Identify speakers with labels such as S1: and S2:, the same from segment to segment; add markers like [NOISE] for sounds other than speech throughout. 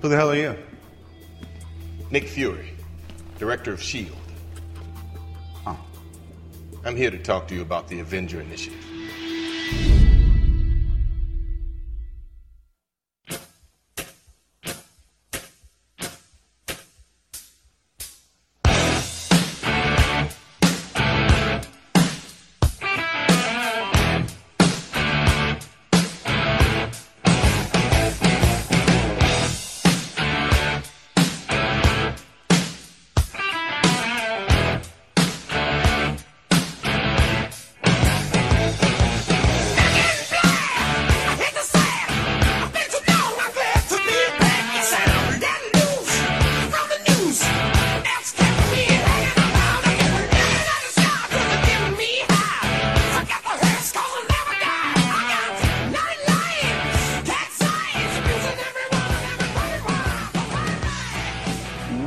S1: Who the hell are you?
S2: Nick Fury, director of S.H.I.E.L.D.
S1: Oh.
S2: I'm here to talk to you about the Avenger Initiative.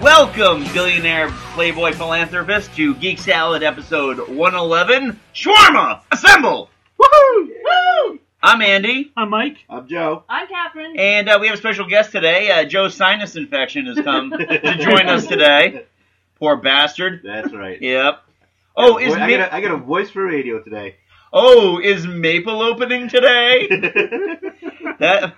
S3: Welcome, billionaire playboy philanthropist, to Geek Salad episode 111 Shawarma! Assemble! Woohoo! Woo! I'm Andy,
S4: Hi, Mike.
S5: I'm Joe.
S6: I'm Catherine.
S3: and uh, we have a special guest today. Uh, Joe's sinus infection has come to join us today. Poor bastard.
S5: That's
S3: [LAUGHS]
S5: right.
S3: Yep. Oh, is
S5: Boy, I,
S3: Ma-
S5: got a, I got a voice for radio today.
S3: oh is Maple opening today? that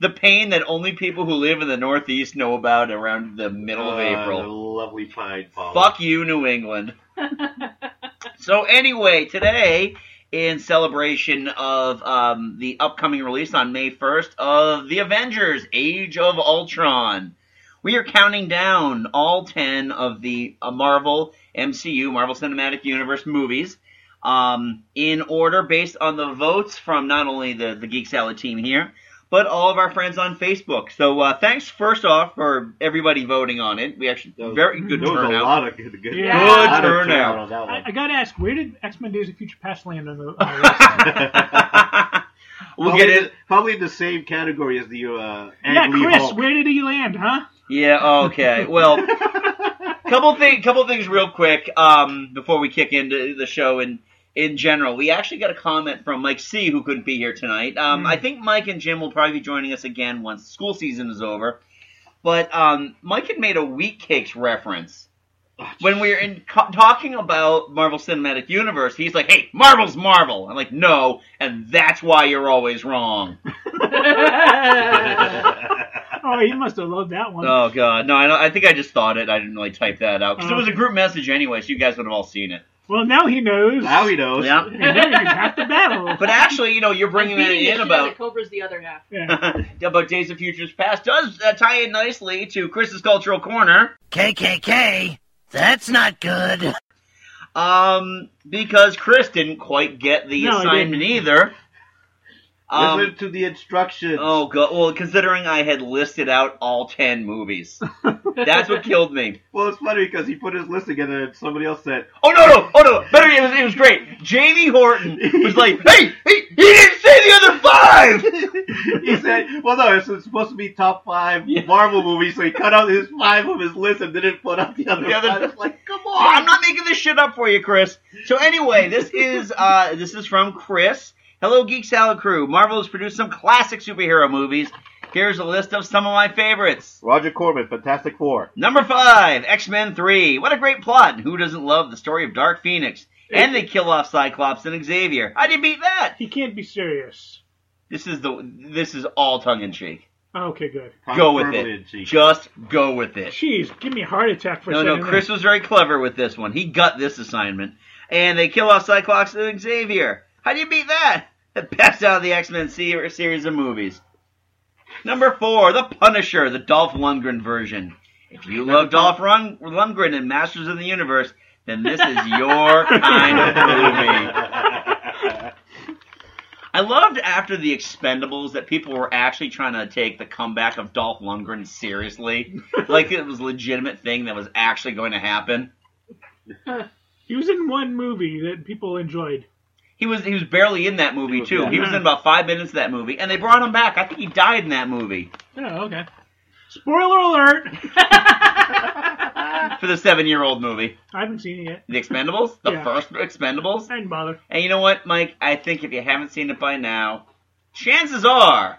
S3: the pain that only people who live in the Northeast know about around the middle of
S5: Uh,
S3: April.
S5: the lovely pine pollen.
S3: Fuck you, New England. so anyway, today in celebration of um, the upcoming release on May 1st of The Avengers: Age of Ultron, we are counting down all 10 of the uh, Marvel MCU, Marvel Cinematic Universe movies. Um, in order based on the votes from not only the, the Geek Salad team here, but all of our friends on Facebook. So uh, thanks first off for everybody voting on it. We actually
S5: That was-
S3: very good
S5: There was
S3: turnout.
S5: a lot of good, good,
S4: Yeah.
S5: lot
S3: Good
S5: of
S3: turnout.
S5: on that
S4: I,
S5: one.
S4: I gotta ask, where did X Men Days of Future Past land on the
S3: [LAUGHS]
S4: on the list?
S3: we'll
S5: probably,
S3: get it.
S5: the- probably the same category as the uh, Ang
S4: yeah,
S5: Lee
S4: Chris,
S5: Hulk.
S4: where did he land,
S3: [LAUGHS]
S4: huh?
S3: Yeah. Okay. [LAUGHS] Well, couple thing, couple things, real quick, um, before we kick into the show and in general, we actually got a comment from Mike C, who couldn't be here tonight. Um, I think Mike and Jim will probably be joining us again once school season is over. But um, Mike had made a wheat cakes reference when we were in co- talking about Marvel Cinematic Universe. He's like, "Hey, Marvel's Marvel." I'm like, "No," and that's why you're always wrong.
S6: [LAUGHS]
S4: Oh, he must have loved that one.
S3: Oh god, no! I, don't- I think I just thought it. I didn't really type that out
S4: Uh-huh.
S3: because it was a group message anyway, so you guys would have all seen it.
S4: well, now he knows.
S5: Now
S4: [LAUGHS]
S5: he knows.
S3: Yeah.
S4: And now he's half the battle.
S3: [LAUGHS] But actually, you know, you're bringing
S6: I'm
S3: that
S6: feeding the
S3: in
S6: shit out of
S3: about
S6: the Cobra's the other half.
S4: Yeah.
S3: about Days of Futures Past does uh, tie in nicely to Chris's cultural corner.
S7: KKK? That's not good.
S3: Um, because Chris didn't quite get the
S4: No, I
S3: assignment either. Um,
S5: Listen to the instructions.
S3: oh god! Well, considering I had listed out all ten
S4: [LAUGHS]
S3: movies, that's what killed me.
S5: Well, it's funny because he put his list together and somebody else said, [LAUGHS]
S3: Oh no no oh no! Better it was it was great. Jamie Horton was
S5: [LAUGHS]
S3: like, hey, he, he didn't say the other five.
S5: he said, well, no, it's, it's supposed to be top five
S3: Yeah.
S5: Marvel movies, so he cut out his five of his list and didn't put out the other
S3: The other-
S5: five.
S3: [LAUGHS]
S5: It's like, come
S3: Oh, I'm
S5: on.
S3: not making this shit up for you, Chris. So anyway, this is uh, this is from Chris. Hello, Geek Salad crew. Marvel has produced some classic superhero movies. Here's a list of some of my favorites.
S5: Roger Corman, Fantastic Four.
S3: Number five, X Men Three. What a great plot! And who doesn't love the story of Dark Phoenix? And they kill off Cyclops and Xavier. How do you beat that?
S4: He can't be serious.
S3: This is the this is all tongue in cheek.
S4: Oh, Okay, good.
S3: Go with
S5: Firmly in
S3: it.
S5: cheek.
S3: Just go with it.
S4: Jeez, give me a heart attack for a
S3: No,
S4: second.
S3: no, Chris was very clever with this one. He got this assignment. And they kill off Cyclops and Xavier. How do you beat that? The best out of the X Men series of movies. Number four, The Punisher, the Dolph Lundgren version. If you love Dolph Lund- Lundgren and Masters of the Universe, then this is your kind of movie. I loved after the Expendables that people were actually trying to take the comeback of Dolph Lundgren seriously, like it was a legitimate thing that was actually going to happen.
S4: He was in one movie that people enjoyed.
S3: He was he was barely in that movie too. He was in
S4: yeah.
S3: about five minutes of that movie, and they brought him back. I think he died in that movie
S4: Oh, okay. Spoiler alert! [LAUGHS]
S3: for the seven-year-old movie,
S4: I haven't seen it yet.
S3: The Expendables, the
S4: Yeah.
S3: first Expendables.
S4: I didn't bother.
S3: And you know what, Mike? I think if you haven't seen it by now, chances are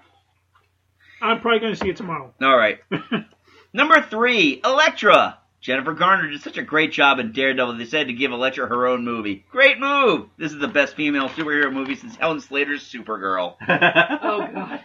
S4: I'm probably going to see it tomorrow.
S3: All right. [LAUGHS] Number three, Elektra. Jennifer Garner did such a great job in Daredevil. They said to give Elektra her own movie. Great move. This is the best female superhero movie since Helen Slater's Supergirl.
S5: [LAUGHS]
S6: Oh god.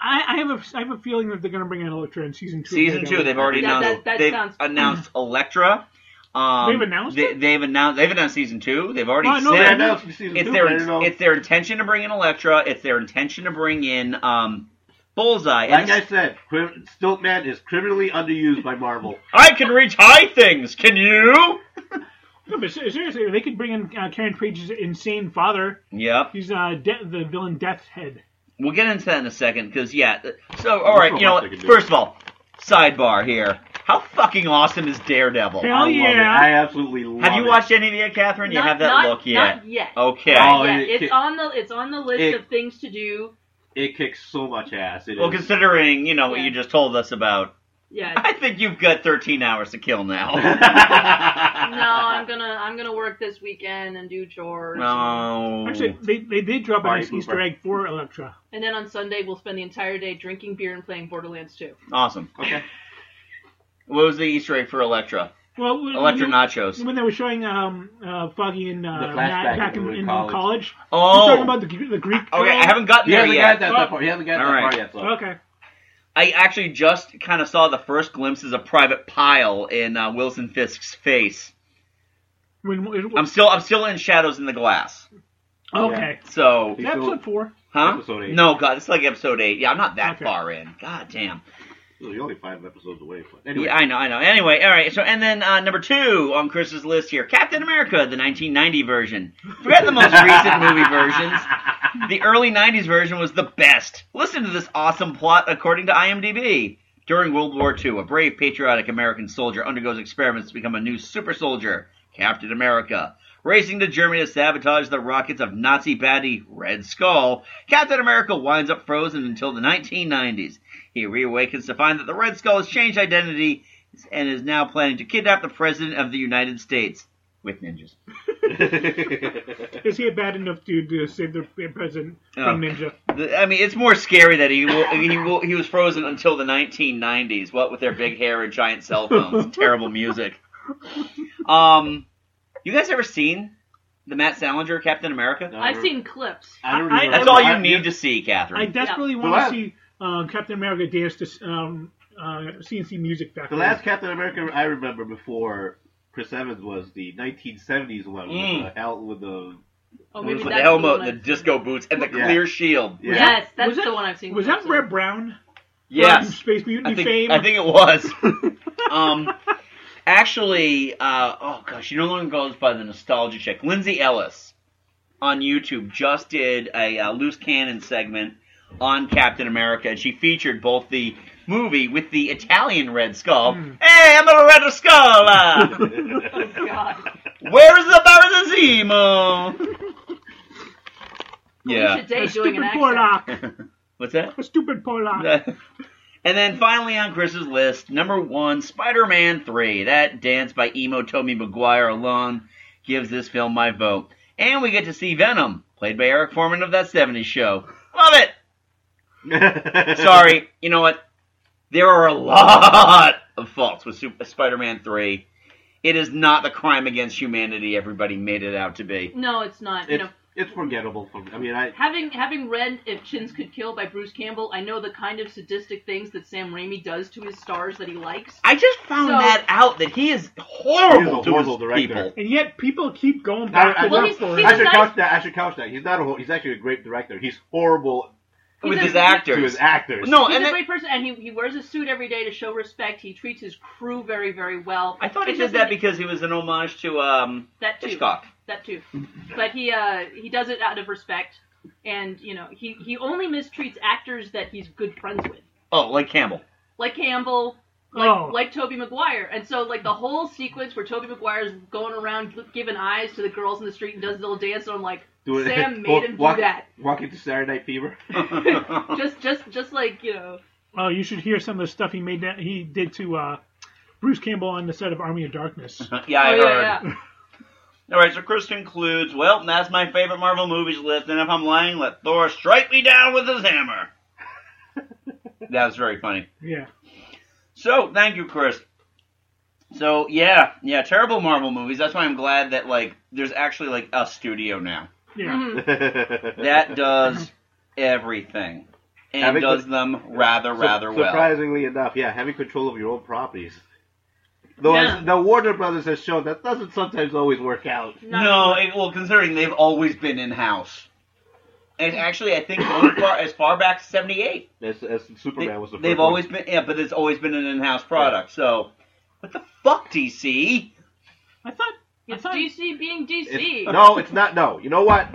S4: I, I have a I have a feeling that they're going to bring in Electra in season two. of
S3: Season
S4: Daredevil.
S3: two, they've already
S6: That-
S3: announced.
S6: that- that
S3: they've
S6: sounds- [CLEARS THROAT]
S3: announced Elektra. Um,
S4: They've announced
S3: They,
S4: it?
S3: they've announced. They've announced season two. They've already
S4: Oh, I know
S3: said
S4: they
S5: I know it's season
S3: it's
S5: two,
S3: their
S5: but I didn't know.
S3: it's their intention to bring in Elektra. It's their intention to bring in um, Bullseye. And
S5: like
S3: this-
S5: I said, Crim- Stiltman is criminally underused by Marvel.
S3: I can reach high things. Can you?
S4: No, but ser- seriously, they could bring in uh, Karen Page's insane father.
S3: Yep.
S4: He's uh, de- the villain Death's Head.
S3: We'll get into that in a second, because yeah. th- So all right,
S5: what
S3: you know,
S5: else they
S3: what?
S5: can do.
S3: first of all, sidebar here. How fucking awesome is Daredevil?
S4: Hell
S5: I love it.
S4: yeah!
S5: I absolutely love
S3: Have you
S5: it.
S3: watched any of it, Catherine? you
S6: Not-
S3: have that
S6: not-
S3: look yet?
S6: Not yet.
S3: Okay.
S5: Oh,
S6: Not yet.
S5: it-
S6: it's
S5: it-
S6: on the it's on the list
S5: it-
S6: of things to do.
S5: It kicks so much ass. It
S3: well,
S5: is- [LAUGHS]
S3: considering you know what
S6: Yeah.
S3: you just told us about, [LAUGHS]
S6: Yeah.
S3: I think you've got 13 hours to kill
S5: [LAUGHS]
S3: now.
S6: no, I'm gonna I'm gonna work this weekend and do chores.
S3: no.
S4: Actually, they, they did drop a
S5: Alright,
S4: nice
S5: Blooper.
S4: Easter egg for Electra.
S6: And then on Sunday we'll spend the entire day drinking beer and playing Borderlands 2.
S3: Awesome.
S5: Okay.
S3: What was the Easter egg for Electra?
S4: Well, when,
S3: Electra
S4: when-
S3: nachos.
S4: when they Mm-hmm. were showing um, uh, Foggy and uh,
S5: The flashback
S4: Matt back in,
S5: in
S4: in college,
S5: college.
S4: You're talking
S3: Oh.
S4: about Oh. the, Gr- the Greek.
S3: Okay,
S4: girl?
S3: I haven't gotten
S5: He
S3: there
S5: hasn't got
S3: yet.
S5: that, that part. He hasn't got
S3: All
S5: that
S3: right.
S5: part yet. So.
S4: Okay.
S3: I actually just kind of saw the first glimpses of Private Pile in uh, Wilson Fisk's face.
S4: When, it-
S3: I'm still I'm still in Shadows in the Glass.
S4: okay.
S3: So,
S4: Is that Episode four.
S3: huh?
S5: Episode eight.
S3: No, God, it's like episode eight. Yeah, I'm not that
S4: Okay.
S3: far in. God damn.
S5: So You're only five episodes away. But anyway,
S3: Yeah, I know, I know. Anyway, all right. So, and then uh, number two on Chris's list here, Captain America, the 1990 version. Forget the most recent movie versions. The early 90s version was the best. Listen to this awesome plot according to IMDb. During World War II, a brave, patriotic American soldier undergoes experiments to become a new super soldier, Captain America. Racing to Germany to sabotage the rockets of Nazi baddie Red Skull, Captain America winds up frozen until the 1990s. He reawakens to find that the Red Skull has changed identity and is now planning to kidnap the President of the United States with ninjas.
S4: Is he a bad enough dude to save the president from
S3: Oh.
S4: Ninja?
S3: The- I mean, it's more scary that he will, he will, he was frozen until the 1990s. What with their big hair and giant cell phones, terrible music. Um, you guys ever seen the Matt Salinger Captain America?
S5: [LAUGHS] No, I
S6: I've
S5: don't-
S6: seen clips.
S5: I don't
S4: I-
S5: remember.
S3: That's all you
S5: I-
S3: need to see,
S4: I
S3: Catherine.
S4: desperately
S5: Well,
S4: want
S5: I-
S4: to see uh, Captain America dance to um, uh, CNC Music
S5: The
S4: Factory.
S5: last Captain America I remember before Chris Evans was the 1970s one
S3: Mm.
S5: with the Al with the It
S6: Oh, maybe
S5: was
S3: With
S6: that's
S3: the helmet,
S6: one
S3: and
S6: I've
S3: the
S6: seen.
S3: disco boots, and the
S5: Yeah.
S3: clear shield.
S5: yeah.
S6: Yes, that's
S4: Was that-
S6: the one I've seen.
S4: Was
S6: clips
S4: that
S6: of.
S4: Red Brown? From
S3: Yes,
S4: Space Mutiny
S3: I think
S4: fame.
S3: I think it was. Um, actually, uh, oh gosh, she no longer goes by the nostalgia check. Lindsay Ellis on YouTube just did a uh, loose cannon segment on Captain America, and she featured both the movie with the Italian Red Skull. Hey, I'm a Red Skull. uh,
S6: Oh, God.
S3: Where's the Baron
S6: We
S3: Yeah.
S6: should date
S4: a
S6: doing
S4: stupid
S6: an accent. [LAUGHS]
S4: Polak.
S3: What's that?
S4: A stupid Polak.
S3: [LAUGHS] and then finally on Chris's list, number one, Spider-Man 3. That dance by emo Tommy Maguire alone gives this film my vote. And we get to see Venom, played by Eric Foreman of that 70s show. Love
S5: [LAUGHS]
S3: it! Sorry, you know what? There are a [LAUGHS] lot of faults with Super- Spider-Man 3. It is not the crime against humanity everybody made it out to be.
S6: No, it's not. you
S5: It's,
S6: know,
S5: it's forgettable. For, I mean, I
S6: having having read If Chins Could Kill by Bruce Campbell, I know the kind of sadistic things that Sam Raimi does to his stars that he likes.
S3: I just found
S6: So-
S3: that out that he is horrible,
S5: He is a
S3: to
S5: horrible
S3: his
S5: director.
S3: people.
S4: And yet people keep going
S5: I,
S4: back
S5: I,
S4: to
S6: Well,
S4: work
S6: he's-
S4: for
S6: he's
S4: it.
S5: I should
S6: nice-
S5: couch that. I should couch that. He's not a. whole- He's actually a great director. He's horrible
S6: He's
S3: With
S6: a-
S3: his actors.
S5: to his actors.
S3: No,
S6: He's
S3: and
S6: a
S3: it-
S6: great person, and he, he wears a suit every day to show respect. He treats his crew very, very well.
S3: I thought he
S6: It's
S3: did
S6: just
S3: that because he was an homage to um,
S6: that too.
S3: Hitchcock.
S6: That too. But he uh, he does it out of respect, and you know he he only mistreats actors that he's good friends with,
S3: Oh, like Campbell.
S6: like Campbell. Like,
S4: Oh.
S6: like Toby Maguire. And so like the whole sequence where Toby Maguire's going around giving eyes to the girls in the street and does the little dance and I'm like
S5: Do it- [LAUGHS]
S6: Sam made
S5: walk-
S6: him do
S5: walk-
S6: that.
S5: Walk into Saturday Night Fever. [LAUGHS]
S6: Just just just like, you know,
S4: Oh, you should hear some of the stuff he made that he did to uh, Bruce Campbell on the set of Army of Darkness.
S3: [LAUGHS] yeah, I
S6: oh,
S3: heard.
S6: yeah, yeah.
S3: All right, so Chris concludes. Well, that's my favorite
S6: [LAUGHS]
S3: Marvel movies list, and if I'm lying, let Thor strike me down with his hammer. That was very funny.
S4: Yeah.
S3: So thank you, Chris. So yeah, yeah, terrible Marvel movies. That's why I'm glad that like there's actually like a studio now
S4: [LAUGHS]
S6: Mm-hmm.
S4: Yeah.
S6: [LAUGHS]
S3: that does everything and
S5: Having
S3: does
S5: the-
S3: them rather
S5: Sur-
S3: rather well.
S5: Surprisingly enough, yeah, having control of your own properties. Though
S6: Yeah.
S5: as the Warner Brothers has shown, that doesn't sometimes always work out.
S3: No, it, well, considering they've always been in house, and actually, I think going far, as far back as '78,
S5: As, as Superman was the first
S3: they've
S5: one.
S3: always been. Yeah, but it's always been an in-house product. So, what the fuck, DC?
S4: I thought. I
S6: It's
S4: thought.
S6: DC being DC.
S5: It's- no, it's not. No, you know what?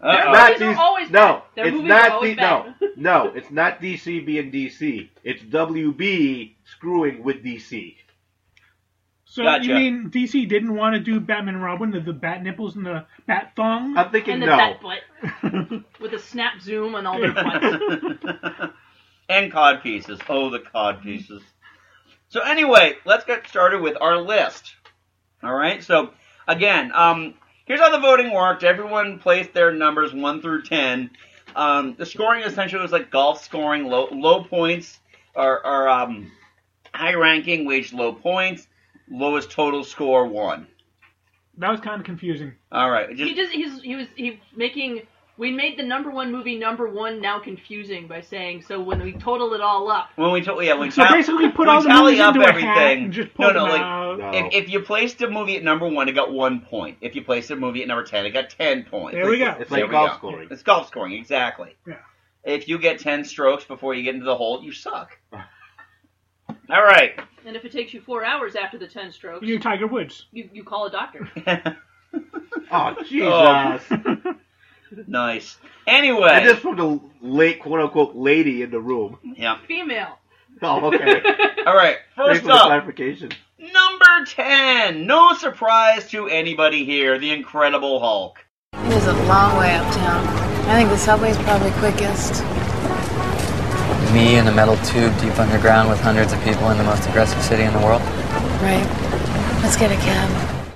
S3: Uh-oh.
S6: Their
S5: not
S6: movies are
S5: DC
S6: always
S5: no,
S6: bad. Their
S5: it's
S6: movies are
S5: not
S6: always
S5: D- no, no, it's not DC being DC. It's WB screwing with DC.
S4: So
S3: Gotcha.
S4: you mean DC didn't want to do Batman and Robin, the, the bat nipples and the bat thong?
S3: Uh,
S5: I'm thinking
S6: and the
S5: no.
S6: bat butt.
S4: [LAUGHS]
S6: with a snap zoom and all their butts.
S3: [LAUGHS] and cod pieces. Oh, the
S4: Mm-hmm.
S3: cod pieces. So anyway, let's get started with our list. All right. So again, um, here's how the voting worked. Everyone placed their numbers one through ten. Um, the scoring essentially was like golf scoring. Low low points are, are um, high ranking, wage low points. Lowest total score one.
S4: that was kind of confusing.
S3: All right. Just,
S6: [LAUGHS] he just he's he was he making we made the number one movie number one now confusing by saying so when we total it all up
S3: when we told yeah when
S4: So
S3: Tal-
S4: basically, put
S3: when
S4: all the
S3: tally
S4: movies
S3: up
S4: into a hat
S3: everything.
S4: and just pull
S3: no, no,
S4: them
S3: like
S4: out.
S5: No.
S3: If, if you placed a movie at number one, it got one point. If you placed a movie at number ten, it got ten points.
S4: There we go.
S5: it's
S3: There
S5: like
S3: we
S5: golf
S3: go.
S5: scoring.
S3: It's golf scoring, exactly.
S4: Yeah.
S3: If you get ten strokes before you get into the hole, you suck.
S5: [LAUGHS]
S3: All right.
S6: and if it takes you four hours after the ten strokes
S4: You're
S6: you
S4: Tiger Woods.
S6: you, call
S4: [LAUGHS]
S6: a doctor
S5: Oh Jesus!
S3: nice. Anyway. [LAUGHS]
S5: And this from the late quote unquote lady in the room.
S3: yeah.
S6: female
S5: Oh, okay.
S3: All right. First
S5: Thanks for the
S3: up,
S5: clarification.
S3: number ten. No surprise to anybody here. The Incredible Hulk.
S8: There's a long way uptown. I think the subway's probably quickest.
S9: Me in a metal tube deep underground with hundreds of people in the most aggressive city in the world?
S8: Right. Let's get a cab.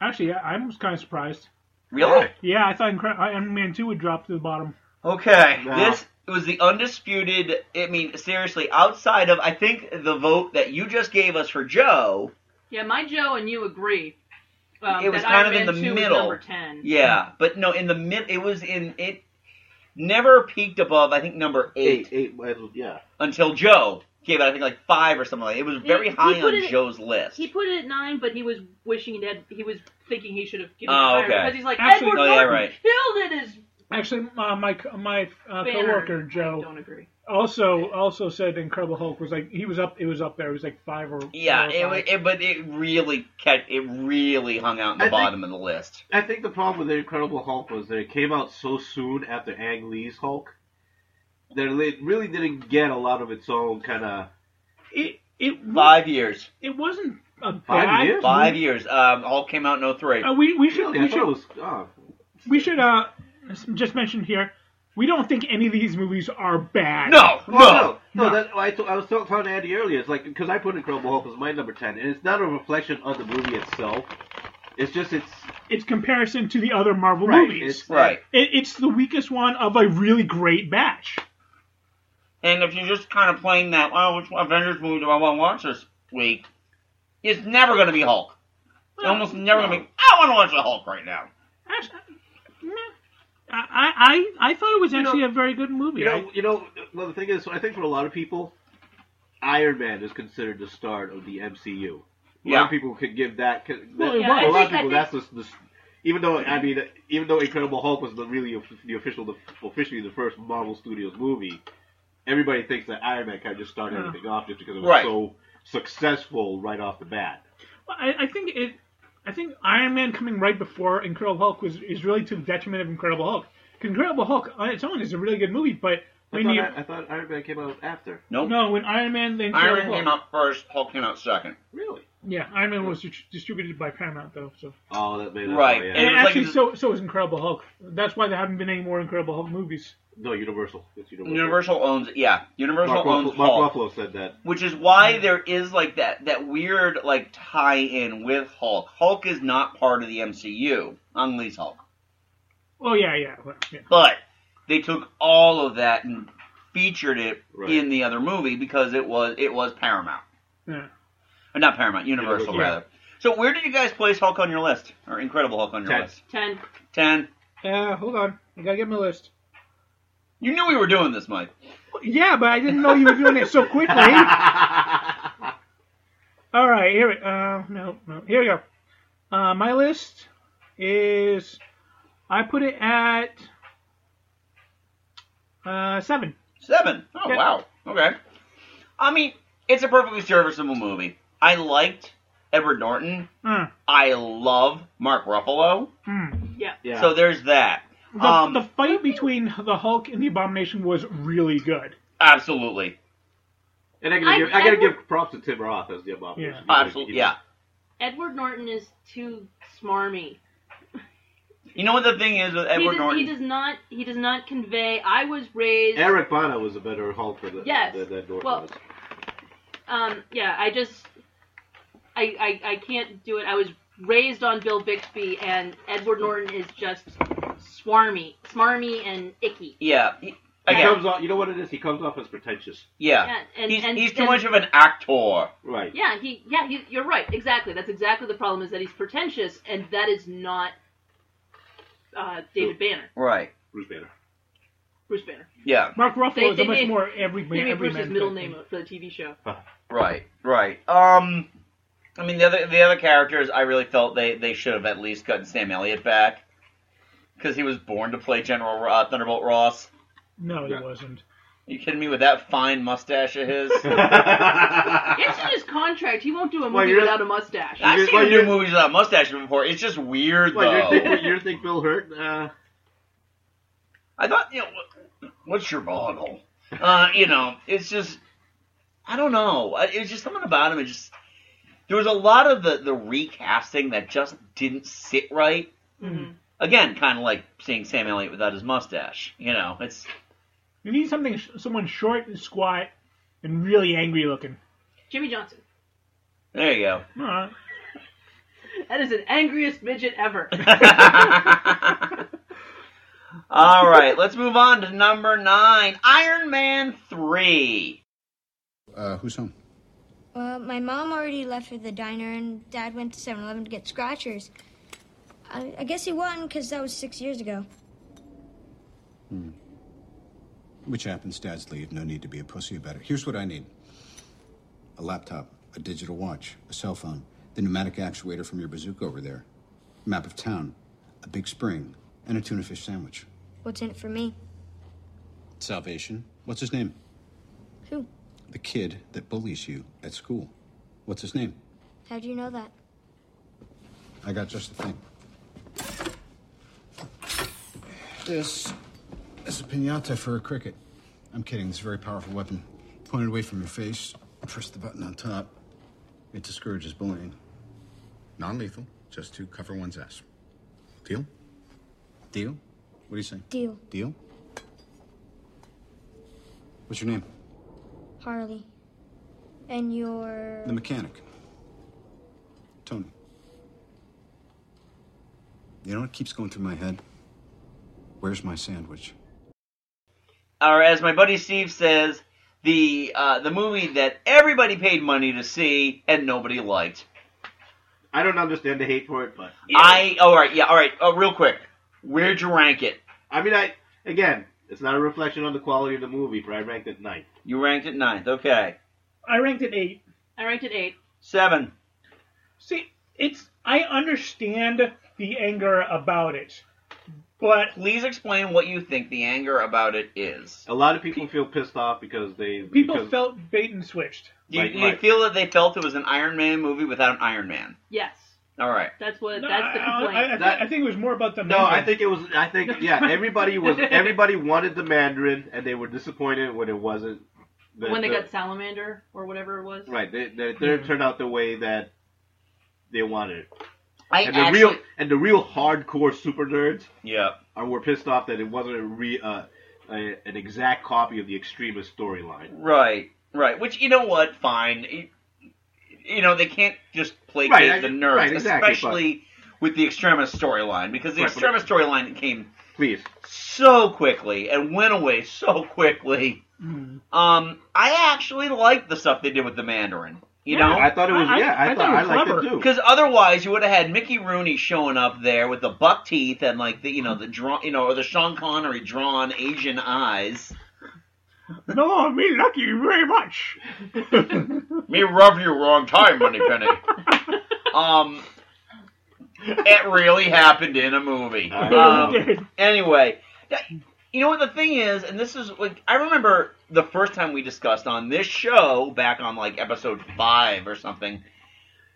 S4: Actually, yeah, I'm kind of surprised.
S3: Really?
S4: Yeah, I thought Incre- Iron Man 2 would drop to the bottom.
S3: Okay,
S5: No.
S3: this was the undisputed. I mean, seriously, outside of I think the vote that you just gave us for Joe,
S6: yeah my joe and you agree um,
S3: It was
S6: that
S3: kind
S6: Iron
S3: of in
S6: Man
S3: the
S6: 2 was
S3: middle.
S6: number 10
S3: yeah, but no, in the mid, it was in it never peaked above I think number eight,
S5: Eight, eight, well, yeah.
S3: until Joe gave it I think like five or something. like that. It was very
S6: he
S3: high
S6: put
S3: on
S6: it-
S3: Joe's list.
S6: he put it at nine but he was wishing that he was thinking he should have given
S3: Oh,
S6: it higher
S3: okay.
S6: because he's like
S4: Actually-
S6: edward
S3: Oh, yeah,
S6: Norton
S3: right.
S6: killed it as
S4: Actually, uh, my my uh,
S6: banner.
S4: coworker
S6: I
S4: Joe
S6: don't agree
S4: also also said Incredible Hulk was like he was up it was up there it was like five or
S3: yeah,
S4: four or
S3: it,
S4: five.
S3: wa- it but it really kept, it really hung out in the
S5: I think-
S3: bottom of the list.
S5: I think the problem with the Incredible Hulk was that it came out so soon after Ang Lee's Hulk that it really didn't get a lot of its own kind of.
S4: it it wa-
S3: Five years,
S4: it wasn't a bad
S5: years?
S3: five years. Um, Hulk came out in 03.
S5: Oh,
S4: Uh, we we should
S5: Really,
S4: we
S5: I
S4: should
S5: thought it was. Oh,
S4: we should uh just mention here we don't think any of these movies are bad.
S3: No, no,
S5: Well, no, no.
S4: no.
S5: That, I, t- I was tell- telling Andy earlier. It's like because I put Incredible Hulk as my number ten, and it's not a reflection on the movie itself. It's just it's
S4: it's comparison to the other Marvel
S5: right.
S4: movies.
S5: It's
S3: right.
S4: It, it's the weakest one of a really great batch.
S3: And if you're just kind of playing that, oh, which Avengers movie do I want to watch this week? It's never going to be Hulk. It's almost never going to be. I want to watch the Hulk right now.
S4: Actually, [LAUGHS] meh. I, I I thought it was actually a very good movie.
S5: You
S4: I-
S5: know, you know. Well, the thing is, I think for a lot of people, Iron Man is considered the start of the MCU. A lot
S3: Yeah.
S5: of people could give that. could-
S4: Well,
S5: that-
S4: it Yeah, was.
S5: a lot of
S6: I
S5: people.
S6: think- I
S5: That's the, the. Even though I mean, even though Incredible Hulk was the really of- the official, the, officially the first Marvel Studios movie, everybody thinks that Iron Man kind of just started
S4: Yeah.
S5: everything off just because it was
S3: Right.
S5: so successful right off the bat.
S4: I, I think it. I think Iron Man coming right before Incredible Hulk was is really to the detriment of Incredible Hulk. 'Cause Incredible Hulk on its own is a really good movie,
S5: I
S4: but when
S5: thought,
S4: you
S5: I, I thought Iron Man came out after.
S3: Nope.
S4: no when Iron Man
S3: Iron
S4: then
S3: Man
S4: Incredible
S3: came
S4: Hulk-
S3: out first, Hulk came out second.
S5: Really?
S4: yeah Iron Man was dist- distributed by Paramount though so
S5: Oh, that made up.
S3: Right.
S5: Oh, yeah.
S3: And
S4: and
S3: it was like
S4: actually
S3: the-
S4: so so is Incredible Hulk. That's why there haven't been any more Incredible Hulk movies.
S5: no, Universal. It's Universal.
S3: Universal owns, yeah, Universal
S5: Mark,
S3: owns
S5: Ruffalo,
S3: Hulk,
S5: Mark Ruffalo said that.
S3: which is why there is like that that weird like tie-in with Hulk. Hulk is not part of the MCU, Ang Lee's Hulk,
S4: Oh yeah yeah, well, yeah.
S3: but they took all of that and featured it
S5: Right.
S3: in the other movie because it was it was Paramount,
S4: Yeah.
S3: Uh, not Paramount, Universal
S5: Universal, yeah.
S3: rather. So where did you guys place Hulk on your list or Incredible Hulk on your
S5: Ten.
S3: list?
S6: Ten.
S3: Ten.
S4: Uh, hold on. I gotta get my list.
S3: You knew we were doing this, Mike.
S4: Yeah, but I didn't know you were doing it so quickly. All right, here we. Uh, no, no. Here we go. Uh, my list is. I put it at. Uh, seven.
S3: Seven. Oh
S4: Yeah.
S3: wow. Okay. I mean, it's a perfectly serviceable movie. I liked Edward Norton.
S4: Mm,
S3: I love Mark Ruffalo.
S4: mm.
S6: Yeah.
S5: yeah.
S3: So there's that.
S4: The,
S3: Um,
S4: the fight between the Hulk and the Abomination was really good.
S3: absolutely.
S5: and I gotta,
S6: I-
S5: give, I gotta
S6: I would-
S5: give props to Tim Roth as the abomination.
S3: Absolutely. Yeah.
S6: Edward Norton is too smarmy.
S3: You know what the thing is with
S6: He
S3: Edward
S6: does,
S3: Norton?
S6: he does not. He does not convey. I was raised.
S5: Eric Bana was a better Hulk than,
S6: Yes.
S5: than, than Norton
S6: Well,
S5: was.
S6: Um. Yeah. I just. I, I I can't do it. I was raised on Bill Bixby, and Edward Norton is just swarmy, smarmy, and icky.
S3: Yeah. he-
S5: He
S3: Again,
S5: comes off, you know what it is? He comes off as pretentious.
S3: yeah.
S6: Yeah, and,
S3: He's,
S6: and,
S3: he's too
S6: and-
S3: much of an actor.
S5: Right.
S6: Yeah, he. Yeah, he, you're right. Exactly. That's exactly the problem. Is that he's pretentious, and that is not uh, David Banner,
S3: Right.
S5: Bruce Banner.
S6: Bruce Banner.
S3: Yeah.
S4: Mark Ruffalo
S6: They-
S4: is
S6: they
S4: a much
S6: made-
S4: more every
S6: They made
S4: every
S6: Bruce's
S4: man
S6: middle
S4: type
S6: name
S4: thing.
S6: up for the
S3: [LAUGHS]
S6: TV show.
S3: Right. Right. Um. I mean, the other the other characters, I really felt they they should have at least gotten Sam Elliott back because he was born to play General uh, Thunderbolt Ross.
S4: No, it
S5: Yeah.
S4: wasn't.
S3: you kidding me with that fine mustache of
S5: [LAUGHS]
S3: his?
S6: It's in his contract. He won't do a
S5: Well,
S6: movie
S5: you're-
S6: without a mustache.
S3: I've seen
S5: Well,
S3: him do
S5: you're-
S3: movies without mustaches before. It's just weird
S5: [LAUGHS] Well,
S3: though.
S5: you think, you think Bill Hurt? Uh,
S3: I thought, you know, what- what's your boggle? Uh, you know, it's just, I don't know. I- It's just something about him. It just there was a lot of the the recasting that just didn't sit right.
S6: Mhm.
S3: Again, kind of like seeing Sam Elliott without his mustache. You know, it's
S4: You need something, sh- someone short and squat, and really angry looking.
S6: Jimmy Johnson.
S3: there you go.
S4: All right.
S6: That is the angriest midget
S3: [LAUGHS]
S6: ever.
S3: All right, let's move on to number nine, Iron Man three.
S1: Uh, who's home?
S10: Well, my mom already left for the diner, and Dad went to 7 Eleven to get scratchers. I, I guess he won because that was six years ago.
S1: Which happens, dads leave. No need to be a pussy about it. Here's what I need a laptop, a digital watch, a cell phone, the pneumatic actuator from your bazooka over there, map of town, a big spring, and a tuna fish sandwich.
S10: What's in it for me?
S1: Salvation. What's his name?
S10: Who?
S1: The kid that bullies you at school. What's his name?
S10: How do you know that?
S1: I got just the thing. This is a pinata for a cricket. I'm kidding. It's a very powerful weapon. Pointed away from your face. Press the button on top. It discourages bullying. Non lethal, just to cover one's ass. Deal? Deal? What do you say?
S10: Deal.
S1: Deal? What's your name?
S10: Harley. And your.
S1: The mechanic. Tony. You know what keeps going through my head? Where's my sandwich?
S3: or as my buddy Steve says, the uh, the movie that everybody paid money to see and nobody liked.
S5: I don't understand the hate for it, but
S3: I all right, yeah, all right. Oh, real quick, where'd you rank it?
S5: I mean, I again, it's not a reflection on the quality of the movie, but I ranked it ninth.
S3: You ranked it ninth. Okay,
S4: I ranked it eight.
S6: I ranked it eight.
S3: seven.
S4: See, it's I understand the anger about it, but
S3: Please explain what you think the anger about it is.
S5: A lot of people feel pissed off because they
S4: people
S5: because,
S4: felt bait and switched.
S3: Do you,
S5: Right,
S3: do you
S5: right.
S3: feel that they felt it was an Iron Man movie without an Iron Man?
S6: Yes,
S3: All right.
S6: that's what.
S4: No,
S6: that's the
S4: I-
S6: complaint.
S4: I, I, thi-
S5: That-
S4: I think it was more about the
S5: No,
S4: Mandarin.
S5: I think it was. I think yeah, everybody was. Everybody wanted the Mandarin, and they were disappointed when it wasn't. The,
S6: when they
S5: the-
S6: got Salamander or whatever it was.
S5: right, they, they, they turned out the way that they wanted. it.
S3: I
S5: And the
S3: actually,
S5: real and the real hardcore super nerds
S3: yeah,
S5: are were pissed off that it wasn't a re, uh, a, an exact copy of the extremist storyline.
S3: right, right. Which you know what? Fine. You- You know they can't just placate
S5: Right, I-
S3: the nerds,
S5: right, exactly,
S3: especially with the extremist storyline, because the
S5: Right, but-
S3: extremist storyline came
S5: Please,
S3: so quickly and went away so quickly.
S5: Mm-hmm.
S3: Um, I actually liked the stuff they did with the Mandarin. You
S5: Yeah,
S3: know,
S5: I thought it was- I- yeah, I I- I thought- thought it was I liked it clever. too.
S3: Because otherwise, you would have had Mickey Rooney showing up there with the buck teeth and like the you know the drawn you know or the Sean Connery drawn Asian eyes.
S4: No, me like you very much.
S3: Me rub you wrong time, Moneypenny. um, it really happened in a movie.
S4: I know.
S3: Um, anyway, that- you know what the thing is, and this is like I remember the first time we discussed on this show back on like episode five or something.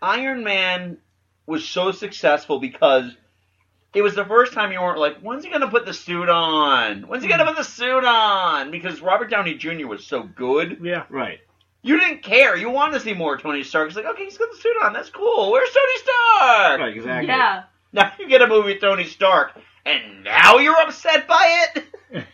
S3: Iron Man was so successful because it was the first time you weren't like, when's he gonna put the suit on? When's he gonna put the suit on? Because Robert Downey Jr. was so good.
S4: Yeah.
S5: Right.
S3: You didn't care. You wanted to see more Tony Stark. It's like, okay, he's got the suit on. That's cool. Where's Tony Stark?
S5: Right, exactly.
S6: Yeah.
S3: Now you get a movie with Tony Stark, and now you're upset by it. [LAUGHS]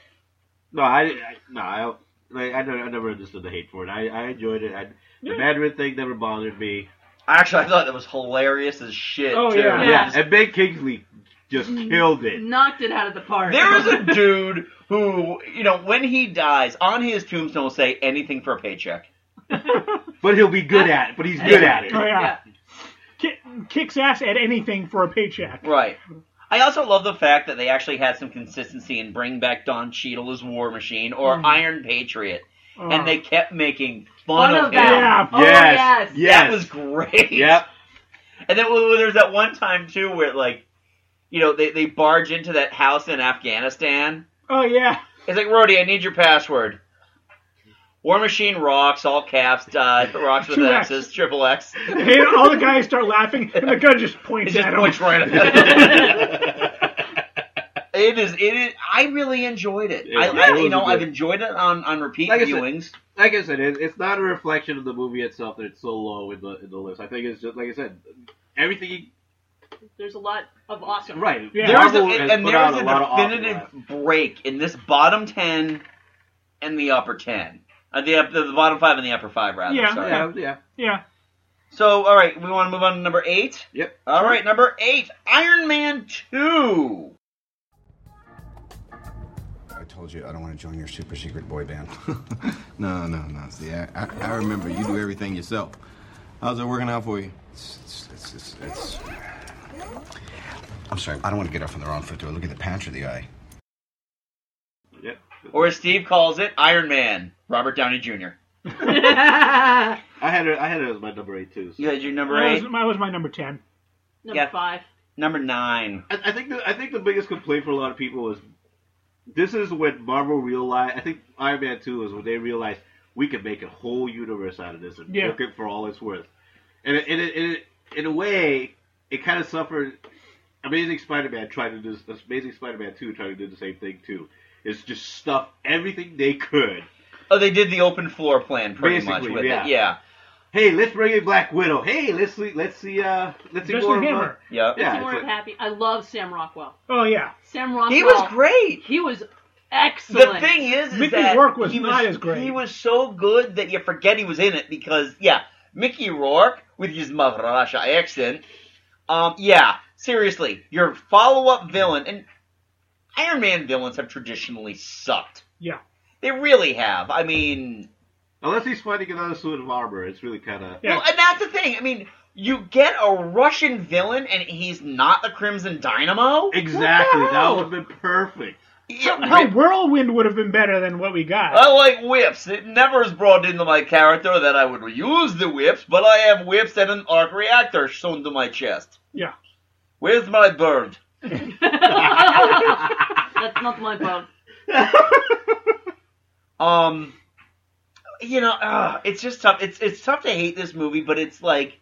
S5: No, I, I no, I, like, I, never, I never understood the hate for it. I, I enjoyed it. I,
S4: Yeah.
S5: The Mandarin thing never bothered me.
S3: Actually, I thought that was hilarious as shit.
S4: Oh,
S3: too.
S4: yeah.
S5: Yeah, and Ben Kingsley just killed it.
S6: Knocked it out of the park.
S3: There is a dude who, you know, when he dies, on his tombstone will say anything for a paycheck.
S5: But he'll be good at it. But he's good at it.
S4: Oh, yeah.
S6: [LAUGHS] Yeah.
S4: Ki- kicks ass at anything for a paycheck.
S3: Right. I also love the fact that they actually had some consistency in bringing back Don Cheadle as War Machine or
S6: Mm-hmm.
S3: Iron Patriot,
S4: Uh,
S3: and they kept making fun,
S6: Fun of
S3: him.
S4: Yeah.
S6: that. Oh,
S5: Yes.
S6: yes.
S5: Yes.
S3: That was great.
S5: Yep.
S3: And then well, there's that one time too where like, you know, they, they barge into that house in Afghanistan.
S4: Oh yeah. [LAUGHS]
S3: It's like, Rody, I need your password. War Machine rocks, all caps, uh, [LAUGHS] rocks with
S4: Two
S3: X's, triple X.
S4: And all the guys start laughing, and the gun just
S3: It
S4: points
S3: just
S4: at him.
S3: points [LAUGHS]
S5: [LAUGHS]
S3: right at it. It is. It is. I really enjoyed it.
S5: Yeah,
S3: I,
S5: yeah, it
S3: I you
S5: was
S3: know,
S5: good.
S3: I've enjoyed it on on repeat
S5: Like I said-
S3: viewings.
S5: Like I said, it, it's not a reflection of the movie itself that it's so low in the in the list. I think it's just like I said, everything. he-
S6: There's a lot of awesome.
S5: Right.
S4: Yeah.
S3: There is a,
S5: Marvel has
S3: and
S5: put
S3: there
S5: out
S3: is a,
S5: a lot of awesome
S3: definitive
S5: last-
S3: break in this bottom ten and the upper ten. Uh, the, up- the the bottom five and the upper five, rather.
S4: Yeah,
S3: sorry.
S5: Yeah, yeah.
S4: Yeah.
S3: So, all right, we want to move on to number eight.
S5: Yep.
S3: All right, number eight, Iron Man two.
S1: I told you I don't want to join your super secret boy band. [LAUGHS] no, no, no. See, I, I, I remember you do everything yourself. How's it working out for you? It's, it's, it's, it's, it's... I'm sorry. I don't want to get off on the wrong foot. Do I look at the patch or the eye?
S5: Yep.
S3: Or as Steve calls it, Iron Man, Robert Downey Jr.
S6: Number
S5: I had it. I had it as my number eight too. So.
S3: You had your number
S4: That
S3: eight,
S4: was, that was my number ten.
S3: Yeah.
S6: five.
S3: number nine.
S5: I, I think the, I think the biggest complaint for a lot of people is this is when Marvel realized. I think Iron Man Two is when they realized we could make a whole universe out of this and
S4: Yeah.
S5: milk it for all it's worth. And it, and it, and it, in a way, it kind of suffered. Amazing Spider-Man tried to do this. Amazing Spider-Man Two tried to do the same thing too. It's just stuff everything they could.
S3: Oh, they did the open floor plan pretty much
S5: Basically,
S3: with
S5: yeah.
S3: it. Yeah.
S5: Hey, let's bring in Black Widow. Hey, let's see, letlet's see, uh, let's see
S4: Just
S5: more
S4: with
S5: of, uh,
S4: Hammer.
S3: Yeah.
S5: Yeah,
S6: Some more
S5: it's like-
S6: happy. I love Sam Rockwell.
S4: Oh yeah.
S6: Sam Rockwell.
S3: He was great.
S6: He was
S3: The
S6: excellent.
S3: thing is, is
S4: Mickey's
S3: that
S4: work was
S3: he
S4: not
S3: was,
S4: as great.
S3: He was so good that you forget he was in it because, yeah, Mickey Rourke with his Maharashtra accent. Um, yeah, seriously, your follow-up villain and Iron Man villains have traditionally sucked.
S4: Yeah.
S3: They really have. I mean,
S5: unless he's fighting another suit of armor, it's really kind of
S4: Yeah.
S3: Well, and that's the thing. I mean, you get a Russian villain, and he's not the Crimson Dynamo.
S5: exactly
S4: What the
S5: that
S4: hell?
S5: would have been perfect.
S4: Hell,
S3: Yeah,
S4: Whirlwind would have been better than what we got.
S3: I like whips. It never is brought into my character that I would use the whips, but I have whips and an arc reactor sewn to my chest.
S4: yeah.
S3: Where's my bird?
S6: That's not my fault.
S3: Um, you know, uh, it's just tough. It's it's tough to hate this movie, but it's like,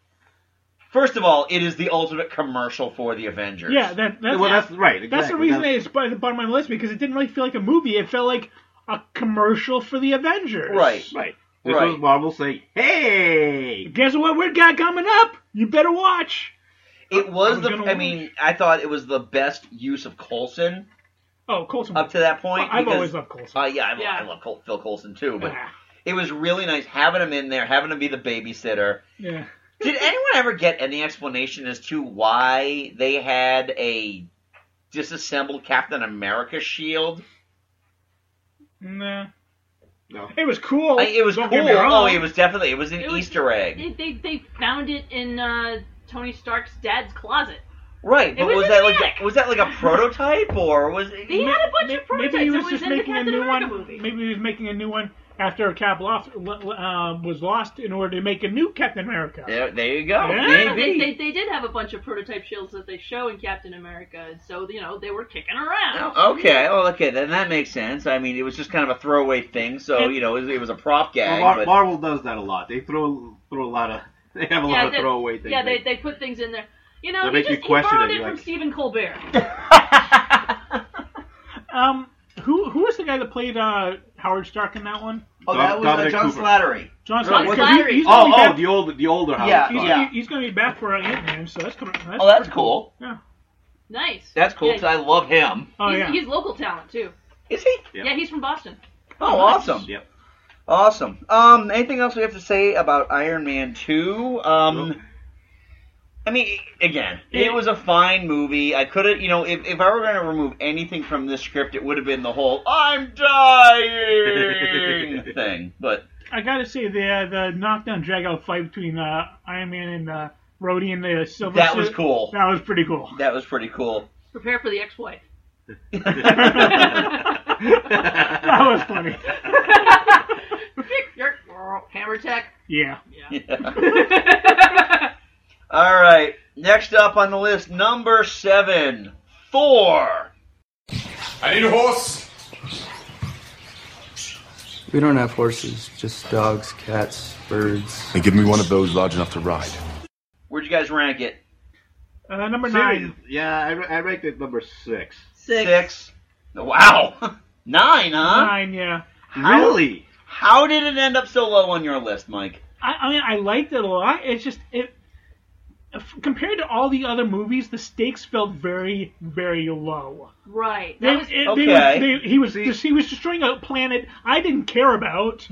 S3: first of all, it is the ultimate commercial for the Avengers.
S4: Yeah. That, that's
S5: well, that's right. Exactly.
S4: that's the reason
S5: That's-
S4: it's by the bottom of my list because it didn't really feel like a movie. It felt like a commercial for the Avengers.
S3: Right.
S5: right. This
S3: Right.
S5: was Marvel saying, "Hey,
S4: Guess what we got coming up? You better watch.
S3: It was
S4: I'm
S3: the.
S4: gonna
S3: I mean, I thought it was the best use of Colson
S4: Oh, Colson.
S3: up to that point.
S4: I've
S3: because-
S4: always loved Colson.
S3: Uh, yeah, I,
S6: Yeah.
S3: I love Col- Phil Colson too, but
S4: Ah,
S3: it was really nice having him in there, having him be the babysitter.
S4: yeah.
S3: Did anyone ever get any explanation as to why they had a disassembled Captain America shield?
S4: Nah.
S5: No.
S4: It was cool.
S6: Oh,
S3: I- it was
S4: Don't
S3: cool.
S4: get me wrong.
S3: Oh, it was definitely it was an
S6: It was-
S3: Easter egg.
S6: They, they, they found it in uh, Tony Stark's dad's closet.
S3: Right, but
S6: was
S3: was,
S6: in
S3: that
S6: the
S3: like
S6: attic.
S3: was that like a prototype or was it?
S6: They had a bunch of prototypes.
S4: Maybe he
S6: It
S4: was just
S6: in
S4: making
S6: the
S4: a
S6: Captain
S4: new
S6: America
S4: one.
S6: Movie.
S4: Maybe he was making a new one after Cap lost, uh, was lost in order to make a new Captain America.
S3: There, there you go.
S4: Yeah.
S6: They,
S3: Maybe.
S6: they, they did have a bunch of prototype shields that they show in Captain America, and so you know they were kicking around.
S3: Oh, okay. Well, okay. Then that makes sense. I mean, it was just kind of a throwaway thing, so
S4: And-
S3: you know, it was, it was a prop
S5: Well,
S3: gag.
S5: Mar-
S3: but [LAUGHS]
S5: Marvel does that a lot. They throw throw a lot of [LAUGHS] they have a lot of
S6: they-
S5: throwaway things.
S6: Yeah, they, they put things in there. You know,
S5: They
S6: he
S5: make you
S6: just, he
S5: question
S6: borrowed
S5: it,
S6: it
S5: you're
S6: from
S5: like-
S6: Stephen Colbert.
S4: Um, who who was the guy that played uh, Howard Stark in that one?
S3: oh, that was uh,
S5: Dominic
S3: John
S5: Cooper.
S3: Slattery.
S4: John
S3: John
S4: Stark.
S6: Slattery.
S4: he's
S5: oh
S4: gonna
S5: oh
S4: be
S5: the old the older Howard
S3: Yeah,
S5: Stark.
S4: back,
S3: yeah.
S4: He's, he's going to be back for Ant Man, so that's coming. That's
S3: Oh, that's
S4: pretty
S3: cool.
S4: Yeah.
S6: Nice.
S3: That's cool
S6: Yeah,
S3: because I love him.
S4: Oh
S6: he's,
S4: yeah.
S6: he's local talent too.
S3: Is he?
S5: Yeah.
S6: Yeah, he's from Boston.
S3: Oh, awesome.
S5: Yep.
S3: Awesome. Um, anything else we have to say about Iron Man Two? Um,
S6: Mm.
S5: Nope.
S3: I mean, again, it was a fine movie. I could have, you know, if, if I were going to remove anything from this script, it would have been the whole "I'm dying" thing. But
S4: I gotta say the uh, the knockdown dragout fight between uh, Iron Man and uh, Rhodey in the silver.
S3: that was
S4: suit,
S3: cool.
S4: That was pretty cool. [LAUGHS]
S3: That was pretty cool.
S6: Prepare for the
S5: [LAUGHS]
S6: ex-wife.
S4: That was funny.
S6: Yerk, yerk, Hammer attack.
S4: Yeah.
S3: All right. Next up on the list, number seven, Thor.
S2: I need a horse.
S9: We don't have horses, just dogs, cats, birds.
S11: And give me one of those large enough to ride.
S3: Where'd you guys rank it?
S4: Uh, number
S5: Serious-
S4: nine.
S5: Yeah, I, ra- I ranked it number six.
S6: Six.
S3: Wow. [LAUGHS] Nine, huh?
S4: Nine. Yeah.
S5: Really?
S3: How did it end up so low on your list, Mike?
S4: I, I mean, I liked it a lot. It's just it f- compared to all the other movies, the stakes felt very, very low.
S6: Right.
S4: They,
S6: That was,
S4: it-
S3: Okay.
S4: they, they, he was just, he was destroying a planet I didn't care about,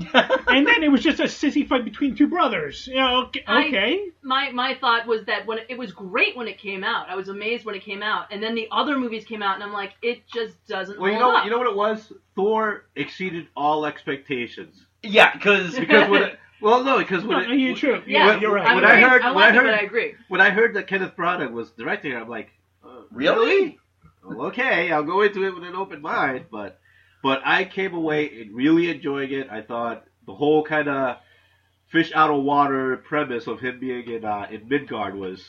S4: and then it was just a sissy fight between two brothers. You know, okay,
S6: I-
S4: okay.
S6: my my thought was that when it, it was great when it came out, I was amazed when it came out, and then the other movies came out, and I'm like, it just doesn't.
S5: Well, you
S6: hold
S5: know
S6: up.
S5: you know what it was. Thor exceeded all expectations
S3: Yeah, because
S5: because [LAUGHS]
S6: [LAUGHS]
S5: when it- well no because when
S4: No,
S5: it,
S4: you're true.
S6: Yeah,
S4: you're right.
S6: I'm
S5: When
S4: You're
S5: I
S4: right.
S6: agreeing.
S5: heard-
S6: I
S5: when I
S6: liked it,
S5: heard-
S6: but I agree.
S5: when I heard that Kenneth Branagh was directing it, I'm like, uh,
S3: really?
S5: Well, okay, I'll go into it with an open mind, but but I came away really enjoying it. I thought the whole kind of fish out of water premise of him being in uh, in Midgard was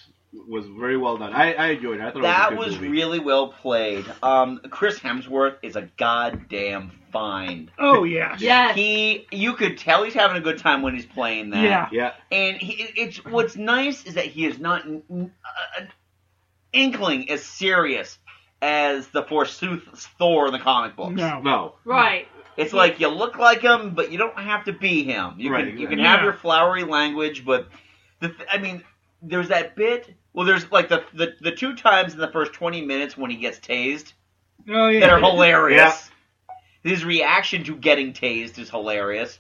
S5: was very well done. I, I enjoyed it. I thought
S3: That
S5: it was, a
S3: was
S5: good movie.
S3: really well played. Um, Chris Hemsworth is a goddamn find.
S4: Oh yeah.
S6: Yes.
S3: He, you could tell he's having a good time when he's playing that.
S4: Yeah.
S5: yeah.
S3: And he, it's what's nice is that he is not n- n- uh, an inkling as serious as the forsooth Thor in the comic books.
S4: No.
S5: No,
S6: right.
S3: It's like you look like him, but you don't have to be him. You
S5: Right,
S3: can you can
S4: exactly.
S3: have
S4: Yeah.
S3: your flowery language, but the th- I mean, there's that bit. Well, there's like the, the the two times in the first 20 minutes when he gets tased
S4: Oh [LAUGHS] yeah.
S3: that are hilarious. His reaction to getting tased is hilarious,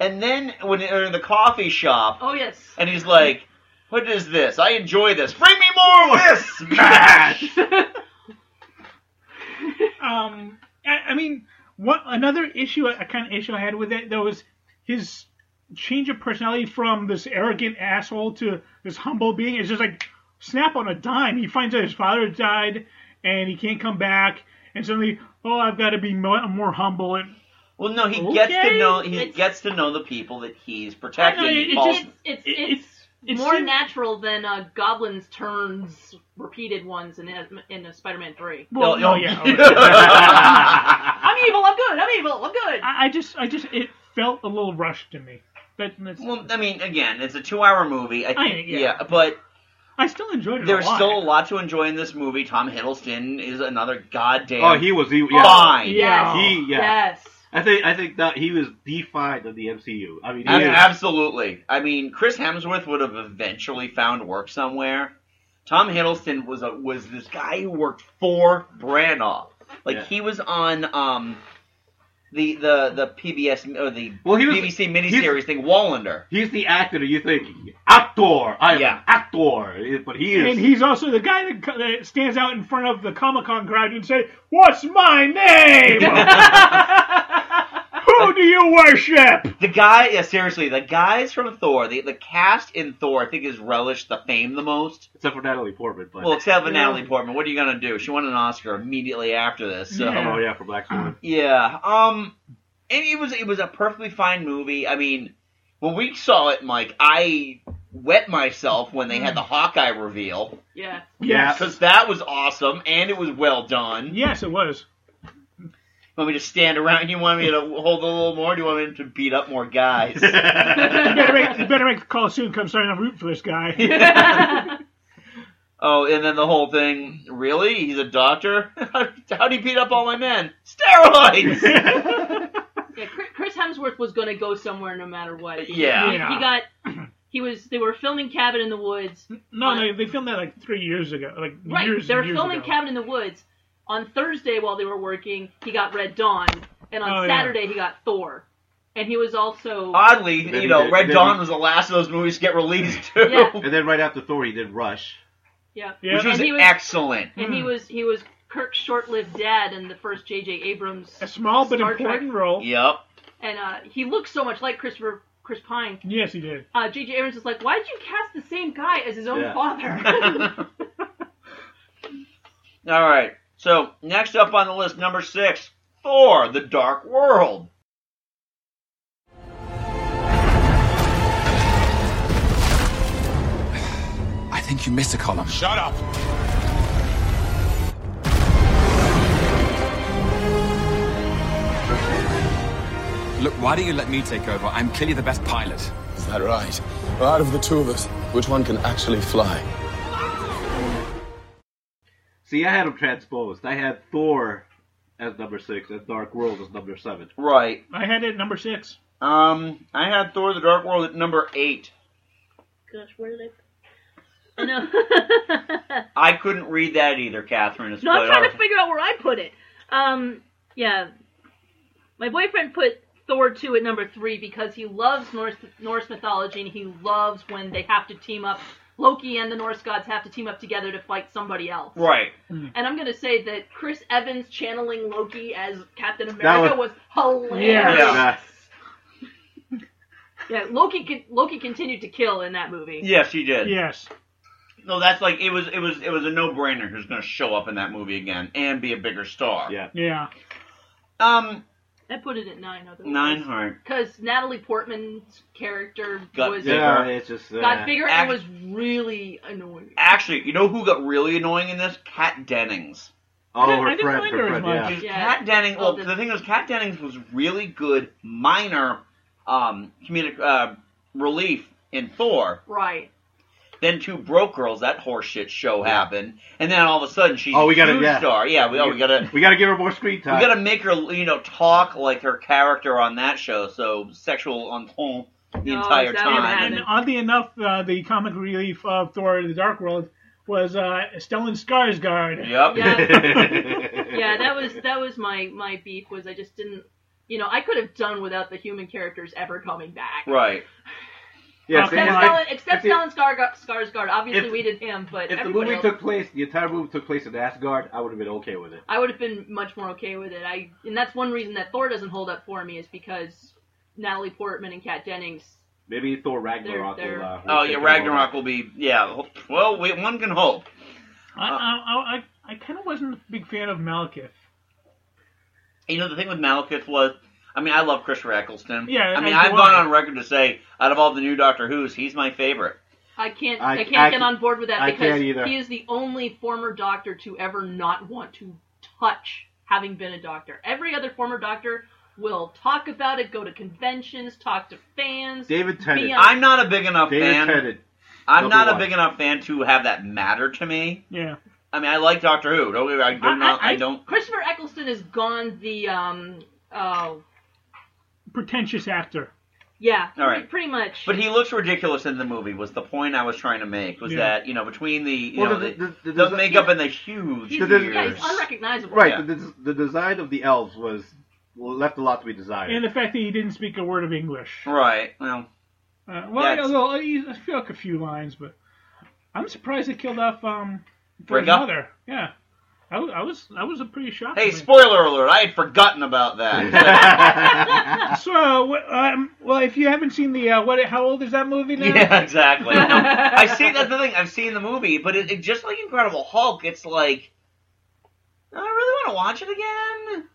S3: and then when they're in the coffee shop
S6: Oh yes.
S3: and he's like, "What is this? I enjoy this. Bring me more of this
S4: [LAUGHS]
S3: smash."
S4: um, I, I mean, what another issue, a kind of issue I had with it, though, was his change of personality from this arrogant asshole to this humble being. It's just like snap on a dime. He finds out his father died and he can't come back, and suddenly, oh, I've got to be more, more humble. And
S3: Well, no, he gets to
S4: Okay,
S3: know he
S6: it's-
S3: gets to know the people that he's protecting.
S4: I know, it- it
S3: Paul-
S4: just-
S6: It's it's
S4: It-
S6: it's,
S4: it's
S6: more
S4: too-
S6: natural than uh, goblins turns repeated ones in in uh, Spider-Man Three.
S4: well,
S3: Oh,
S4: no,
S3: oh,
S4: yeah.
S3: [LAUGHS]
S6: I'm evil. I'm good. I'm evil. I'm good.
S4: I, I just, I just, it felt a little rushed to me. But that's,
S3: Well, I mean, again, it's a two-hour movie. I
S4: I-
S3: think,
S4: yeah.
S3: yeah. but
S4: I still enjoyed it.
S3: there's
S4: a lot.
S3: still a lot to enjoy in this movie. Tom Hiddleston is another goddamn
S5: oh, he was he yeah.
S3: fine.
S4: yeah.
S5: He- yeah.
S6: Yes.
S5: I think I think that he was defined in the MCU. I mean, he
S3: Ab-
S5: was-
S3: Absolutely. I mean, Chris Hemsworth would have eventually found work somewhere. Tom Hiddleston was a, was this guy who worked for Branagh. Like
S5: Yeah.
S3: he was on um the the the PBS or the
S5: Well, he was-
S3: BBC
S5: he's-
S3: miniseries thing Wallander.
S5: He's the actor you think actor. I'm
S3: Yeah.
S5: yeah. actor, but he is.
S4: And he's also the guy that, co- that stands out in front of
S3: [LAUGHS]
S4: the Comic Con crowd and say, "What's my name? [LAUGHS] Who do you worship?
S3: The guy, yeah, seriously, the guys from Thor, the, the cast in Thor, I think, has relished the fame the most.
S5: Except for Natalie Portman. But,
S3: Well, except for
S5: Yeah.
S3: Natalie Portman. What are you gonna do? She won an Oscar immediately after this. So.
S5: Oh, yeah, for Black Swan.
S3: Yeah. Um and it was it was a perfectly fine movie. I mean, when we saw it, Mike, I wet myself when they had
S5: Mm.
S3: the Hawkeye reveal.
S6: [LAUGHS] Yeah.
S3: Because that was awesome and it was well done.
S4: Yes, it was.
S3: Want me to stand around? You want me to hold a little more? Do you want me to beat up more
S5: [LAUGHS]
S3: guys?
S4: You better make, you better make the call soon. Come starting to root for this guy.
S3: oh, and then the whole thing. Really? He's a doctor? [LAUGHS] How'd he beat up all my men?
S5: [LAUGHS]
S3: Steroids!
S6: Yeah, Chris- Chris Hemsworth was gonna go somewhere no matter what.
S3: Yeah.
S6: He, he got. He was. They were filming Cabin in the Woods.
S4: No, no, they filmed that like three years ago. Like
S6: Right.
S4: years.
S6: they were
S4: and years
S6: filming
S4: ago.
S6: Cabin in the Woods. On Thursday while they were working, he got Red Dawn, and on
S3: Oh, yeah.
S6: Saturday he got Thor, and he was also
S3: Oddly,
S5: Then
S3: you
S5: he
S3: know,
S5: did-
S3: Red
S5: then
S3: Dawn
S5: he-
S3: was the last of those movies to get released, too. [LAUGHS]
S5: And then right after Thor, he did Rush.
S6: Yeah.
S3: Which was, hmm.
S6: and he was
S3: excellent.
S6: and he was he was Kirk's short-lived dad in the first J.J. Abrams.
S4: A small but
S6: Star Trek.
S4: important role.
S3: Yep.
S6: And uh, he looked so much like Christopher Chris Pine.
S4: Yes, he did.
S6: Uh, J.J. Abrams was like, why did you cast the same guy as his own
S3: Yeah.
S6: father?
S3: All right. So next up on the list, number six, Thor: The Dark World.
S11: I think you missed a column. Shut up!
S12: Look, why don't you let me take over? I'm clearly the best pilot.
S11: Is that right? Well, out of the two of us, which one can actually fly?
S5: See, I had him transposed. I had Thor as number six, and Dark World as number seven.
S3: Right.
S4: I had it at number six.
S3: Um, I had Thor: The Dark World at number eight.
S6: Gosh, where did I? I [LAUGHS] know.
S3: I couldn't read that either, Catherine. It's oh,
S6: no, I'm
S3: quite
S6: trying to
S3: awful.
S6: figure out where I put it. Um, yeah, my boyfriend put Thor two at number three because he loves Norse Norse mythology and he loves when they have to team up. Loki and the Norse gods have to team up together to fight somebody else.
S3: Right.
S6: And I'm gonna say that Chris Evans channeling Loki as Captain
S3: That
S6: America was,
S3: was-
S6: hilarious.
S3: Yeah.
S6: Yeah. Loki con- Loki continued to kill in that movie.
S3: Yes, he did.
S4: Yes.
S3: No, that's like it was. It was. It was a no-brainer who's going to show up in that movie again and be a bigger star.
S5: Yeah.
S4: Yeah.
S3: Um,
S6: I put it at nine. Otherwise.
S3: nine heart.
S6: Because Natalie Portman's character
S3: Got
S6: was
S3: bigger. Yeah, it's just, uh,
S6: got bigger
S3: act-
S6: and was really annoying.
S3: Actually, you know who got really annoying in this? Kat Dennings.
S5: Oh, I didn't- her I didn't friend, mind her her as friend, much. yeah.
S3: Because Kat Dennings. Well, the thing is, Kat Dennings was really good minor um, comedic uh, relief in Thor. [LAUGHS]
S6: Right.
S3: Then two broke girls, that horseshit show happened, and then all of a sudden she's
S5: Oh, we
S3: got
S5: gotta-
S3: a huge
S5: yeah.
S3: star. Yeah, we, oh, we gotta
S5: We got to give her more screen
S3: we
S5: time.
S3: gotta make her you know talk like her character on that show. So sexual ensemble the entire time.
S4: And oddly enough, uh, the comic relief of Thor: The Dark World was uh, Stellan Skarsgård.
S3: Yep.
S6: Yeah, that was that was my my beef was I just didn't you know I could have done without the human characters ever coming
S3: [LAUGHS]
S6: back.
S3: Right.
S5: [LAUGHS] Yeah, see,
S6: Oh, Except,
S5: if-
S6: Stellan, except
S5: if
S6: Stellan Skarsgård, Skarsgård. Obviously,
S5: if-
S6: we did him, but
S5: If the
S6: everybody
S5: movie
S6: else,
S5: took place, the entire movie took place in Asgard, I would have been okay with it.
S6: I would have been much more okay with it. I and that's one reason that Thor doesn't hold up for me is because Natalie Portman and Kat Dennings.
S5: Maybe Thor Ragnarok.
S6: They're-
S5: will, uh,
S3: Oh
S5: will
S3: yeah,
S5: take
S3: Ragnarok will be yeah. Well, we, one can hope.
S4: I, I, I, I kind of wasn't a big fan of Malekith.
S3: You know, the thing with Malekith was, I mean, I love Christopher Eccleston.
S4: Yeah,
S3: I mean,
S4: as
S3: I've
S4: do
S3: gone
S4: I.
S3: on record to say, out of all the new Doctor Who's, he's my favorite.
S6: I can't.
S3: I-
S6: I, can't
S3: I
S6: get
S3: can-
S6: on board with that
S3: I
S6: because
S3: can't either.
S6: he is the only former Doctor to ever not want to touch having been a Doctor. Every other former Doctor will talk about it, go to conventions, talk to fans. be on-
S3: I'm not a big enough
S5: David
S3: fan.
S5: Tennant,
S3: I'm
S5: number
S3: not a
S5: one.
S3: big enough fan to have that matter to me.
S4: Yeah.
S3: I mean, I like Doctor Who. Don't get me wrong, I do not. I, don't.
S6: Christopher Eccleston has gone the um oh
S4: Pretentious actor.
S6: yeah
S3: All right.
S6: pretty, pretty much
S3: But he looks ridiculous in the movie. Was the point I was trying to make? Was
S5: Yeah.
S3: that you know between the you
S5: Well,
S3: know
S5: the-
S3: the,
S5: the- the-
S3: the
S5: the-
S3: makeup and the huge
S5: The- the-
S6: yeah he's
S3: ears.
S6: unrecognizable
S5: Right.
S6: yeah.
S5: The, des- the design of the elves was left a lot to be desired.
S4: And the fact that he didn't speak a word of English.
S3: Right. Well.
S4: Uh, well,
S3: That's-
S4: although he I feel like a few lines, but I'm surprised they killed off um, Thor's
S3: Frigga?
S4: mother. Yeah. I, wa- I was I was pretty shocked.
S3: Hey, spoiler alert! I had forgotten about
S5: [LAUGHS]
S3: that.
S4: so, wh- um, well, if you haven't seen the uh, what? How old is that movie now?
S3: yeah, exactly.
S4: [LAUGHS]
S3: I see that's the thing. I've seen the movie, but it, it just like Incredible Hulk, it's like I really want to watch it again.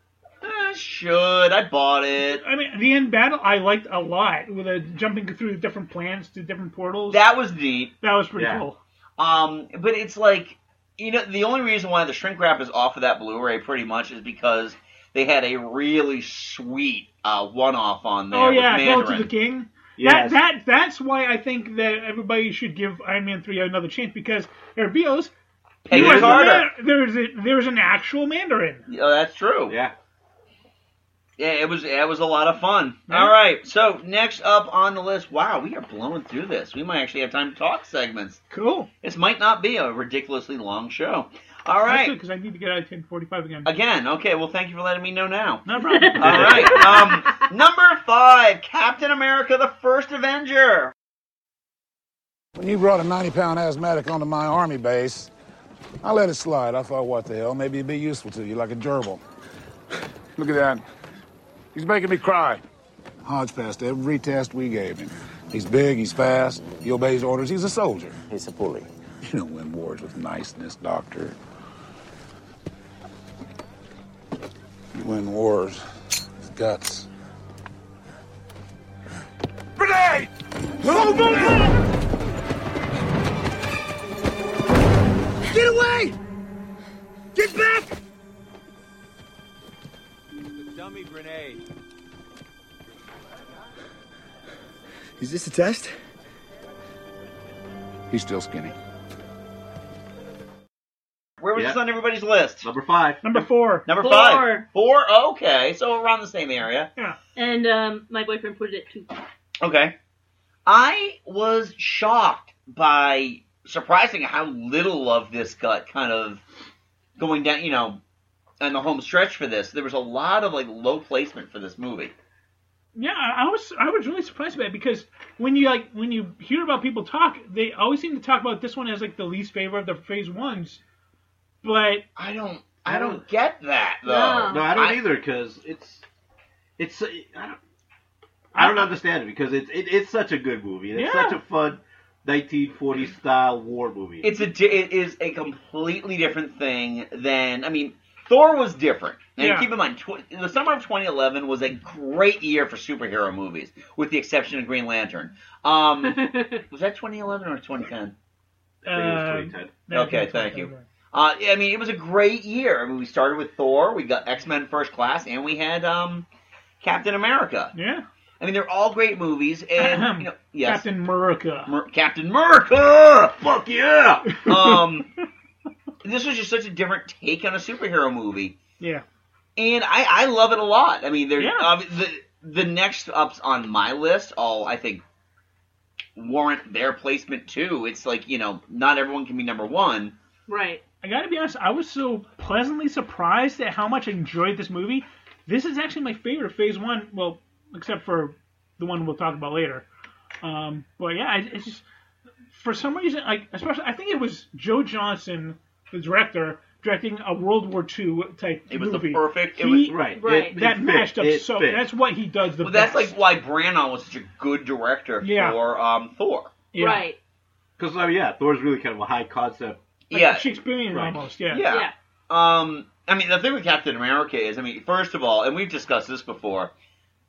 S3: Eh, should I bought it?
S4: I mean, the end battle I liked a lot with uh, jumping through different plans to different portals.
S3: That was neat.
S4: That was pretty cool.
S3: Um, but it's like you know the only reason why the shrink wrap is off of that Blu-ray pretty much is because they had a really sweet uh, one-off on there.
S4: oh yeah,
S3: with
S4: Hail
S3: Mandarin.
S4: to the King.
S3: Yes.
S4: That that that's why I think that everybody should give Iron Man three another chance because Herbios,
S3: Peggy Carter.
S4: there's a, there's an actual Mandarin.
S3: Yeah, Oh, that's true.
S5: Yeah.
S3: Yeah, it was it was a lot of fun. All right, so next up on the list, wow, we are blowing through this. We might actually have time to talk segments.
S4: Cool.
S3: This might not be a ridiculously long show. All right,
S4: because I need to get out of ten forty five again.
S3: again, okay. Well, thank you for letting me know now.
S4: No problem.
S3: [LAUGHS] All right,
S12: [LAUGHS]
S3: um, number five, Captain America: The First Avenger.
S13: When you brought a 90 pound asthmatic onto my army base, I let it slide. I thought, what the hell? Maybe it'd be useful to you, like a gerbil. [SIGHS] Look at that. He's making me cry. Hodge passed every test we gave him. He's big, he's fast, he obeys orders, he's a soldier. He's a bully. You don't win wars with niceness, Doctor. You win wars with guts. Grenade! Oh,
S7: Get away! Get back!
S12: Dummy grenade.
S13: Is this a test? He's still skinny.
S3: Where was
S13: Yeah.
S3: this on everybody's list?
S5: Number five.
S4: Number four.
S3: Number
S6: Four.
S3: five. Four. Okay, so around the same area.
S4: Yeah.
S6: And um, my boyfriend put it at two.
S3: Okay. I was shocked by surprising how little of this got kind of going down, you know, on the home stretch for this. There was a lot of like low placement for this movie.
S4: Yeah, I I was I was really surprised by it because when you like when you hear about people talk, they always seem to talk about this one as like the least favorite of the phase ones. But
S3: I don't I don't get that though.
S5: No, I don't 'cause either because it's it's uh, I don't I don't understand it because it's it, it's such a good movie. And It's
S3: Yeah.
S5: such a fun 1940s style war movie.
S3: It's a di- it is a completely different thing than I mean Thor was different. And
S5: Yeah.
S3: keep in mind, tw- the summer of 2011 was a great year for superhero movies, with the exception of Green Lantern. Um, was that 2011 or 2010? uh,
S5: I think it
S4: uh,
S5: was 2010.
S3: Okay, thank you. Uh, yeah, I mean, it was a great year. I mean, we started with Thor, we got X Men First Class, and we had um, Captain America.
S4: Yeah.
S3: I mean, they're all great movies, and
S4: [CLEARS THROAT]
S3: you know, yes,
S4: Captain America.
S3: Mer- Captain America. Fuck
S4: [LAUGHS]
S3: yeah. Um, this was just such a different take on a superhero movie,
S4: Yeah.
S3: and I, I love it a lot. I mean, there's
S4: Yeah.
S3: uh, the the next ups on my list all I think warrant their placement too. It's like you know, not everyone can be number one.
S6: Right.
S4: I gotta be honest, I was so pleasantly surprised at how much I enjoyed this movie. This is actually my favorite Phase One. Well, except for the one we'll talk about later. Um, but yeah, it- it's just for some reason, like especially I think it was Joe Johnson, the director, directing a World War II type
S3: It was the
S4: movie.
S3: perfect- it was-
S4: He-
S3: Right. It-
S4: that
S3: it
S4: mashed
S3: fit.
S4: up
S3: It
S4: so.
S3: fit.
S4: That's what he does the
S3: Well,
S4: best.
S3: that's like why Branagh was such a good director
S4: Yeah.
S3: for um, Thor.
S4: Yeah. Right.
S5: Because I mean, oh, yeah, Thor's really kind of a high concept.
S4: Like
S3: yeah.
S4: Shakespearean almost. Yeah.
S3: Yeah. Um, I mean, the thing with Captain America is, I mean, first of all, and we've discussed this before,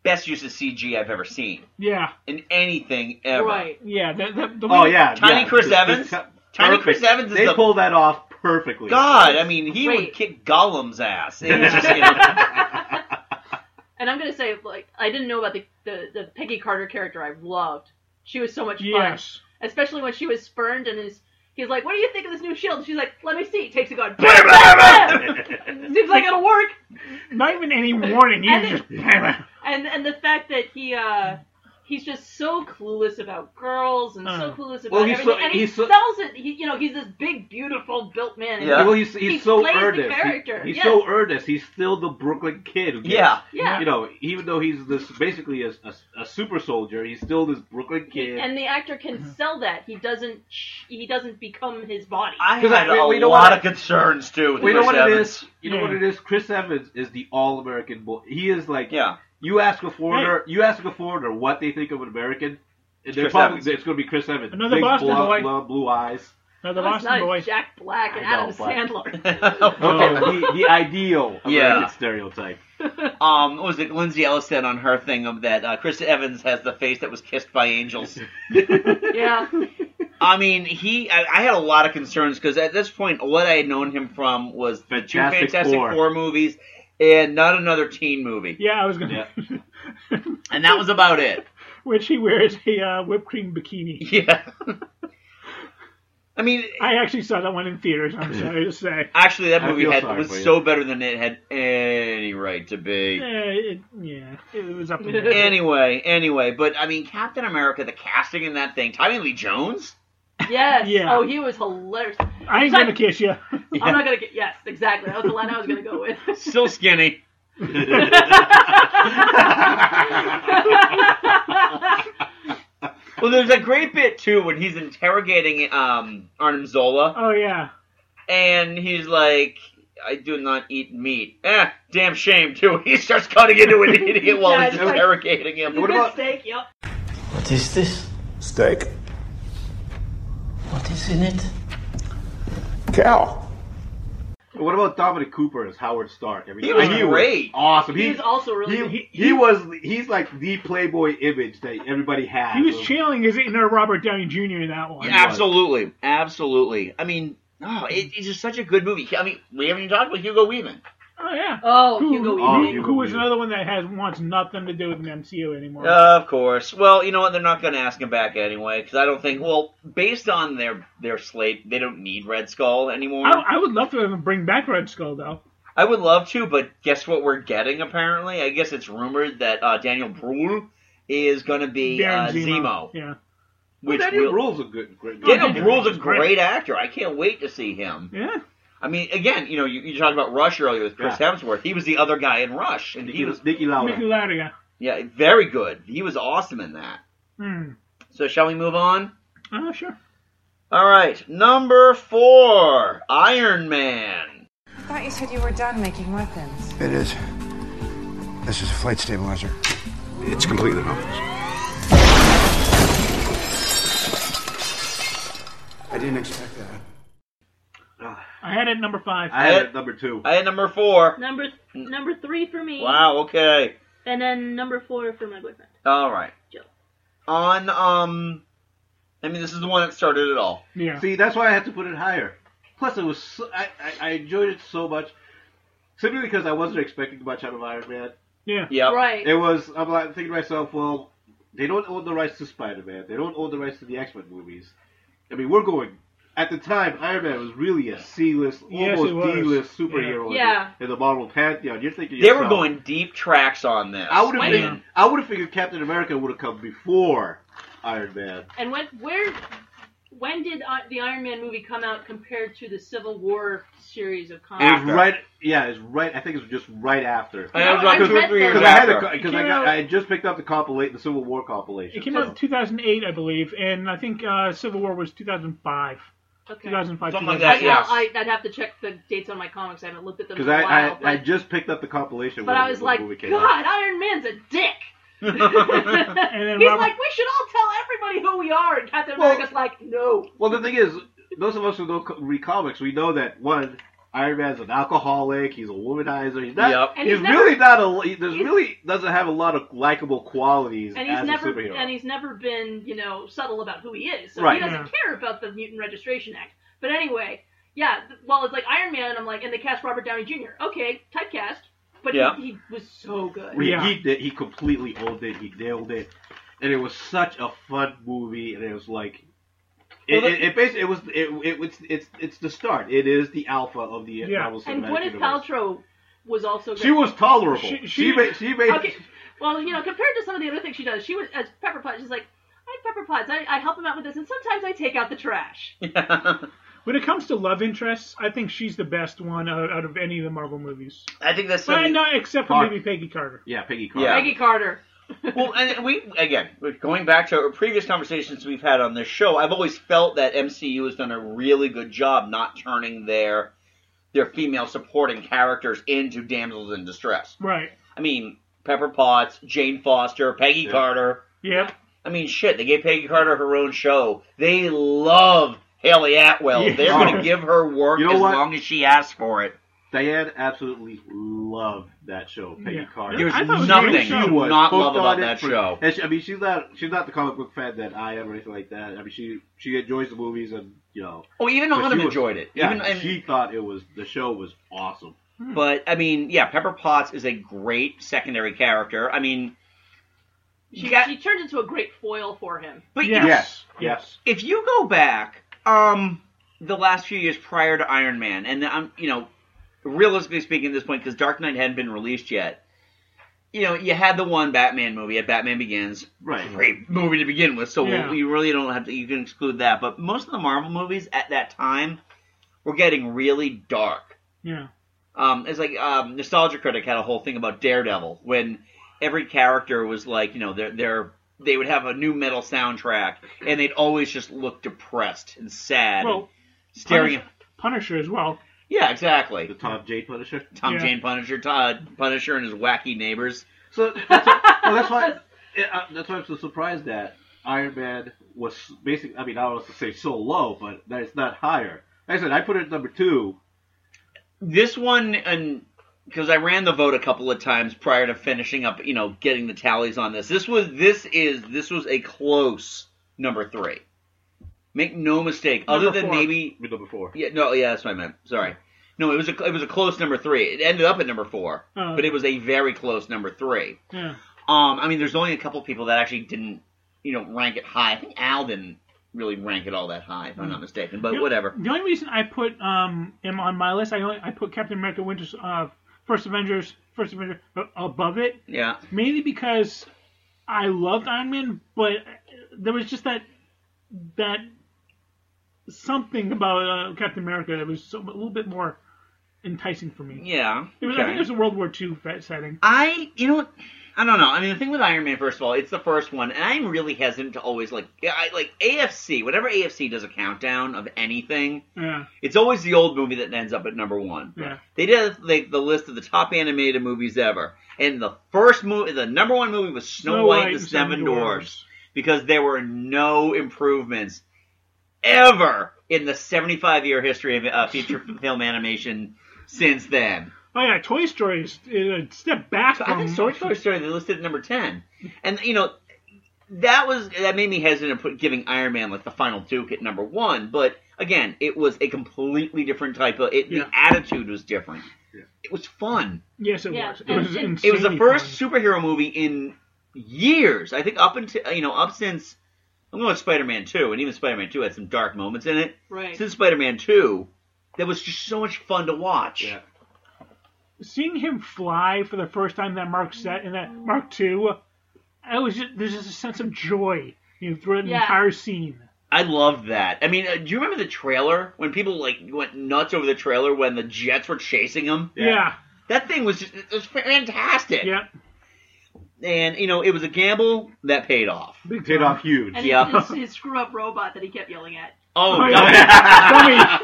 S3: best use of CG I've ever seen
S4: Yeah.
S3: in anything ever.
S4: Yeah. The, the, the
S5: Oh
S4: way-
S5: yeah,
S3: Tiny
S5: yeah.
S3: Chris
S5: Just-
S3: Evans.
S5: just-
S3: Tiny
S5: perfect.
S3: Chris Evans is
S5: They
S3: the
S5: pull that off perfectly.
S3: god. I mean, he would kick Gollum's ass. It was just, you know,
S4: [LAUGHS]
S6: And I'm gonna say, like, I didn't know about the the, the Peggy Carter character. I loved. She was so much fun.
S4: Yes.
S6: Especially when she was spurned and is. He's like, "What do you think of this new shield?" She's like, "Let me see." Takes
S4: [LAUGHS]
S6: a gun. Bam, [LAUGHS] Seems like it'll work.
S4: Not even any warning. You
S6: And
S4: just [LAUGHS]
S6: And and the fact that he uh he's just so clueless about girls and so
S4: Hmm.
S5: Uh.
S6: clueless about
S5: Well, he's
S6: everything.
S5: so-
S6: and he
S5: he's so-
S6: sells it. He, you know, he's this big, beautiful, built man. And
S5: Well, he's, he's
S6: he
S5: so
S6: plays
S5: earnest.
S6: The
S5: He-
S6: character.
S5: he's
S6: yes.
S5: so earnest. He's still the Brooklyn kid. who gets-
S3: Yeah.
S6: Yeah.
S5: You know, even though he's this basically a, a, a super soldier, he's still this Brooklyn kid.
S6: and the actor
S4: Mm-hmm.
S6: can sell that. He doesn't. He doesn't become his body.
S3: I
S5: 'Cause
S3: had
S5: we-
S3: a
S5: we know
S3: lot
S5: what-
S3: of concerns too. With
S5: We know
S3: Chris
S5: what it
S3: Evans.
S5: is. You know what it is. Chris Evans is the all-American boy. He is like
S3: yeah.
S5: You ask a foreigner. You ask a foreigner what they think of an American. And they're
S3: Chris
S5: probably
S3: Evans.
S5: it's going to be Chris Evans.
S4: Another
S5: Big
S4: Boston
S5: blonde,
S4: boy.
S5: blonde, blue eyes.
S4: No, Uh, the
S6: No, it's
S4: Boston
S6: not
S4: boy.
S6: It's Jack Black and
S5: I know,
S6: Adam
S5: but- [LAUGHS]
S6: Sandler.
S5: Okay, but the,
S3: [LAUGHS]
S5: the ideal American
S3: Oh. Yeah.
S5: stereotype.
S3: Um, what was it? Lindsay Ellis said on her thing of that uh, Chris Evans has the face that was kissed by
S4: [LAUGHS]
S3: angels.
S6: yeah.
S3: I mean, he. I, I had a lot of concerns because at this point, what I had known him from was the two
S5: Fantastic
S3: Fantastic
S5: Four.
S3: Four. movies and not another teen movie,
S4: Yeah, I was [LAUGHS] gonna.
S3: and that was about
S4: [LAUGHS]
S3: it.
S4: Which he wears a uh, whipped cream bikini.
S3: Yeah. I mean,
S4: I actually saw that one in theaters. I'm sorry to say.
S3: Actually, that
S4: I
S3: movie
S4: feel
S3: had
S4: sorry
S3: was
S4: for you.
S3: so better than it had any right to be.
S4: [LAUGHS] Yeah, Uh, it, yeah, it was up to me.
S3: [LAUGHS] anyway, anyway, but I mean, Captain America, the casting in that thing, Tommy Lee Jones.
S6: Yes.
S3: Yeah.
S6: Oh, he was hilarious.
S4: I ain't gonna kiss
S5: [LAUGHS]
S4: you.
S6: I'm not gonna get. Yes, exactly. That was the line I was gonna go with.
S3: Still
S6: [LAUGHS]
S3: skinny. well, there's a great bit too when he's interrogating um, Arnim Zola,
S4: Oh yeah.
S3: and he's like, "I do not eat meat." Eh, damn shame too. [LAUGHS] He starts cutting into
S6: [LAUGHS]
S3: an idiot while
S6: Yeah,
S3: he's
S6: it's like-
S3: interrogating him.
S6: What about steak? Yep.
S9: What is this?
S11: Steak.
S9: What is in it?
S11: Cow.
S5: And What about Dominic Cooper as Howard Stark? I mean,
S3: He was great.
S5: awesome.
S6: He was also really
S5: He,
S6: good.
S5: he, he was. He's like the Playboy image that everybody has.
S4: He was
S5: of-
S4: channeling his inner Robert Downey Jr. in that one.
S3: Yeah, absolutely, absolutely. I mean, oh, it, it's just such a good movie. I mean, we haven't even talked about Hugo Weaving.
S4: Oh yeah.
S6: Oh,
S4: who,
S6: Hugo
S4: who,
S3: Weaving.
S4: who-
S3: Oh,
S4: who
S3: Hugo
S4: was another one that has wants nothing to do with the MCU anymore.
S5: Uh,
S3: Of course. Well, you know what? They're not going to ask him back anyway because I don't think. Well, based on their their slate, they don't need Red Skull anymore.
S4: I, I would love to have him bring back Red Skull though.
S3: I would love to, but guess what we're getting? Apparently, I guess it's rumored that uh, Daniel Brühl is going to be
S4: Baron
S3: uh, Zemo,
S4: Yeah.
S3: which
S5: Daniel
S3: will-
S5: Bruhl's a good, great.
S3: Daniel
S5: great-
S3: Bruhl's a great actor. I can't wait to see him.
S4: Yeah.
S3: I mean, again, you know, you, you talked about Rush earlier with Chris Hemsworth. He was the other guy in Rush, and he was
S5: Nicky Lauda.
S4: Mickey Lauder, yeah.
S3: Yeah, very good. He was awesome in that.
S4: Hmm.
S3: So shall we move on?
S4: Oh sure.
S3: All right, number four, Iron Man.
S8: I thought you said you were done making weapons.
S7: It is. This is a flight stabilizer. It's completely harmless. I didn't expect that.
S4: I had it at number five.
S5: I had it number two.
S3: I had number four.
S6: Number number three for me.
S3: Wow. Okay.
S6: And then number four for my boyfriend.
S3: All right.
S6: Joe.
S3: On um, I mean, this is the one that started it all.
S4: Yeah.
S5: See, that's why I had to put it higher. Plus, it was so, I, I I enjoyed it so much simply because I wasn't expecting much out of Iron Man.
S4: Yeah.
S3: Yep.
S6: Right.
S5: It was. I'm like thinking to myself, well, they don't own the rights to Spider-Man. They don't own the rights to the X-Men movies. I mean, we're going. At the time, Iron Man was really a C-list,
S4: Yes,
S5: almost
S4: it was.
S5: D-list superhero in the-
S6: Yeah.
S5: in the Marvel pantheon. You're thinking
S3: They were
S5: yourself,
S3: going deep tracks on this.
S5: I would have
S6: Wait.
S5: figured. I would have figured Captain America would have come before Iron Man.
S6: And when where when did I, the Iron Man movie come out compared to the Civil War series of
S5: It was
S6: comics?
S5: right. Yeah, it's right. I think it was just right after.
S3: I know it was like
S6: No, I
S3: two or
S6: read
S3: three years
S5: Because I had
S3: after.
S5: a, because I got I had just picked up the compilate the Civil War compilation.
S4: It came out in 2008, I believe, and I think uh, Civil War was 2005.
S6: Okay.
S4: 2005.
S3: Something like
S4: 2006.
S3: that, yeah.
S6: I, I'd have to check the dates on my comics. I haven't looked at them in
S5: because
S6: a
S5: I,
S6: while.
S5: I,
S6: but
S5: I just picked up the compilation.
S6: but
S5: when
S6: I was
S5: the
S6: like,
S5: movie came
S6: God,
S5: out.
S6: Iron Man's a dick.
S4: And then
S6: He's
S4: Robert,
S6: like, we should all tell everybody who we are, and Captain
S5: Well-
S6: America's like, no.
S5: Well, the thing is, those of us who don't co- read comics, we know that one. Iron Man's an alcoholic. He's a womanizer. He's not.
S3: Yep.
S6: And
S5: He's,
S6: he's never-
S5: really not a. He does
S6: he's-
S5: really doesn't have a lot of likable qualities
S6: And he's
S5: as
S6: never
S5: a superhero.
S6: and he's never been, you know, subtle about who he is. So
S5: Right.
S6: he doesn't
S4: Yeah.
S6: care about the Mutant Registration Act. But anyway, yeah, th- well, it's like Iron Man, and I'm like, and they cast Robert Downey Jr. Okay, typecast, but he-
S3: Yeah.
S6: he, was so good.
S5: He-
S4: Yeah.
S5: He did. He completely owned it. He nailed it, and it was such a fun movie. And it was like, it,
S3: Well, the-
S5: it, it basically it was it, it was it's it's the start. It is the alpha of the
S4: Yeah.
S5: Marvel
S6: And
S5: Cinematic
S6: Gwyneth
S5: Universe.
S6: Paltrow was also good.
S5: She was tolerable.
S4: She-
S5: She
S4: she-
S5: she made, she made
S6: okay. Well, you know, compared to some of the other things she does, she was as Pepper Potts. She's like, I Pepper Potts. I, I help him out with this, and sometimes I take out the trash.
S4: When it comes to love interests, I think she's the best one out, out of any of the Marvel movies.
S3: I think that's
S4: Well,
S3: something-
S4: no, except for
S3: Carter.
S4: maybe Peggy Carter.
S5: Yeah, Peggy
S3: Carter. Yeah.
S6: Peggy Carter.
S3: well, and we again we're going back to our previous conversations we've had on this show. I've always felt that MCU has done a really good job not turning their their female supporting characters into damsels in distress.
S4: Right.
S3: I mean, Pepper Potts, Jane Foster, Peggy Carter.
S4: Yep.
S3: I mean, shit. They gave Peggy Carter her own show. They love Haley Atwell.
S5: Yeah.
S3: They're going to give her work
S5: You know
S3: as
S5: what?
S3: long as she asks for it.
S5: Diane absolutely loved that show, Peggy
S3: Yeah.
S5: Carter.
S3: There's I thought it was a nothing great show. you would not
S5: hooked
S3: love about
S5: on it
S3: that
S5: for-
S3: show.
S5: and she- I mean, she's not she's not the comic book fan that I am or anything like that. I mean, she she enjoys the movies and you know.
S3: Oh, even
S5: but
S3: Autumn
S5: she was-
S3: enjoyed it.
S5: Yeah,
S3: Even- and-
S5: she thought it was the show was awesome.
S3: But I mean, yeah, Pepper Potts is a great secondary character. I mean,
S6: She, she turned into a great foil for him.
S3: but
S5: Yes.
S3: if, If you go back, um, the last few years prior to Iron Man, and I'm, you know, realistically speaking, at this point, because Dark Knight hadn't been released yet, you know, you had the one Batman movie at Batman Begins,
S5: right?
S3: Great movie to begin with, so
S5: Yeah.
S3: you really don't have to. You can exclude that, but most of the Marvel movies at that time were getting really dark.
S4: Yeah.
S3: Um, it's like um, Nostalgia Critic had a whole thing about Daredevil when every character was like, you know, they're, they're they would have a new metal soundtrack and they'd always just look depressed and sad, and
S4: Well,
S3: staring.
S4: Punisher, Punisher as well.
S3: Yeah, exactly. The
S5: Tom Jane Punisher.
S3: Tom
S4: Yeah.
S3: Jane Punisher. Todd Punisher and his wacky neighbors.
S5: So that's why, well, that's why uh, that's why I'm so surprised that Iron Man was basically. I mean, I don't want to say so low, but that it's not higher. Like I said I put it at number two.
S3: This one and. Because I ran the vote a couple of times prior to finishing up, you know, getting the tallies on this. This was this is this was a close number three. Make no mistake. other
S5: Number
S3: than
S5: four.
S3: maybe
S5: With number four.
S3: Yeah, no, yeah, that's what I meant. Sorry. No, it was a it was a close number three. It ended up at number four,
S4: Oh.
S3: but it was a very close number three.
S4: Yeah.
S3: Um, I mean, there's only a couple people that actually didn't, you know, rank it high. I think Al didn't really rank it all that high, if I'm
S4: Hmm.
S3: not mistaken. But
S4: You know,
S3: whatever.
S4: The only reason I put um him on my list, I only, I put Captain America: Winter's uh, First Avengers, First Avenger uh, above it,
S3: Yeah.
S4: mainly because I loved Iron Man, but there was just that that something about uh, Captain America that was so, a little bit more enticing for me.
S3: Yeah.
S4: It was, I
S3: okay.
S4: think it was a World War II fa- setting.
S3: I, you know, what? I don't know. I mean, the thing with Iron Man, first of all, it's the first one, and I'm really hesitant to always like, yeah, I like AFC. Whenever AFC does a countdown of anything,
S4: Yeah.
S3: it's always the old movie that ends up at number one.
S4: Yeah.
S3: They did like the list of the top animated movies ever, and the first movie, the number one movie was Snow, White, and the Seven, Dwarfs, because there were no improvements ever in the 75 year history of uh, [LAUGHS] feature film animation since then.
S4: Oh yeah, Toy Story is is a step back.
S3: I think Toy Story Story they listed at number ten, and you know that was that made me hesitant to put giving Iron Man like the final Duke at number one. But again, it was a completely different type of it. The attitude was different. It was fun.
S4: Yes, it
S6: Yeah,
S4: was. It
S6: and-
S4: was.
S6: and-
S4: insanely
S3: It was the
S4: fun.
S3: first superhero movie in years. I think up until you know up since I'm going with Spider Man two, and even Spider Man two had some dark moments in it.
S6: Right.
S3: Since Spider Man two, that was just so much fun to watch. Yeah.
S4: seeing him fly for the first time that Mark set in that Mark two, I was just there's just a sense of joy you know, through an
S3: Yeah.
S4: entire scene.
S3: I love that. I mean, uh, do you remember the trailer when people like went nuts over the trailer when the Jets were chasing him?
S4: Yeah. yeah.
S3: That thing was just, it was fantastic.
S4: Yeah.
S3: And you know, it was a gamble that paid off.
S4: Big
S5: Paid off huge.
S6: And
S3: yeah.
S6: [LAUGHS] his, his screw up robot that he kept yelling at.
S3: Oh,
S4: Oh,
S3: yeah.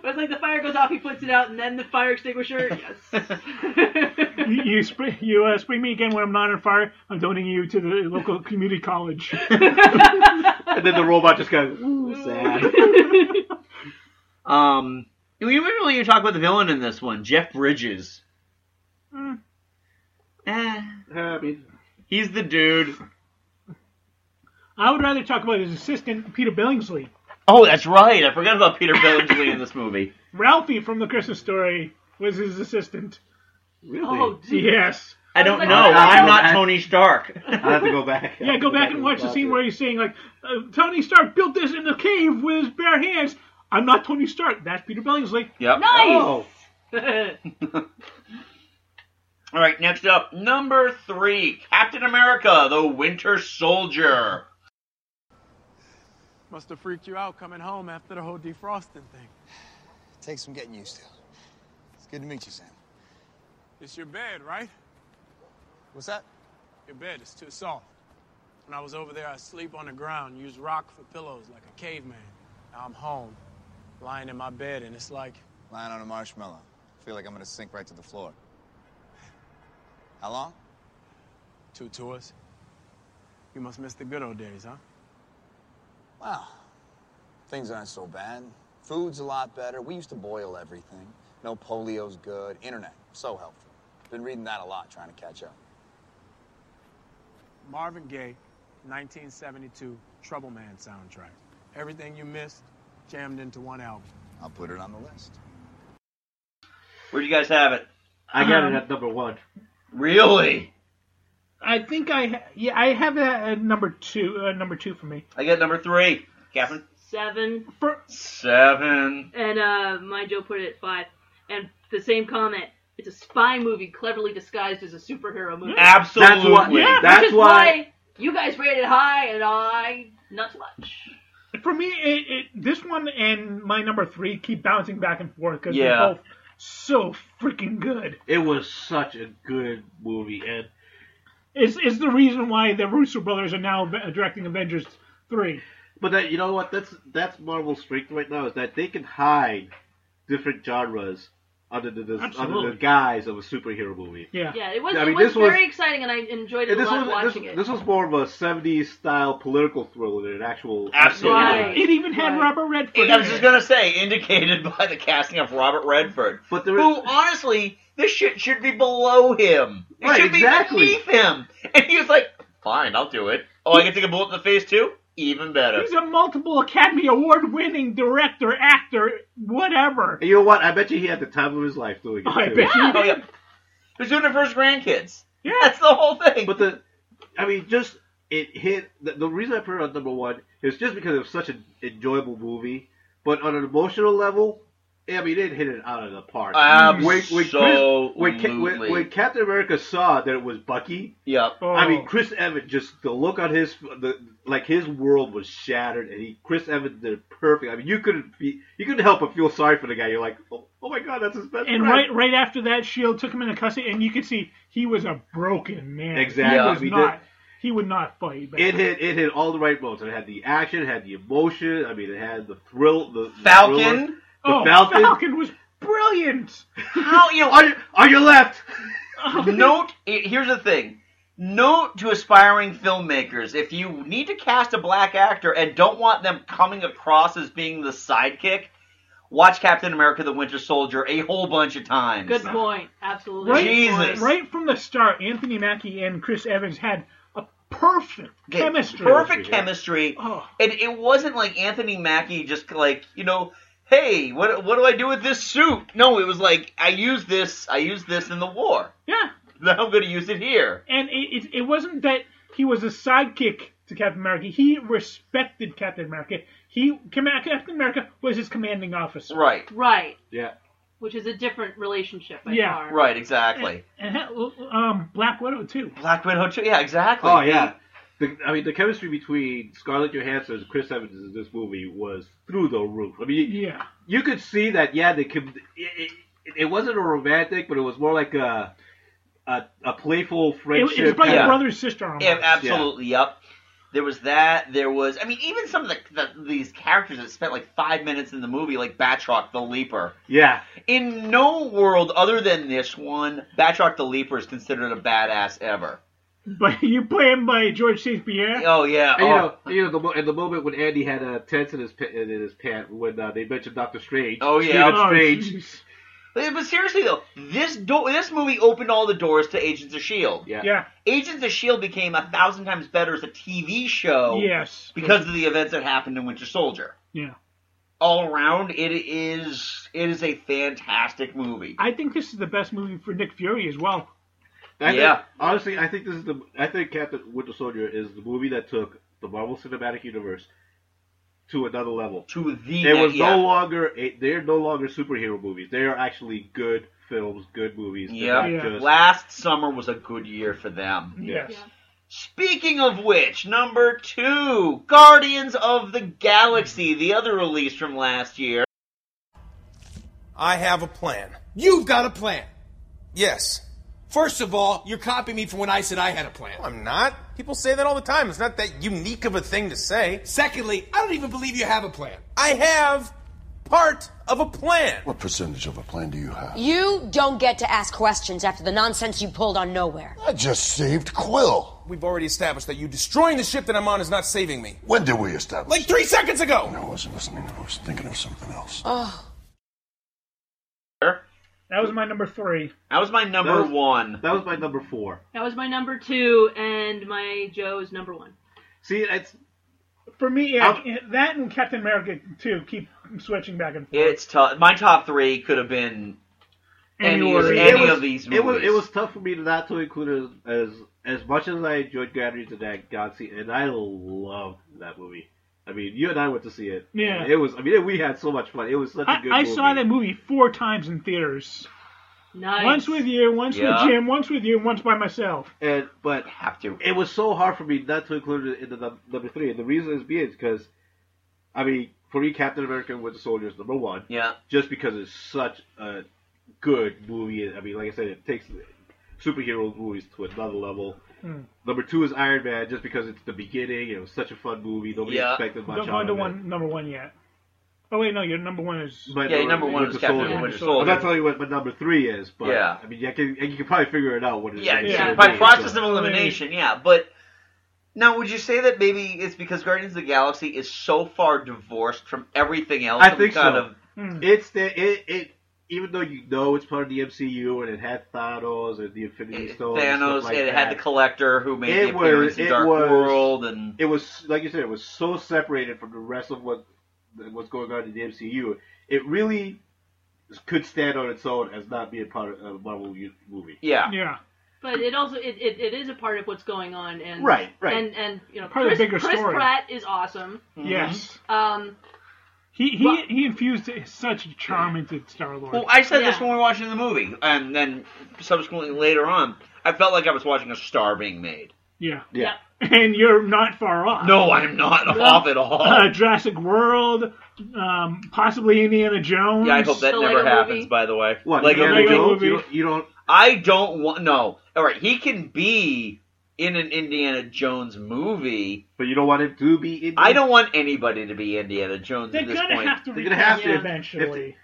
S6: But it's like the fire goes off, he puts it out, and then the fire extinguisher. Yes.
S4: you you, spring, you uh, spring me again when I'm not on fire. I'm donating you to the local community college.
S5: And then the robot just goes, ooh, sad.
S3: um, we really you talk about the villain in this one, Jeff Bridges.
S4: Mm.
S3: Eh.
S5: I mean,
S3: He's the dude.
S4: I would rather talk about his assistant Peter Billingsley,
S3: Oh, that's right. I forgot about [LAUGHS] Peter Billingsley in this movie.
S4: Ralphie from the Christmas Story was his assistant.
S5: [LAUGHS]
S6: Oh, dude.
S4: Yes.
S3: I don't
S4: Like,
S3: know.
S4: I- I-
S3: I'm not
S4: I-
S3: Tony
S4: [LAUGHS]
S3: Stark.
S5: I have to go back.
S4: Yeah, go back and watch the scene where he's saying like, uh, "Tony Stark built this in the cave with his bare hands." I'm not Tony
S5: Oh.
S4: Stark. That's Peter Billingsley.
S3: Yep.
S6: Nice.
S3: [LAUGHS] All right, next up, number three Captain America, the Winter Soldier.
S14: Must have freaked you out coming home after the whole defrosting thing.
S15: Takes some getting used to. It's good to meet you, Sam.
S14: It's your bed, right?
S15: What's that?
S14: Your bed is too soft. When I was over there, I sleep on the ground, use rock for pillows like a caveman. Now I'm home, lying in my bed, and it's like
S15: Lying on a marshmallow. Feel like I'm gonna sink right to the floor. How long?
S14: two tours. You must miss the good old days, huh?
S15: Wow. Things aren't so bad. Food's a lot better. We used to boil everything. No polio's good. Internet, so helpful. Been reading that a lot, trying to catch up.
S14: Marvin Gaye, 1972 Trouble Man soundtrack. Everything you missed, jammed into one album.
S15: I'll put it on the list.
S3: Where'd you guys have it?
S5: I got
S3: Uh-huh.
S5: it at number one.
S3: Really?
S4: I think I ha- yeah I have that at number two uh, number two for me.
S3: I got number three. Captain?
S6: Seven.
S3: Seven.
S6: And uh, my Joe put it at five. And the same comment. It's a spy movie cleverly disguised as a superhero movie.
S3: Absolutely. That's why-
S6: Which
S3: Ah, that's
S6: is
S3: why-
S6: you guys rated high and I not so much.
S4: For me, it, it this one and my number three keep bouncing back and forth because
S5: Yeah.
S4: they're both so freaking good.
S5: It was such a good movie, and
S4: It's, it's the reason why the Russo brothers are now ve- directing Avengers three.
S5: But that you know what? That's that's Marvel's strength right now is that they can hide different genres under the, the under
S4: Absolutely.
S5: the guise of a superhero movie.
S6: Yeah, it was,
S5: I
S6: it
S5: mean,
S6: was
S5: this was-
S6: very exciting and I enjoyed it
S5: And
S6: a
S5: this
S6: lot
S5: was
S6: watching
S5: this,
S6: it.
S5: this was more of a '70s style political thriller than an actual.
S3: Absolutely.
S4: It even had Robert Redford.
S3: I was just gonna say, indicated [LAUGHS] by the casting of Robert Redford,
S5: but
S3: who honestly, this shit should be below him. It
S5: Right,
S3: should be
S5: exactly.
S3: beneath him. [LAUGHS] And he was like, "Fine, I'll do it. Oh, I can take a bullet in the face too. Even better."
S4: He's a multiple Academy Award winning director, actor, whatever.
S5: And you know what? I bet you he had the time of his life doing it.
S4: I
S5: too.
S4: bet you
S3: [LAUGHS] Oh, yeah. He was doing it for his grandkids. Yeah, [LAUGHS] that's the whole thing.
S5: But the, I mean, just it hit. The, the reason I put it on number one is just because it was such an enjoyable movie. But on an emotional level, I mean, it hit it out of the park. When, when, Chris- when, Ca- when,
S3: Absolutely.
S5: when Captain America saw that it was Bucky,
S3: yeah.
S5: I
S4: Oh.
S5: mean, Chris Evans just the look on his the like his world was shattered, and he Chris Evans did it perfect. I mean, you couldn't be you couldn't help but feel sorry for the guy. You're like, oh, oh my god, that's his best
S4: And
S5: friend.
S4: right right after that, Shield E took him into custody, and you could see he was a broken man.
S5: Exactly.
S4: He was
S5: We did-
S4: not. He would not fight. back.
S5: It hit it hit all the right notes. It had the action, it had the emotion. I mean, it had the thrill, the the
S4: Falcon?
S5: thriller, the
S4: Oh,
S5: Falcon.
S4: Falcon was brilliant.
S3: How you know,
S5: [LAUGHS]
S3: on,
S5: your, [LAUGHS] on your left.
S3: Note it- here's the thing. Note to aspiring filmmakers: if you need to cast a black actor and don't want them coming across as being the sidekick, watch Captain America: The Winter Soldier a whole bunch of times.
S6: Good point. Absolutely.
S4: Right,
S3: Jesus.
S4: right from the start, Anthony Mackie and Chris Evans had a perfect
S3: They-
S4: chemistry.
S3: Perfect chemistry. And it wasn't like Anthony Mackie just like, you know, hey, what what do I do with this suit? No, it was like I used this, I used this in the war. [LAUGHS]
S4: Yeah.
S3: Now I'm going to use it here.
S4: And it, it, it wasn't that he was a sidekick to Captain America. He respected Captain America. He Cam- Captain America was his commanding officer.
S3: Right.
S6: Right.
S5: Yeah.
S6: Which is a different relationship by
S4: Yeah.
S6: far.
S3: Right, exactly.
S4: And hell, um, Black Widow too.
S3: Black Widow too. Yeah, exactly.
S5: Oh yeah. The, I mean, the chemistry between Scarlett Johansson and Chris Evans in this movie was through the roof. I mean, you,
S4: yeah.
S5: you could see that. Yeah, they could. It, it, it wasn't a romantic, but it was more like a a, a playful
S4: It,
S5: friendship.
S4: it was like
S5: kinda-
S4: brother sister. Almost.
S3: Yeah, absolutely. Yep. There was that. There was. I mean, even some of the, the these characters that spent like five minutes in the movie, like Batroc the Leaper.
S5: Yeah.
S3: In no world other than this one, Batroc the Leaper is considered a badass ever.
S4: But [LAUGHS] you play him by George St. Pierre.
S3: Oh yeah.
S5: And, you
S3: oh.
S5: know, you know the, mo- and the moment when Andy had a tense in his pa- in his pant when uh, they mentioned Doctor Strange.
S3: Oh yeah,
S5: Stephen
S3: oh,
S5: Strange.
S3: But but seriously though, this do- this movie opened all the doors to Agents of Shield.
S5: Yeah.
S4: Yeah.
S3: E Agents of Shield E became a thousand times better as a TV show.
S4: Yes.
S3: Because of the events that happened in Winter Soldier.
S4: Yeah.
S3: All around, it is it is a fantastic movie.
S4: I think this is the best movie for Nick Fury as well.
S5: I think-
S3: Yeah.
S5: honestly, I think this is the I think Captain Winter Soldier is the movie that took the Marvel Cinematic Universe to another level.
S3: To the
S5: it was
S3: yeah.
S5: no longer a, they're no longer superhero movies. They are actually good films, good movies. They're
S3: Yeah.
S5: not just-
S3: Last summer was a good year for them.
S5: Yes.
S3: Speaking of which, number two, Guardians of the Galaxy, the other release from last year.
S16: I have a plan. You've got a plan. Yes. First of all, you're copying me from when I said I had a plan. I'm not. People say that all the time. It's not that unique of a thing to say. Secondly, I don't even believe you have a plan. I have part of a plan.
S17: What percentage of a plan do you have?
S18: You don't get to ask questions after the nonsense you pulled on nowhere.
S17: I just saved Quill.
S16: We've already established that you destroying the ship that I'm on is not saving me.
S17: When did we establish?
S16: Like three seconds ago!
S17: I wasn't listening. I was thinking of something else.
S18: Oh.
S4: That was my number three.
S3: That was my number
S4: That was-
S3: one.
S5: That was my number four.
S6: That was my number two, and my Joe is number one.
S5: See, it's
S4: for me. Yeah, that and Captain America too. Keep switching back and
S3: It's tough. My top three could have been any,
S4: Any order.
S3: any
S4: It was-
S3: of these movies.
S5: It was it was tough for me to not to include it as as, as much as I enjoyed Guardians of the Galaxy, and I loved that movie. I mean, you and I went to see it.
S4: Yeah.
S5: It was. I mean, we had so much fun. It was such a
S4: I,
S5: good
S4: I
S5: movie.
S4: saw that movie four times in theaters.
S6: Nice.
S4: Once with you, once
S5: Yeah.
S4: with Jim, once with you, once by myself.
S5: And but it was so hard for me not to include it in the num- number three, and the reason is being because, I mean, for me, Captain America and Winter Soldier is number one.
S3: Yeah.
S5: Just because it's such a good movie. I mean, like I said, it takes superhero movies to another level.
S4: Mm.
S5: Number two is Iron Man, just because it's the beginning. It was such a fun movie. Nobody
S4: Yeah.
S5: expected much
S4: Don't go
S5: out
S4: into
S5: of it.
S4: one number one yet. Oh wait, no, your number one is
S5: But Winter Soldier. I'm not telling you what my number three is, but
S3: Yeah.
S5: I mean, you can you can probably figure it out. What it is.
S3: Yeah,
S5: It's
S3: yeah.
S5: so
S3: by
S5: good,
S3: process
S5: so-
S3: of elimination, yeah. But now, would you say that maybe it's because Guardians of the Galaxy is so far divorced from everything else?
S5: I
S3: that we
S5: think
S3: kind
S5: so.
S3: of-
S5: It's the it, it even though you know it's part of the MCU and it had Thanos and the Infinity Stone, and
S3: Thanos,
S5: stuff like
S3: it
S5: that,
S3: had the Collector who made the
S5: it
S3: appearance
S5: was
S3: in
S5: it
S3: Dark
S5: was
S3: World, and
S5: it was like you said, it was so separated from the rest of what what's going on in the MCU. It really could stand on its own as not being part of a Marvel u- movie.
S3: Yeah,
S4: yeah.
S6: But it also it, it, it is a part of what's going on, and
S5: Right, right.
S6: and and you know
S4: Part of the
S6: Chris,
S4: bigger
S6: Chris
S4: story.
S6: Pratt is awesome.
S4: Yes.
S6: Um,
S4: He he he infused such charm into Star Lord.
S3: Well, I said this when we were watching the movie, and then subsequently later on, I felt like I was watching a star being made.
S4: Yeah. [LAUGHS]
S5: Yeah.
S4: And you're not far off.
S3: No, I'm not off at all.
S5: [LAUGHS]
S4: Uh, Jurassic World, um, possibly Indiana Jones.
S3: Yeah, I hope that never happens. By the way,
S4: What,
S3: Lego
S4: Indiana
S3: movie?
S4: Jones? You
S5: You don't.
S3: I don't want. No. All right, he can be in an Indiana Jones movie,
S5: but you don't want him to be. Indiana?
S3: I don't want anybody to be Indiana Jones
S4: They're
S3: at this
S4: gonna
S3: point.
S4: have to
S5: They're gonna have to
S4: Yeah.
S5: if-
S4: eventually.
S5: If,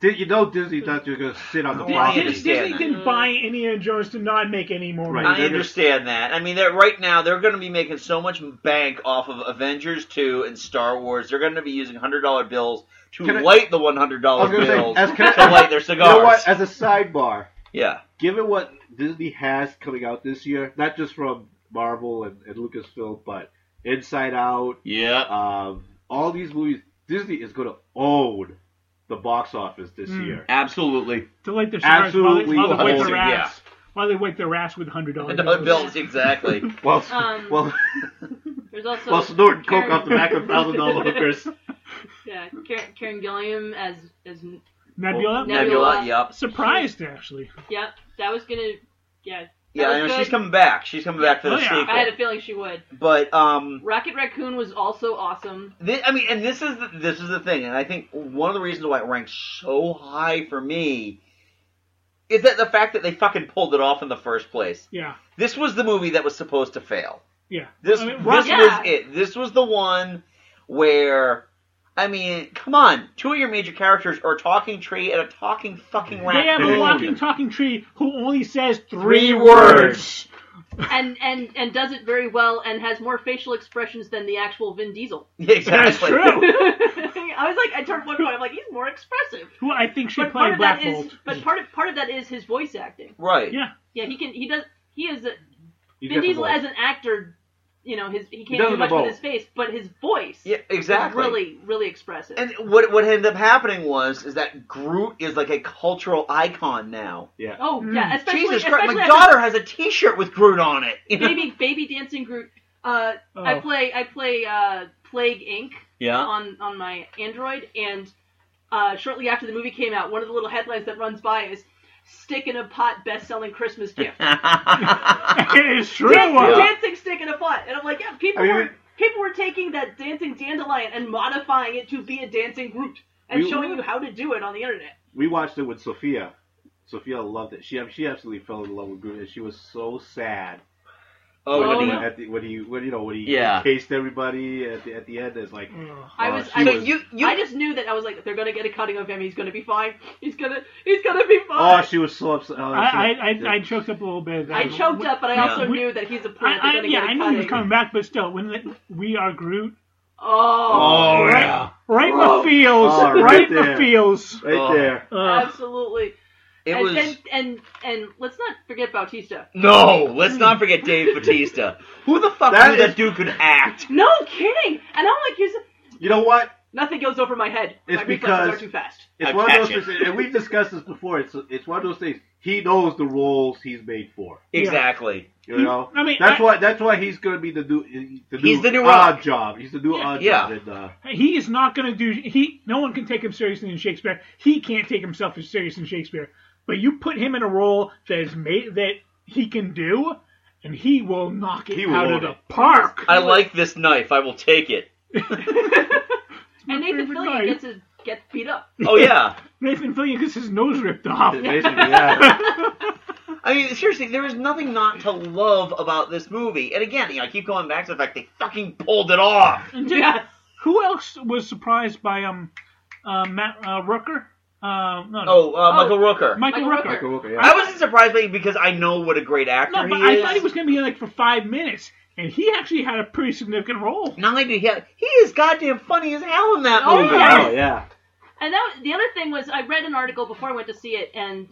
S5: did you know Disney's not just gonna sit on the
S3: Well,
S5: property?
S3: I understand
S4: Disney
S3: that.
S4: didn't buy Indiana Jones to not make any more movies.
S3: I understand that. I mean, they're, right now they're going to be making so much bank off of Avengers 2 and Star Wars. They're going to be using $100 bills to
S5: Can I-
S3: light the $100 bills to light their
S5: You know
S3: cigars.
S5: what? As a sidebar,
S3: Yeah.
S5: given what Disney has coming out this year, not just from Marvel and, and Lucasfilm, but Inside Out,
S3: yeah,
S5: um, all these movies, Disney is going to own the box office this
S6: Hmm.
S4: Mm.
S5: year.
S3: Absolutely.
S4: To light their stars
S5: Absolutely
S4: while, they- while they wake
S5: own it,
S4: their ass, while they wake their ass with hundred dollars.
S3: $100 bills, exactly.
S5: Well,
S6: Um,
S5: [LAUGHS] well,
S6: there's also
S5: well, snorting coke
S6: Karen-
S5: off the back
S6: [LAUGHS]
S5: of thousand dollar hookers.
S6: Yeah, Karen, Karen Gilliam as as
S4: [LAUGHS] Nebula.
S3: Nebula, yep.
S4: Surprised actually.
S6: Yep, that was gonna. Yeah. that
S3: Yeah, I
S6: was
S3: know she's
S6: good.
S3: coming back. She's coming back for the
S6: Oh, yeah.
S3: sequel.
S6: I had a feeling she would.
S3: but um,
S6: Rocket Raccoon was also awesome.
S3: Thi- I mean, and this is the, this is the thing, and I think one of the reasons why it ranks so high for me is that the fact that they fucking pulled it off in the first place.
S4: Yeah.
S3: This was the movie that was supposed to fail.
S4: Yeah.
S3: This
S4: I mean,
S3: this
S4: Rocket-
S3: was it. This was the one where I mean, come on, two of your major characters are a talking tree and a talking fucking
S4: They have
S3: raccoon.
S4: a walking, talking tree who only says
S3: Three
S4: three,
S3: words.
S6: and and and does it very well and has more facial expressions than the actual Vin Diesel.
S4: That's
S3: Exactly.
S4: true.
S6: [LAUGHS] I was like, I turned one point. I'm like, he's more expressive.
S4: Who I think should
S6: Part
S4: play
S6: of that
S4: Black
S6: is,
S4: Bolt.
S6: but part of part of that is his voice acting.
S3: [LAUGHS] Right.
S6: [LAUGHS]
S4: Yeah.
S6: Yeah, he can. He does. He is. A,
S3: He's
S6: Vin
S3: got the
S6: Diesel
S3: voice.
S6: as an actor, you know, his he can't
S3: does
S6: do
S3: the
S6: much
S3: vote.
S6: with his face, but his voice.
S3: Yeah, exactly.
S6: Is really, really expressive.
S3: And what what ended up happening was is that Groot is like a cultural icon now.
S5: Yeah.
S6: Oh yeah, especially
S3: Jesus Christ!
S6: especially
S3: My
S6: after-
S3: daughter has a T-shirt with Groot on it. [LAUGHS] You know?
S6: [LAUGHS] baby baby dancing group. Uh,
S3: Oh.
S6: I play I play uh, Plague Inc.
S3: Yeah.
S6: on on my Android, and uh, shortly after the movie came out, one of the little headlines that runs by is stick in a pot best-selling Christmas gift.
S4: it is true.
S6: Dan-
S4: uh,
S6: Dancing stick in a pot, and I'm like, yeah, people
S4: I mean,
S6: were people were taking that dancing dandelion and modifying it to be a dancing Groot and
S5: We-
S6: showing you how to do it on the internet.
S5: we watched it with Sophia. Sophia loved it. She she absolutely fell in love with Groot, and she was so sad.
S3: Oh,
S5: when,
S3: really?
S5: he, at the, when he when you know when he
S3: Yeah.
S5: cased everybody at the at the end, it's like
S6: I
S5: oh,
S4: Uh,
S6: was,
S5: she
S6: I, you, you, I just knew that I was like, they're gonna get a cutting of him. He's gonna be fine. He's gonna, he's gonna be
S5: oh
S6: fine.
S5: she was so upset. Oh,
S4: I,
S5: she-
S4: I, I, I choked up a little bit.
S6: I choked up, but I also knew that he's a plant. They're
S4: I, I,
S6: gonna
S4: yeah,
S6: get a
S4: I knew he
S6: cutting.
S4: was coming back, but still, when the, we are Groot,
S6: Oh,
S4: right,
S3: yeah.
S4: right in
S6: Oh.
S4: the feels,
S6: Oh,
S4: right,
S6: right
S4: in the
S6: there.
S4: feels,
S5: Right Oh. there.
S6: absolutely.
S3: It
S6: and,
S3: was-
S6: and, and and let's not forget Bautista.
S3: No, let's not forget [LAUGHS] Dave Batista. Who the fuck knew that dude could act?
S6: No kidding. And I'm like, he's,
S5: you know what?
S6: nothing goes over my head.
S5: It's
S6: my
S5: because-
S6: reflexes are too fast.
S5: It's
S3: I'll
S5: one of
S3: catch
S5: those,
S3: it.
S5: things- and we've discussed this before. It's it's one of those things. He knows the roles he's made for.
S3: Exactly.
S5: You know,
S4: Mm-hmm. I mean,
S5: that's
S4: I-
S5: why that's why he's going to be the new the new,
S4: He's the new
S5: odd
S4: Rock.
S5: job. He's the new odd
S4: yeah.
S5: job. And, uh,
S4: he is not going to do. He no one can take him seriously in Shakespeare. He can't take himself as serious in Shakespeare. But you put him in a role that is made that he can do, and he will knock it
S3: He will
S4: out of
S3: own
S4: the
S3: it.
S4: park.
S3: I like this knife. I will take it.
S6: And Nathan
S4: favorite
S6: Fillion
S4: night.
S6: gets his, gets beat up.
S3: [LAUGHS] Oh yeah.
S4: Nathan Fillion gets his nose ripped off. [LAUGHS]
S3: I mean, seriously, there is nothing not to love about this movie. And again, you know, I keep going back to the fact they fucking pulled it off.
S6: [LAUGHS]
S4: And did- Who else was surprised by um uh, Matt uh, Rucker? Uh, no, no.
S3: Oh, uh, Michael Rooker.
S4: Michael, Rooker.
S3: I wasn't surprised by it because I know what a great actor
S4: No, but
S3: he
S4: I
S3: is.
S4: thought he was going to be in like for five minutes, and he actually had a pretty significant role.
S3: Not only did he, have, he is goddamn funny as hell in that
S6: Oh,
S3: movie.
S6: yeah. Oh,
S5: yeah.
S6: And that was- the other thing was I read an article before I went to see it, and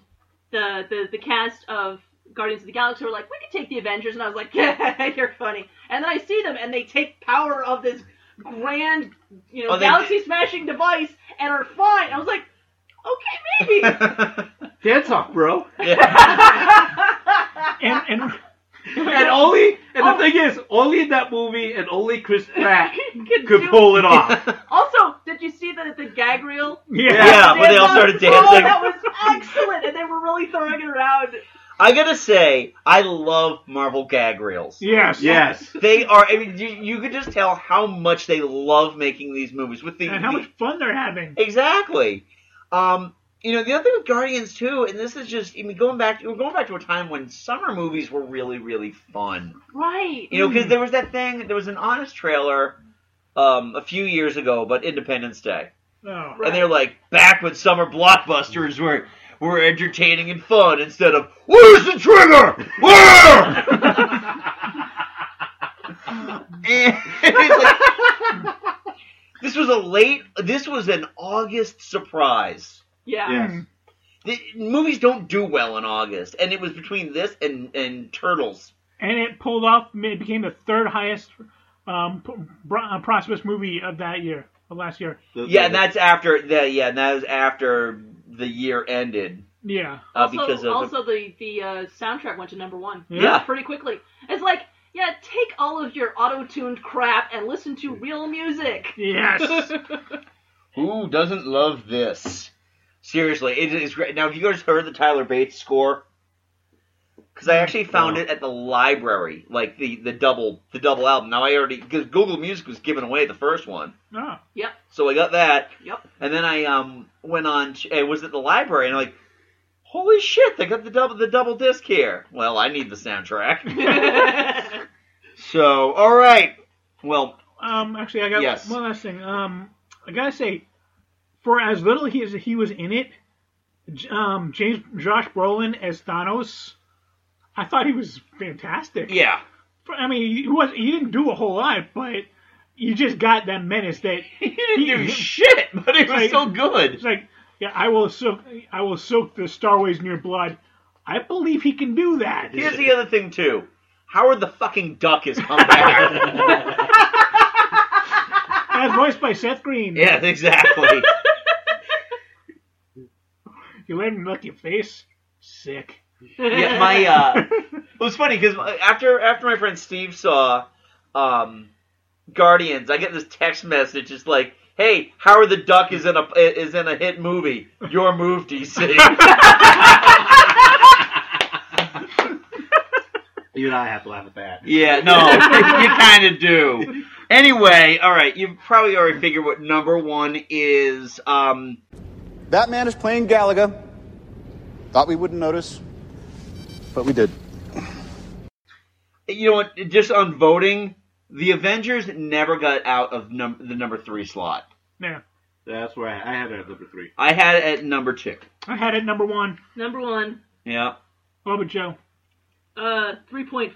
S6: the the, the cast of Guardians of the Galaxy were like, we could take the Avengers, and I was like, [LAUGHS] yeah, you're funny. And then I see them, and they take power of this grand, you know,
S3: Oh, they
S6: galaxy smashing device, and are fine. I was like, okay, maybe.
S3: [LAUGHS]
S5: dance off, bro.
S4: [LAUGHS] and and [LAUGHS]
S5: and only and
S4: Oh.
S5: the thing is, only in that movie and only
S4: [LAUGHS]
S5: Chris Pratt
S6: Could
S5: could
S6: do-
S5: pull it off.
S6: Also, did you see the the gag reel?
S5: Yeah. Yeah,
S3: when they all
S4: [LAUGHS]
S3: started
S6: Oh,
S3: dancing.
S6: that was excellent, and they were really throwing it around.
S3: I gotta say, I love Marvel gag reels.
S4: Yes.
S5: Yes.
S3: They are, I mean, you, you could just tell how much they love making these movies with the,
S4: and how
S3: the-
S4: much fun they're having.
S3: Exactly. Um, you know, the other thing with Guardians too, and this is just, I mean, going back, we're going back to a time when summer movies were really, really fun.
S6: Right.
S3: You know,
S4: Hmm.
S3: because there was that thing, there was an honest trailer um, a few years ago about Independence Day.
S4: Oh.
S3: And they're like, back when summer blockbusters were, were entertaining and fun instead of, where's the trigger? Where? [LAUGHS] And it's like- this was a late, this was an August surprise.
S6: Yeah.
S4: Mm.
S5: Yes.
S3: The, movies don't do well in August, and it was between this and, and Turtles.
S4: and it pulled off. It became the third highest um, p- bro- uh, prosperous movie of that year, of last year.
S3: Yeah, and that's after the yeah, and that was after the year ended
S4: yeah.
S3: uh,
S6: also,
S3: because of
S6: also the the uh, soundtrack went to number one.
S3: Yeah.
S6: pretty quickly. It's like, yeah, take all of your auto tuned crap and listen to real music.
S3: [LAUGHS]
S4: Yes.
S3: who doesn't love this? Seriously, it is great. Now, have you guys heard the Tyler Bates score? Because I actually found it at the library, like the the double the double album. Now I already because Google Music was giving away the first one,
S4: No.
S6: Yep.
S3: so I got that.
S6: Yep.
S3: And then I um went on. To, I was at the library and like, holy shit, they got the double the double disc here. Well, I need the soundtrack. [LAUGHS] so all right, well
S4: Um, actually, I got
S3: Yes.
S4: one last thing. Um, I gotta say, for as little he as he was in it, J- um, James Josh Brolin as Thanos, I thought he was fantastic.
S3: yeah.
S4: For- I mean, he was he didn't do a whole lot, but you just got that menace that he didn't
S3: do shit, but it was so good.
S4: It's like, yeah, I will soak, I will soak the Starways in your blood. I believe he can do that.
S3: Here's the other thing too. Howard the fucking Duck has come back.
S4: As voiced by Seth Green.
S3: [LAUGHS] yeah, exactly.
S4: You let him look your face. Sick.
S3: yeah, my uh, it was funny because after after my friend Steve saw um, Guardians, I get this text message. It's like, "Hey, Howard the Duck is in a is in a hit movie. Your move, DC."
S5: You and I have to laugh at that.
S3: [LAUGHS] Yeah, [LAUGHS] no, you kind of do. Anyway, all right, you've probably already figured what number one is. Um,
S19: That man is playing Galaga. Thought we wouldn't notice, but we did.
S3: you know what? Just on voting, the Avengers never got out of num- the number three slot.
S4: Yeah.
S5: That's where I, I had it at number three.
S3: I had it at number two.
S4: I had it number one.
S6: Number one,
S3: Yeah,
S4: What about Joe?
S6: uh,
S3: [LAUGHS]
S6: 3.5.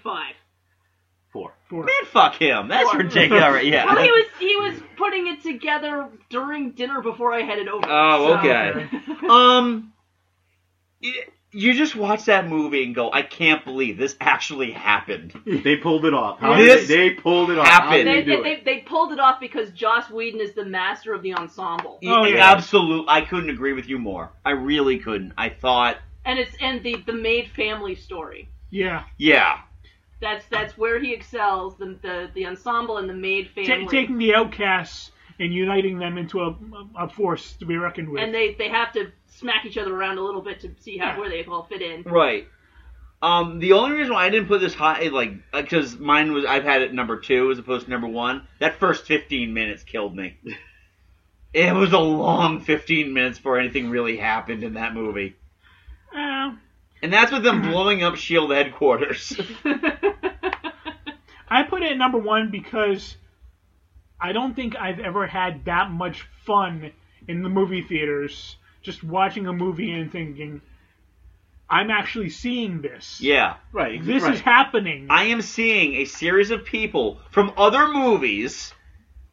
S5: four.
S4: Four.
S3: Man, fuck him. That's ridiculous. All right, yeah.
S6: Well, he was he was putting it together during dinner before I headed over.
S3: Oh,
S6: so-
S3: okay. um, y- you just watch that movie and go, I can't believe this actually happened.
S5: They pulled it off. How
S3: This
S5: did they, they pulled it off. How did
S3: happened.
S6: They,
S5: they do
S6: they, they, they pulled it off because Joss Whedon is the master of the ensemble,
S3: Y- Absolute. I couldn't agree with you more. I really couldn't. I thought,
S6: and it's and the the maid family story.
S4: Yeah.
S3: yeah.
S6: That's that's where he excels the the, the ensemble and the maid family.
S4: Ta taking the outcasts and uniting them into a, a force to be reckoned with.
S6: and they they have to smack each other around a little bit to see how where they all fit in.
S3: Right. Um, the only reason why I didn't put this high, like, because mine was I've had it number two as opposed to number one. That first fifteen minutes killed
S4: [LAUGHS]
S3: me. it was a long fifteen minutes before anything really happened in that movie,
S4: Uh,
S3: and that's with
S4: [CLEARS THROAT]
S3: them blowing up Shield E headquarters. [LAUGHS]
S4: I put it at number one because I don't think I've ever had that much fun in the movie theaters just watching a movie and thinking, I'm actually seeing this.
S3: yeah.
S5: Right.
S4: This is happening.
S3: I am seeing a series of people from other movies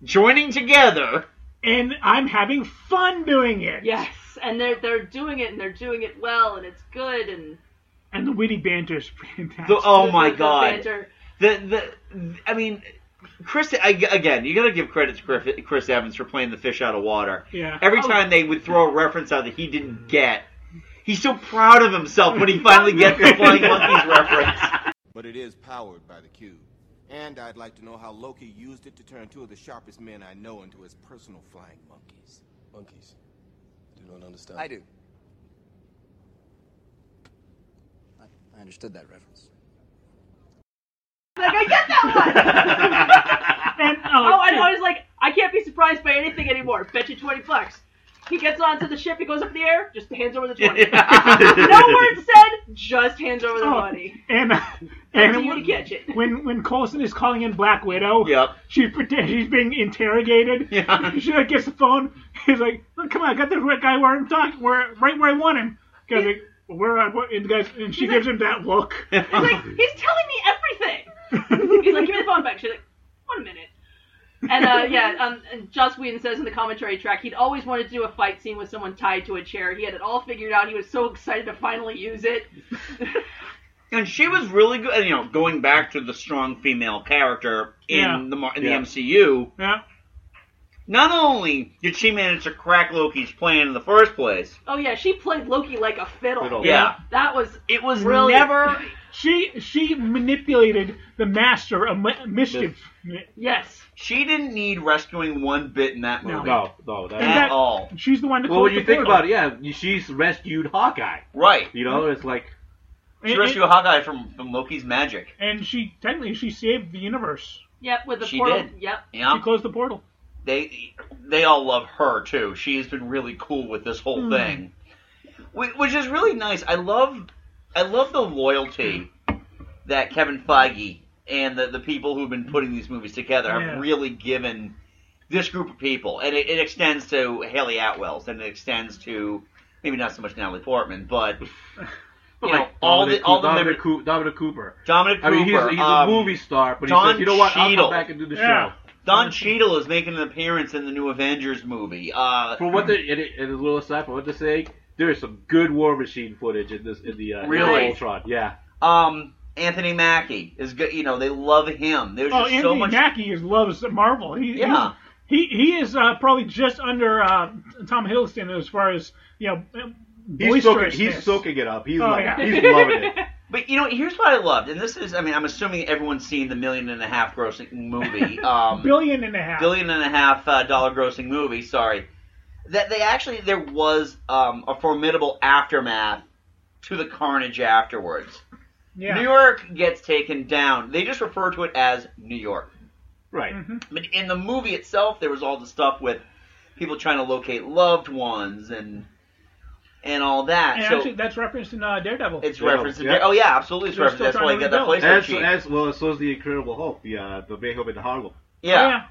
S3: joining together.
S4: And I'm having fun doing it.
S6: Yes, and they're they're doing it and they're doing it well and it's good and
S4: And the witty banter is [LAUGHS] fantastic.
S3: The, oh my
S6: the
S3: god.
S6: banter.
S3: The, the I mean, Chris. I, again, you got to give credit to Chris, Chris Evans for playing the fish out of water.
S4: Yeah.
S3: Every
S4: Oh.
S3: time they would throw a reference out that he didn't get, he's so proud of himself
S4: [LAUGHS]
S3: when he finally gets the flying monkeys reference.
S20: But it is powered by the cube. And I'd like to know how Loki used it to turn two of the sharpest men I know into his personal flying monkeys. Monkeys? Do not understand.
S9: I do. I, I understood that reference.
S6: Like I get that one.
S4: uh,
S6: oh, and I was like, I can't be surprised by anything anymore. Bet you twenty bucks. He gets onto the ship, he goes up in the air, just hands
S3: [LAUGHS]
S6: over the twenty. [LAUGHS] no words said, just hands over the
S4: Oh,
S6: money.
S4: And
S6: Up to
S4: and
S6: you
S4: when,
S6: to catch it.
S4: when when Coulson is calling in Black Widow,
S3: Yep.
S4: she pretend she's being interrogated. Yeah. [LAUGHS] she like, gets the phone. He's like, "Look, "Come on, I got the right guy where I'm talking, where right where I want him." Guys like, "Well, "Where I want," and the guys, and she gives him that look.
S5: [LAUGHS]
S6: He's like,
S3: [LAUGHS]
S6: he's telling me everything. He's like, give me the phone back. She's like, one minute. And uh, yeah, um, and Joss Whedon says in the commentary track he'd always wanted to do a fight scene with someone tied to a chair. He had it all figured out. He was so excited to finally use it. [LAUGHS]
S3: And she was really good. You know, going back to the strong female character in
S4: Yeah.
S3: the mar- in
S4: Yeah.
S3: the MCU.
S4: Yeah.
S3: Not only did she manage to crack Loki's plan in the first place,
S6: Oh yeah, she played Loki like a fiddle.
S3: Fiddle. Yeah.
S6: that was
S3: it was
S4: never- she she manipulated the master of mi- mischief.
S6: Yes.
S3: she didn't need rescuing one bit in that
S4: No.
S3: movie.
S5: No, no, that-
S3: at
S5: In fact,
S3: all.
S4: She's the one that.
S5: Well, when
S4: closed
S5: you
S4: the
S5: think
S4: portal.
S5: about it, yeah, you- she's rescued Hawkeye.
S3: Right.
S5: You know, it's like
S3: She rescued Hawkeye from, from Loki's magic.
S4: and she technically she saved the universe.
S6: Yep, with the
S3: She
S6: portal.
S3: did.
S6: Yep.
S3: Yeah.
S4: She closed the portal.
S3: They they all love her too. She's been really cool with this whole
S4: Hmm.
S3: thing, Whi- which is really nice. I love I love the loyalty that Kevin Feige and the the people who've been putting these movies together
S4: Yeah.
S3: have really given this group of people, and it, it extends to Haley Atwell's, and it extends to maybe not so much Natalie Portman, but you know all the
S5: Dominic
S3: all the
S5: Coo-
S3: members.
S5: Dominic, Coo- Dominic Cooper.
S3: Dominic
S5: I mean, he's,
S3: Cooper,
S5: he's
S3: um,
S5: a movie star, but he
S3: Don
S5: says, you know what? I'll
S3: Cheadle.
S5: come back and do the show.
S3: Don Cheadle is making an appearance in the new Avengers movie. Uh,
S5: For what the and, it, and a little aside, for what they're saying, there is some good War Machine footage in this in the uh, in
S3: Really?
S5: Ultron. Yeah,
S3: um, Anthony Mackie is good. You know, they love him. There's
S4: oh,
S3: just
S4: Anthony
S3: so much.
S4: Mackie is loves Marvel. He,
S3: Yeah.
S4: He, he is uh, probably just under uh, Tom Hiddleston as far as you know. uh,
S5: he's soaking, he's
S4: boisterousness.
S5: soaking it up. He's
S4: Oh,
S5: loving,
S4: yeah.
S5: he's loving
S4: [LAUGHS]
S5: it.
S3: But you know, here's what I loved, and this is, I mean, I'm assuming everyone's seen the million and a half grossing
S4: [LAUGHS]
S3: movie, um,
S4: billion and a half.
S3: billion and a half uh, dollar grossing movie. Sorry, that they actually there was um, a formidable aftermath to the carnage afterwards. New York gets taken down. They just refer to it as New York.
S5: Right.
S4: Mm-hmm.
S3: But in the movie itself, there was all the stuff with people trying to locate loved ones and and all that.
S4: And
S3: so
S4: actually, that's referenced in uh, Daredevil.
S3: It's referenced in Dare- oh, yeah, absolutely it's
S4: They're
S3: referenced.
S4: still
S3: That's
S4: trying
S3: why
S4: to
S3: you got that
S4: rebuild.
S3: place
S5: That's,
S3: cheap.
S5: that's well, so is the Incredible Hulk, the uh, the Mayhem in Harlem.
S4: Oh,
S3: Yeah.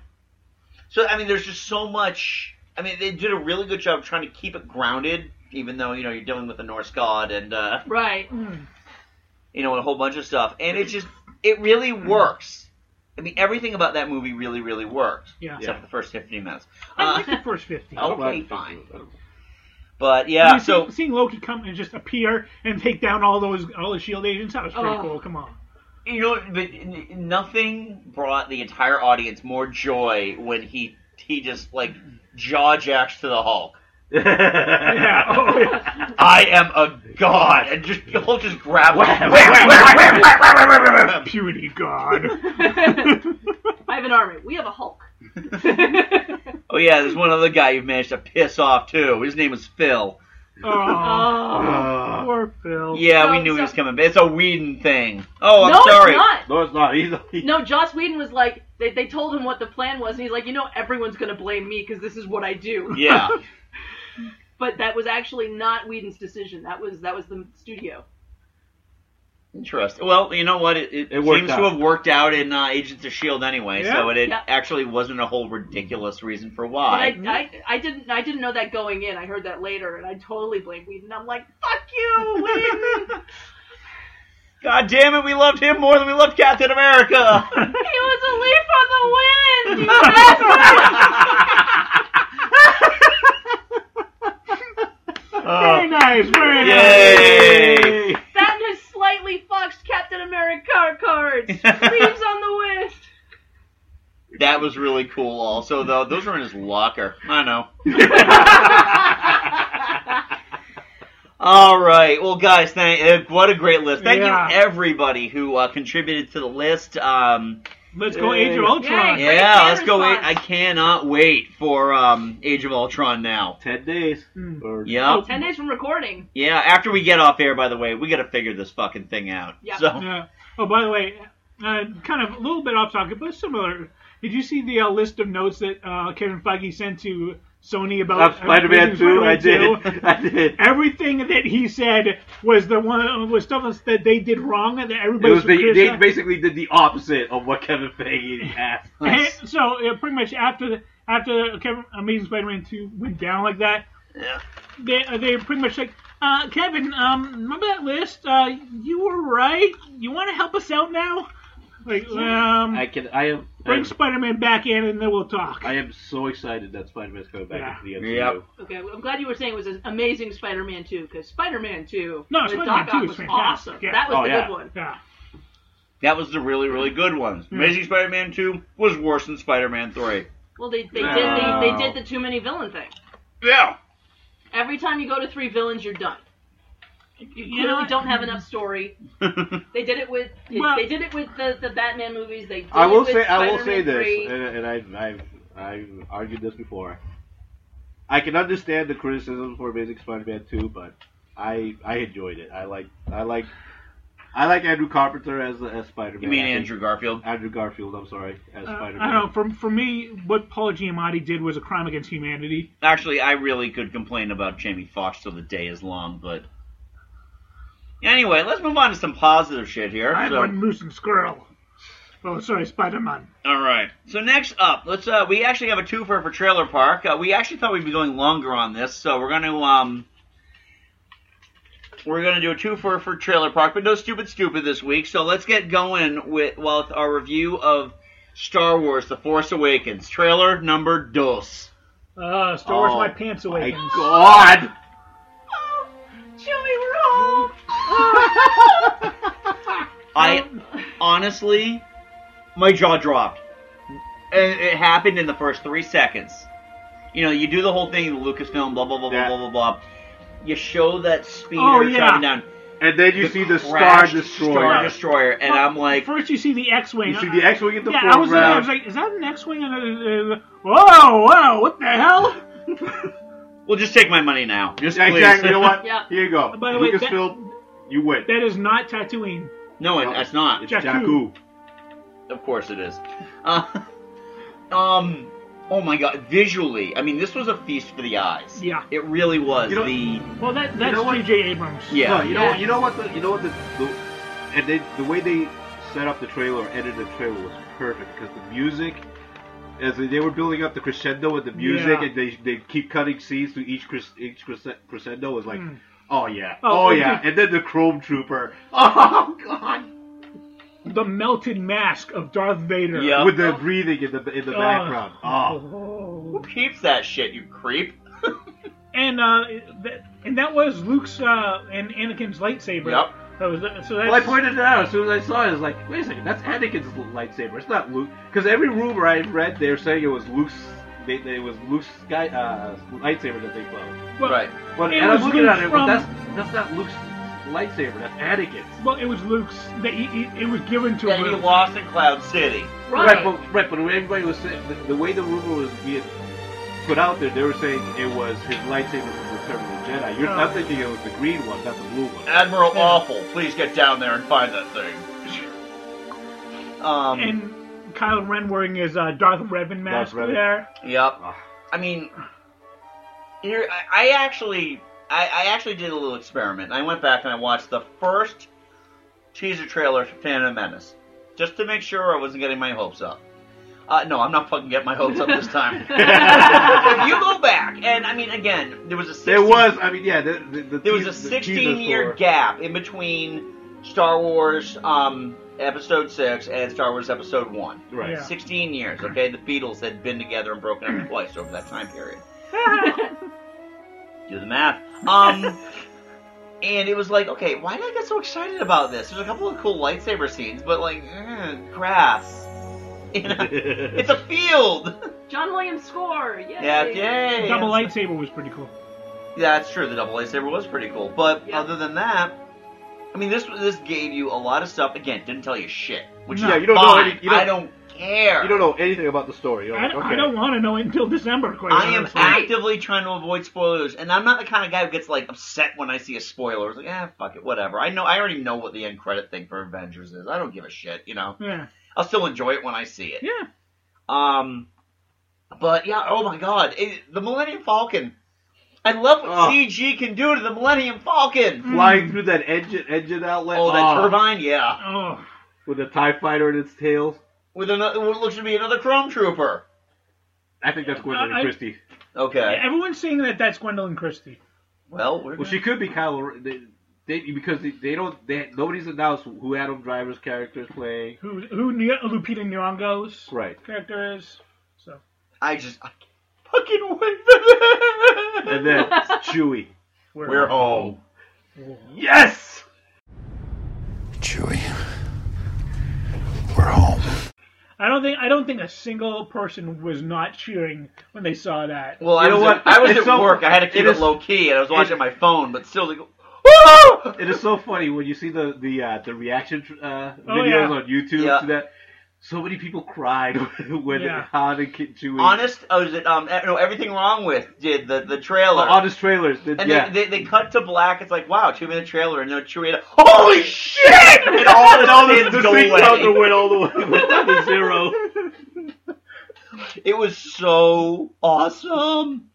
S3: So I mean, there's just so much. I mean, they did a really good job trying to keep it grounded, even though you know you're dealing with the Norse god and uh,
S6: Right.
S3: [LAUGHS] you know a whole bunch of stuff, and it just it really
S4: Mm-hmm.
S3: works. I mean, everything about that movie really, really worked.
S4: Yeah.
S3: Except for the first 15 minutes. Uh,
S4: I like the first fifty.
S3: [LAUGHS] Okay, fine.
S5: [LAUGHS]
S3: But Oh, yeah,
S4: I mean,
S3: so
S4: seeing, seeing Loki come and just appear and take down all those all the Shield E agents that was pretty
S3: Oh.
S4: cool.
S3: [LAUGHS]
S4: Come on.
S3: You know, but n- nothing brought the entire audience more joy when he he just like jaw jacks to the Hulk.
S4: [LAUGHS] Oh,
S3: I am a god, and just the Hulk just grabs. him.
S4: Puny god.
S6: [LAUGHS]
S3: [LAUGHS]
S6: I have an army. We have a Hulk. [LAUGHS]
S3: Oh yeah, there's one other guy you managed to piss off too. His name was Phil.
S4: Oh,
S5: Uh,
S3: Ah.
S4: poor Phil.
S3: Yeah, we
S6: So-
S3: knew he
S6: so-
S3: was coming. It's a Whedon thing. Oh, I'm
S6: No, it's
S3: sorry.
S6: not.
S5: No, it's not. He's,
S6: No, Joss Whedon was like, they, they told him what the plan was, and he's like, you know, everyone's going to blame me because this is what I do.
S3: Yeah.
S6: but that was actually not Whedon's decision. That was that was the studio.
S3: Interesting. Well, you know what? It, it,
S5: worked
S3: seems
S5: out.
S3: to have worked out in uh, Agents of Shield anyway,
S6: Yeah.
S3: so it, it
S6: Yeah.
S3: actually wasn't a whole ridiculous reason for
S6: But
S3: why.
S6: I, I, I didn't I didn't know that going in. I heard that later, and I totally blame Whedon. I'm like, fuck
S3: [LAUGHS]
S6: you, Whedon.
S3: God damn it, we loved him more than we loved Captain America.
S6: he was a leaf on the wind. You
S3: [LAUGHS]
S6: bastard.
S4: very nice. Very
S3: Yay.
S4: nice.
S6: That and his slightly foxed Captain America cards. Leaves on the wind.
S3: that was really cool. Also, though, those were in his locker. I know. All right, well, guys, thank uh, what a great list. Thank
S4: Yeah.
S3: you everybody who uh, contributed to the list. Um,
S4: Let's go Age of Ultron.
S3: Yeah, let's go. Wait, I cannot wait for um, Age of Ultron now.
S5: Ten days.
S4: Hmm.
S5: Or...
S3: Yeah.
S6: Ten days from recording.
S3: Yeah, after we get off air, by the way, we got to figure this fucking thing out.
S6: Yeah.
S3: So,
S4: Yeah. Oh, by the way, uh, kind of a little bit off topic, but similar. Did you see the uh, list of notes that uh, Kevin Feige sent to Sony about
S5: Of Spider-Man
S4: Amazing
S5: 2? I
S4: Spider-Man
S5: did. [LAUGHS]
S4: 2?
S5: I did.
S4: Everything that he said was the one was stuff that they did wrong and that
S5: It
S4: everybody
S5: was the,
S4: criticized.
S5: they basically did the opposite of what Kevin Feige [LAUGHS] asked.
S4: And so yeah, pretty much after the, after Kevin, Amazing Spider-Man two went down like that, they they pretty much like uh, Kevin, um, remember that list? Uh, you were right. You want to help us out now? Like, um,
S5: I can. I am. I
S4: bring
S5: am,
S4: Spider-Man back in, and then we'll talk.
S5: I am so excited that Spider-Man's coming back into the MCU.
S3: Yep.
S6: Okay, well, I'm glad you were saying it was an amazing Spider-Man 2 because Spider-Man 2
S4: No,
S6: with
S4: Spider-Man
S6: Doc
S4: 2
S6: Ock
S4: is
S6: was
S4: fantastic,
S6: awesome.
S4: yeah.
S6: That was
S3: Oh,
S6: the
S3: yeah.
S6: good one.
S4: Yeah.
S3: that was the really, really good ones. Amazing Spider-Man 2 was worse than Spider-Man 3.
S6: Well, they, they
S3: Wow.
S6: did they, they did the too many villain thing.
S3: [LAUGHS] Yeah.
S6: Every time you go to three villains, you're done. You
S4: know
S6: clearly
S4: what?
S6: don't have enough story. they did it with they did it with the, the Batman movies. They did
S5: I
S6: it
S5: will
S6: with
S5: say. I will say
S6: Spider-Man
S5: this,
S6: 3.
S5: and, and I've, I've I've argued this before. I can understand the criticism for Amazing Spider-Man 2, but I I enjoyed it. I like I like I like Andrew Carpenter as as Spider-Man.
S3: You mean
S5: I think-
S3: Andrew Garfield?
S5: Andrew Garfield. I'm sorry, as
S4: Uh,
S5: Spider-Man.
S4: I don't know. For for me, what Paul Giamatti did was a crime against humanity.
S3: Actually, I really could complain about Jamie Foxx till the day is long, but anyway, let's move on to some positive shit here.
S4: I'm
S3: so-
S4: one moose and squirrel. Oh, sorry, Spider-Man.
S3: All right. So next up, let's. Uh, we actually have a twofer for Trailer Park. Uh, we actually thought we'd be going longer on this, so we're gonna um, we're gonna do a twofer for Trailer Park, but no stupid stupid this week. So let's get going with well with our review of Star Wars: The Force Awakens trailer number dos.
S4: Uh, Star Wars,
S3: Oh,
S4: my pants away. My
S5: God.
S6: Chewie, we're home.
S3: [LAUGHS] I honestly, my jaw dropped. It, it happened in the first three seconds. You know, you do the whole thing, Lucasfilm, blah blah blah blah blah blah blah. You show that speeder
S4: Oh, yeah.
S3: shutting down,
S5: And then you see the Star
S3: crashed
S5: Destroyer.
S3: Star Destroyer, and I'm like,
S4: First, you see the X-wing.
S5: You see the X-wing at the
S4: yeah, I was, I was
S5: foreground.
S4: like, is that an X-wing? And, uh, uh, whoa, whoa, what the hell?
S3: "We'll just take my money now." Just
S5: Yeah,
S3: please.
S5: exactly. You know what? Here you go.
S4: By the way, that-
S5: Lucasfilm, you win.
S4: That is not Tatooine.
S3: [LAUGHS] No, it, that's not.
S4: It's Jakku.
S3: Of course it is. Uh, um. Oh my God! Visually, I mean, this was a feast for the eyes.
S4: Yeah.
S3: It really was.
S4: You know-
S3: the
S4: Well, that that's
S5: know what?
S4: J.J. Abrams.
S3: Yeah.
S5: No, you know, you know what the, you know what the, the and they, the way they set up the trailer, edited the trailer was perfect because the music, as they were building up the crescendo with the music,
S4: Yeah.
S5: and they they keep cutting scenes to each cres, each cres- crescendo was like,
S4: Mm.
S5: oh yeah,
S4: Oh,
S5: oh,
S4: okay.
S5: yeah, and then the Chrome Trooper, [LAUGHS] oh god,
S4: The melted mask of Darth Vader.
S5: with the breathing in the in the
S4: Oh.
S5: background, oh.
S3: who peeps that shit, you creep?
S4: And uh, that, and that was Luke's uh, and Anakin's lightsaber.
S5: Yep.
S4: That was the, so that's,
S5: Well, I pointed it out as soon as I saw it. I was like, wait a second, that's Anakin's lightsaber. It's not Luke. Because every rumor I read, they were saying it was Luke's. They, they, it was Luke's sky, uh, lightsaber that they found.
S4: Well, Right.
S5: But
S4: it
S5: and I'm
S4: was
S5: looking
S4: Luke
S5: at it, but
S4: from-
S5: that's that's not Luke's lightsaber. That's Anakin's.
S4: Well, it was Luke's. That he, he, it was given to
S3: And he
S4: Luke.
S3: lost in Cloud City.
S5: Right. but right, but when everybody was saying the, the way the rumor was being put out there, they were saying it was his lightsaber from Return of the Jedi. You're,
S3: Oh.
S5: I'm thinking it was the green one, not the blue
S3: [LAUGHS]
S5: one. [LAUGHS]
S3: Admiral Awful, please get down there and find that thing. [LAUGHS] Um.
S4: and Kyle Ren wearing his uh, Darth Revan mask
S3: Revan.
S4: there.
S3: Yep. I mean, here I, I actually, I, I actually did a little experiment. I went back and I watched the first teaser trailer for Phantom Menace, just to make sure I wasn't getting my hopes up. Uh, no, I'm not fucking getting my hopes up this time.
S5: [LAUGHS]
S3: if you go back, and I mean, again, there was a 16,
S5: There was, I mean, yeah, the, the, the
S3: there was
S5: teas-
S3: a
S5: the teaser
S3: 16 year
S5: for-
S3: gap in between Star Wars um, Episode 6 and Star Wars Episode 1.
S5: Right. Yeah.
S3: 16 years, okay? The Beatles had been together and broken up twice over that time
S5: [LAUGHS]
S3: period. Do the math. Um, and it was like, okay, why did I get so excited about this? There's a couple of cool lightsaber scenes, but like, eh, grass. You know,
S4: [LAUGHS]
S3: it's a field.
S6: John Williams score. Yay.
S3: Yeah, yay.
S4: Double lightsaber was pretty cool.
S3: Yeah, that's true. The double lightsaber was pretty cool, but other than that, I mean, this this gave you a lot of stuff. Again, didn't tell you shit. Which
S5: yeah,
S3: is
S5: you don't know
S3: fine.
S5: any, you don't,
S3: I don't care.
S5: You don't know anything about the story. You're
S4: I,
S5: like,
S4: don't-
S5: okay.
S4: I don't want to know until December. Quite
S3: I am
S4: honestly.
S3: actively trying to avoid spoilers, and I'm not the kind of guy who gets like upset when I see a spoiler. It's like, eh, fuck it, whatever. I know, I already know what the end credit thing for Avengers is. I don't give a shit, you know.
S4: Yeah.
S3: I'll still enjoy it when I see it.
S4: Yeah.
S3: Um, but yeah, oh my god, it, the Millennium Falcon. I love what CG can do to the Millennium Falcon.
S5: Flying through that engine engine outlet.
S3: Oh, that
S5: Ah.
S3: turbine, yeah.
S4: Oh.
S5: With a TIE fighter in its tails.
S3: With another, what looks to be another Chrome Trooper.
S5: I think that's Gwen
S4: I- I-
S5: Christie.
S3: Okay.
S4: Everyone's saying that that's Gwendolyn Christie.
S3: Well,
S5: well, she could be Kyle. Ren- They, they, because they, they don't. They, nobody's announced who Adam Driver's character is playing.
S4: Who who Ni- Lupita Nyong'o's
S5: Right.
S4: character is? So
S3: I just I fucking wait for that. [LAUGHS]
S5: And
S4: [LAUGHS]
S5: then Chewie.
S4: We're,
S3: home.
S5: Yes.
S17: Chewie.
S4: I don't think I don't think a single person was not cheering when they saw that.
S3: Well, I
S4: You know
S3: was,
S4: what?
S3: At, I was
S4: It's
S3: at
S4: so-
S3: work. I had to keep it,
S5: is-
S3: low key, and I was watching my phone, but still, like,
S5: it is so funny when you see the the uh, the reaction uh, videos
S3: Oh, yeah.
S5: on YouTube
S3: Yeah.
S5: to that. So many people cried [LAUGHS] when
S3: Yeah.
S5: Han and Kid
S3: [LAUGHS]
S5: Chewie.
S3: honest. I was at um, no, everything wrong with did the the trailer.
S5: Oh, honest trailers. Did,
S3: and
S5: yeah.
S3: they, they, they cut to black. It's like, wow, two minute trailer, and they're chewing. it. Holy shit! And [LAUGHS] all the sins
S5: the
S3: go
S5: six
S3: away.
S5: counter went all the way to zero.
S3: It was so awesome.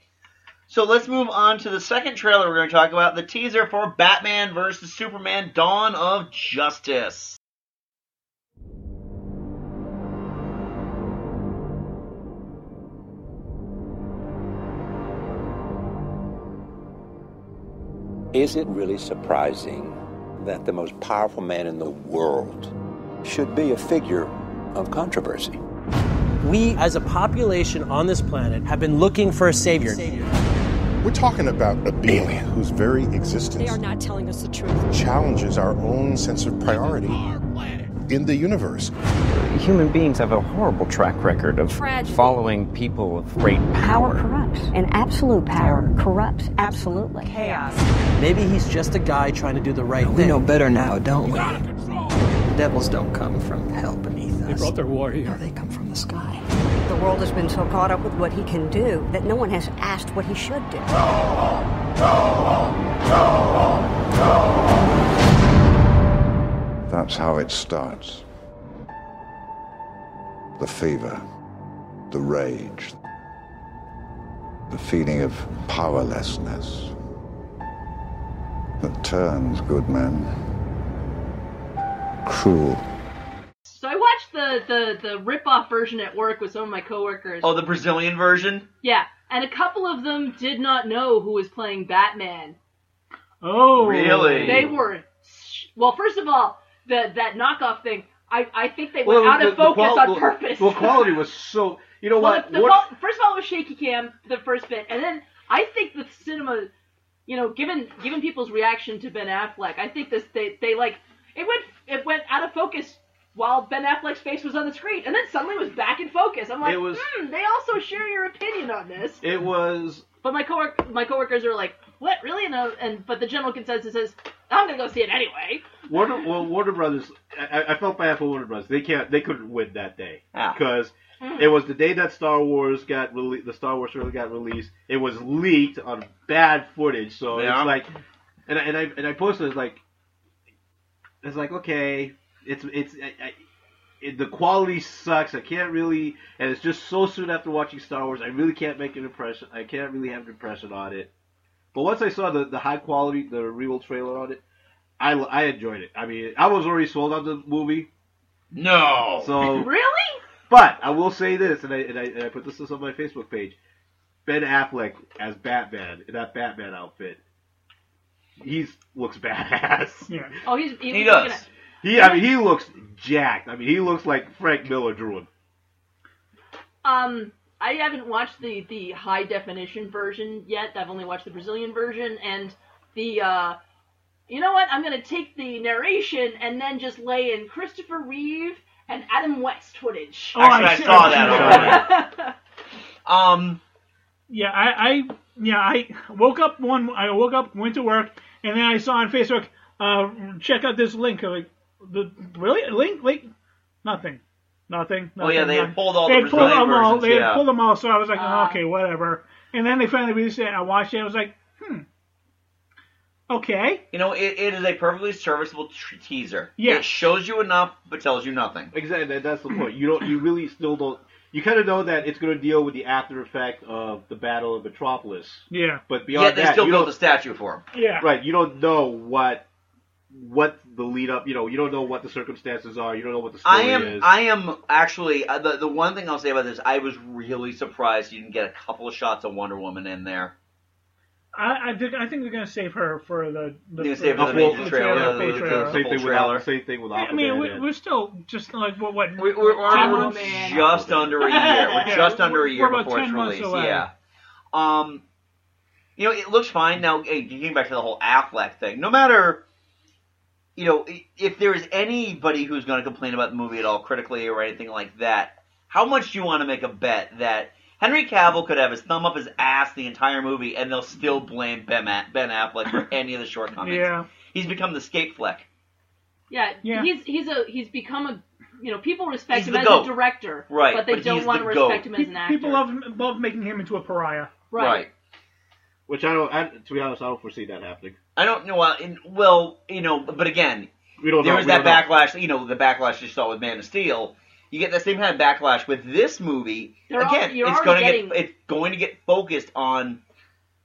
S3: So let's move on to the second trailer we're going to talk about the teaser for Batman vs. Superman Dawn of Justice.
S21: Is it really surprising that the most powerful man in the world should be a figure of controversy?
S22: We, as a population on this planet, have been looking for a savior.
S23: We're talking about a being whose very existence
S18: not telling us the truth.
S23: challenges our own sense of priority in the universe.
S24: Human beings have a horrible track record of
S18: Tragic.
S24: following people of great power.
S18: corrupts, and absolute power corrupts absolutely. Chaos.
S22: Maybe he's just a guy trying to do the right thing. We know better now, don't we? Devils don't come from hell beneath us. They brought their war here. they come from the sky.
S25: The world has been so caught up with what he can do that no one has asked what he should do.
S23: That's how it starts. The fever, the rage, the feeling of powerlessness that turns good men cruel.
S6: So I watched the the the rip-off version at work with some of my coworkers.
S3: Oh, the Brazilian version?
S6: Yeah, and a couple of them did not know who was playing Batman.
S4: Oh,
S3: Really?
S6: They were. sh- Well, first of all, the that knockoff thing. I, I think they went
S5: Well,
S6: out
S5: the-
S6: of
S5: the
S6: focus
S5: qual-
S6: on
S5: well-
S6: purpose.
S5: Well,
S6: [LAUGHS]
S5: quality was so. You know
S6: Well,
S5: what?
S6: the, the
S5: What-
S6: qual- first of all, it was shaky cam the first bit, and then I think the cinema, you know, given given people's reaction to Ben Affleck, I think this they they like it went it went out of focus while Ben Affleck's face was on the screen, and then suddenly it was back in focus. I'm like,
S5: It was-
S6: hmm, they also share your opinion on this.
S5: it was.
S6: But my cowork my coworkers are like, what really? And, I- and but the general consensus is, I'm gonna go see it anyway.
S5: Warner, well, Warner Brothers. I, I- I felt bad for Warner Brothers. They can't. They couldn't win that day
S3: Ah.
S5: because
S6: Hmm.
S5: it was the day that Star Wars got released. The Star Wars trailer got released. It was leaked on bad footage. So
S3: Yeah.
S5: it's like, and I, and I and I posted it's like, it's like okay, it's it's. I, I, it, the quality sucks. I can't really, and it's just so soon after watching Star Wars. I really can't make an impression. I can't really have an impression on it. But once I saw the, the high quality, the real trailer on it, I, I enjoyed it. I mean, I was already sold on the movie.
S3: No.
S5: So
S6: really?
S5: But I will say this, and I and I, and I put this on my Facebook page. Ben Affleck as Batman in that Batman outfit, he looks
S3: [LAUGHS]
S5: badass.
S4: Yeah.
S6: Oh, he's, he's
S5: He
S6: looking
S5: does.
S6: at-
S5: He, I mean, he looks jacked. I mean, he looks like Frank Miller drew him.
S6: Um, I haven't watched the the high definition version yet. I've only watched the Brazilian version and the. uh You know what? I'm gonna take the narration and then just lay in Christopher Reeve and Adam West footage.
S4: Oh,
S3: Actually, I, saw that
S4: [LAUGHS]
S3: already. Um.
S4: Yeah, I, I yeah I woke up one. I woke up, went to work, and then I saw on Facebook, uh, check out this link. I'm like, the really link link, nothing, nothing.
S3: Oh, yeah,
S4: nothing,
S3: they had
S4: nothing.
S3: pulled all
S4: They
S3: the
S4: had pulled
S3: Brazilian
S4: them all.
S3: versions,
S4: They had
S3: yeah.
S4: pulled them all. So I was like, okay, whatever. And then they finally released it. and I watched it. I was like, hmm, okay.
S3: You know, it, it is a perfectly serviceable tr- teaser.
S4: Yes.
S3: It shows you enough, but tells you nothing.
S5: Exactly, and that's the
S3: Hmm.
S5: point. You don't. You really still don't. You kind of know that it's going to deal with the after effect of the Battle of Metropolis.
S4: Yeah.
S5: But beyond
S3: Yet they
S5: that,
S3: still
S5: you
S3: built
S5: don't,
S3: a statue for him.
S4: Yeah.
S5: Right. You don't know what what the lead up. You know. You don't know what the circumstances are. You don't know what the story
S3: I am.
S5: is.
S3: I am actually uh, the the one thing I'll say about this. I was really surprised you didn't get a couple of shots of Wonder Woman in there.
S4: I, I think I think they're gonna save her for the. the
S3: They're gonna save her for the
S4: full-
S3: major trailer, the-
S4: full
S3: the-
S4: trailer.
S3: the
S5: same
S3: full
S5: thing
S3: trailer.
S5: With, same thing with
S4: I
S5: Aquaman.
S4: mean, we,
S5: and-
S4: we're still just like what? what
S3: We, we're, we're-
S4: ten
S3: we're
S4: months-
S3: just under a year. We're
S4: [LAUGHS] Yeah,
S3: just under a
S4: we're
S3: year
S4: about
S3: before it's
S4: 10 months
S3: released.
S4: away.
S3: Yeah. Um, you know, it looks fine now. eh, Getting back to the whole Affleck thing, no matter, you know, i- if there is anybody who's going to complain about the movie at all critically or anything like that, how much do you want to make a bet that Henry Cavill could have his thumb up his ass the entire movie and they'll still blame Ben, A- ben Affleck for any of the shortcomings?
S4: [LAUGHS] Yeah.
S3: He's become the scape fleck.
S6: Yeah,
S4: Yeah.
S6: he's he's a he's become a you know people respect
S3: He's
S6: him
S3: the
S6: as
S3: goat.
S6: a director,
S3: Right,
S6: But they
S3: but
S6: don't
S3: he's
S6: want
S3: the
S6: to respect
S3: goat.
S6: him as an actor.
S4: People love love making him into a pariah.
S6: Right.
S5: Which I don't. I, to be honest, I don't foresee that happening.
S3: I don't know. uh, in- Well, you know, but again,
S5: We don't
S3: there
S5: know,
S3: was
S5: we
S3: that
S5: don't know.
S3: backlash. You know, the backlash you saw with Man of Steel. You get that same kind of backlash with this movie.
S6: They're al-
S3: again,
S6: you're
S3: it's
S6: already
S3: going to
S6: getting-
S3: get it's going to get focused on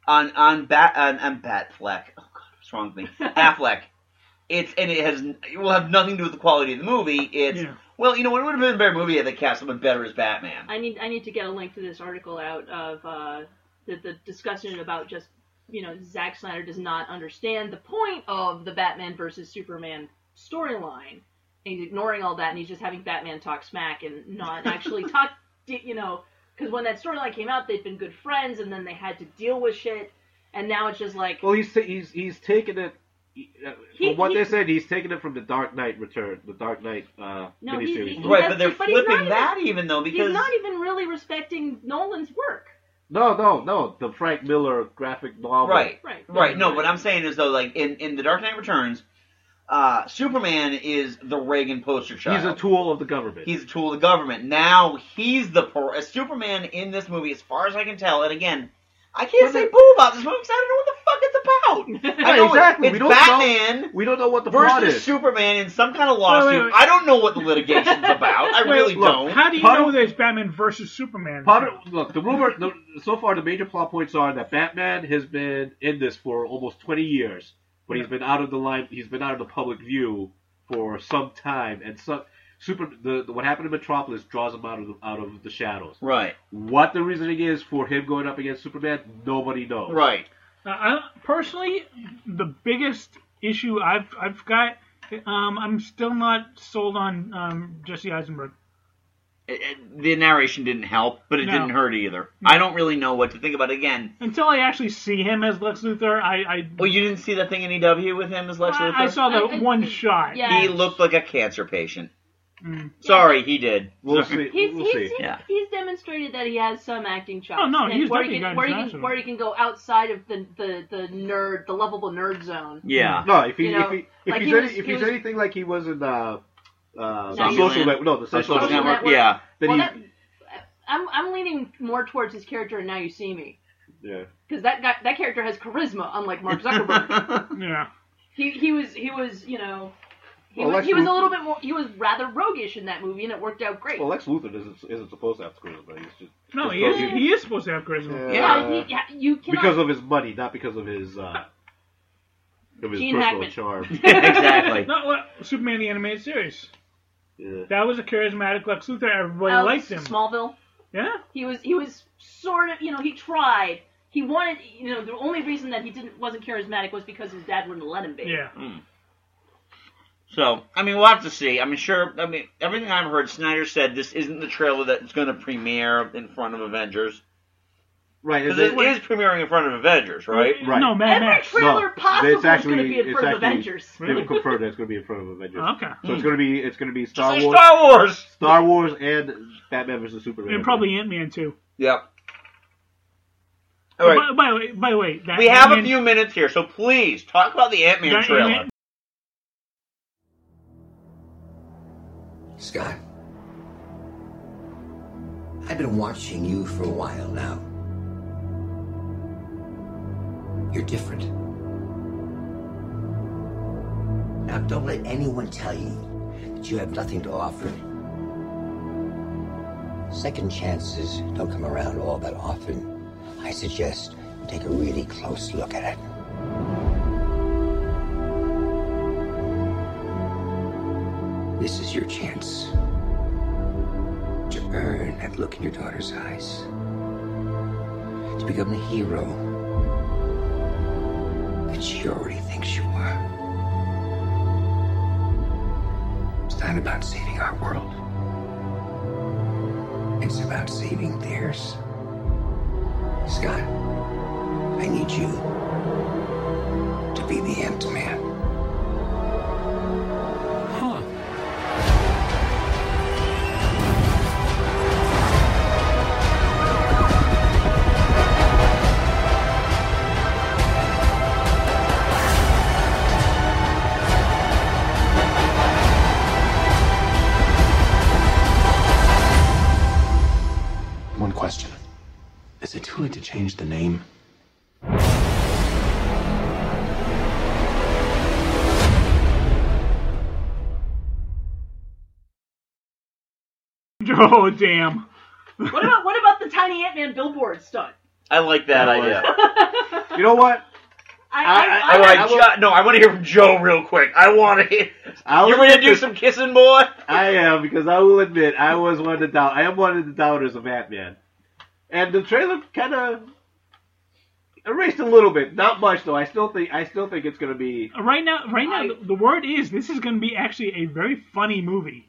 S3: on on bat on, on Batfleck. Oh God, what's wrong
S6: [LAUGHS]
S3: with me? Affleck. It's and it has it will have nothing to do with the quality of the movie. It's well, you know, it would have been a better movie if they cast someone better as Batman.
S6: I need I need to get a link to this article out of uh, the the discussion about just you know Zack Snyder does not understand the point of the Batman versus Superman storyline. He's ignoring all that and he's just having Batman talk smack and not actually talk. You know, because when that storyline came out, they'd been good friends and then they had to deal with shit, and now it's just like
S5: Well, he's he's he's taking it. uh,
S6: He-
S5: from what
S6: he-
S5: they said, he's taking it from the Dark Knight Return, the Dark Knight uh,
S6: No, he-
S5: miniseries.
S6: he- he
S3: right,
S6: has
S3: but they're
S6: to- but he's not
S3: flipping
S6: even-
S3: that even though because
S6: he's not even really respecting Nolan's work.
S5: No, no, no. The Frank Miller graphic novel.
S3: Right.
S6: Right.
S3: Right. No, what I'm saying is though, like in, in The Dark Knight Returns, uh, Superman is the Reagan poster child.
S5: He's a tool of the government.
S3: He's a tool of the government. Now he's the par- Superman in this movie, as far as I can tell. And again, I can't say boo about this movie because I don't know what the fuck
S5: [LAUGHS]
S3: it's about. I
S5: Right,
S3: know it-
S5: exactly.
S3: It's
S5: We don't
S3: Batman
S5: know. We don't know what the plot
S3: versus
S5: is.
S3: Superman in some kind of lawsuit.
S5: wait.
S3: I don't know what the litigation's about. I
S5: Wait,
S3: really
S5: look,
S3: don't.
S4: How do you
S5: Part
S4: know
S5: of-
S4: there's Batman versus Superman?
S5: Part of- look, the rumor the, so far, the major plot points are that Batman has been in this for almost 20 years, but he's been out of the line. He's been out of the public view for some time, and some super the, the what happened in Metropolis draws him out of the, out of the shadows.
S3: Right.
S5: What the reasoning is for him going up against Superman, nobody knows.
S3: Right.
S4: Uh, I, personally, the biggest issue I've I've got, um, I'm still not sold on um, Jesse Eisenberg.
S3: It- it- the narration didn't help, but it
S4: No.
S3: didn't hurt either. I don't really know what to think about. it. Again,
S4: Until I actually see him as Lex Luthor, I I,
S3: well, you didn't see that thing in EW with him as Lex Luthor.
S4: I, I saw the one shot.
S3: He looked like a cancer patient.
S4: Mm.
S3: Sorry, he did.
S5: We'll
S3: Sorry.
S5: see.
S6: He's, he's, he's,
S3: Yeah.
S6: he's demonstrated that he has some acting chops.
S4: Oh, no,
S6: and
S4: he's
S6: where
S4: definitely
S6: he
S4: got
S6: can, where he can,
S4: international.
S6: where he can go outside of the, the, the nerd, the lovable nerd zone.
S3: Yeah.
S5: No, if he,
S6: You know,
S5: if, he, if
S6: like
S5: he's
S6: he was-
S5: any, if
S6: he
S5: he's
S6: was-
S5: anything like he was in uh, uh,
S6: Social
S5: social
S3: Network.
S5: network, no, the social,
S3: Social
S5: network,
S3: Network, yeah. [LAUGHS]
S5: Then
S6: Well,
S5: he,
S6: that- I'm, I'm leaning more towards his character in Now You See Me.
S5: yeah.
S6: Because that guy, that character has charisma, unlike Mark
S5: [LAUGHS]
S6: Zuckerberg.
S4: yeah.
S6: he, he was, he was, you know, he,
S5: Well,
S6: was,
S5: Lex
S6: he was a
S5: Luthor-
S6: little bit more, he was rather roguish in that movie, and it worked out great.
S5: Well, Lex Luthor isn't, isn't supposed to have charisma. He's just
S4: No,
S5: just
S4: he is,
S5: thought
S4: he is supposed to have charisma.
S6: yeah, he, yeah, you cannot.
S5: uh, because of his money, not because of his uh, of his
S6: Gene
S5: personal
S6: Hackman.
S5: charm.
S6: [LAUGHS]
S4: [LAUGHS] Not what Superman the animated series.
S5: Yeah.
S4: That was a charismatic Lex Luthor. Everybody
S6: Alex
S4: liked him.
S6: Smallville.
S4: Yeah.
S6: He was he was sort of you know he tried. He wanted you know the only reason that he didn't wasn't charismatic was because his dad wouldn't let him be.
S4: Yeah.
S3: Mm. So, I mean, we'll have to see. I mean, sure. I mean, everything I've heard, Snyder said this isn't the trailer that's going to premiere in front of Avengers.
S5: Right.
S3: Because it is premiering in front of Avengers, right?
S5: Right. No,
S4: Mad
S6: Every
S4: Max.
S6: trailer possible
S5: it's actually,
S6: is going to be in
S5: it's
S6: front of
S5: actually- [LAUGHS]
S6: Avengers.
S5: They
S6: [LAUGHS]
S5: were confirmed that it's going to be in front of Avengers.
S4: Okay.
S5: So it's going to be it's going to be Star
S4: say
S5: Wars,
S4: Star Wars!
S5: Star Wars, and Batman versus Superman.
S4: And probably Ant Man too.
S3: Yep. All right.
S4: By, by the way, by the way, that
S3: we have a
S4: Ant-Man-
S3: few minutes here, so please talk about the Ant Man
S4: that
S3: trailer.
S4: Ant-Man-
S1: Scott, I've been watching you for a while now. You're different. Now, don't let anyone tell you that you have nothing to offer. Second chances don't come around all that often. I suggest you take a really close look at it. This is your chance to earn that look in your daughter's eyes, to become the hero that she already thinks you are. It's not about saving our world, it's about saving theirs. Scott, I need you to be the Ant Man. Huh.
S2: One question. Is it too late to change the name?
S4: [LAUGHS] Oh damn!
S6: What about what about the tiny Ant Man billboard stunt?
S3: I like that
S5: I
S3: idea.
S5: you know what?
S6: I
S3: I,
S6: I, I,
S3: I, Jo- no, I want to hear from Joe real quick. I want to hear. you ready to do some kissing, boy?
S5: I am because I will admit I was one of the doubt. I am one of the doubters of Batman, and the trailer kind of erased a little bit. Not much though. I still think I still think it's going to be.
S4: Right now, right now, the- the word is this is going to be actually a very funny movie.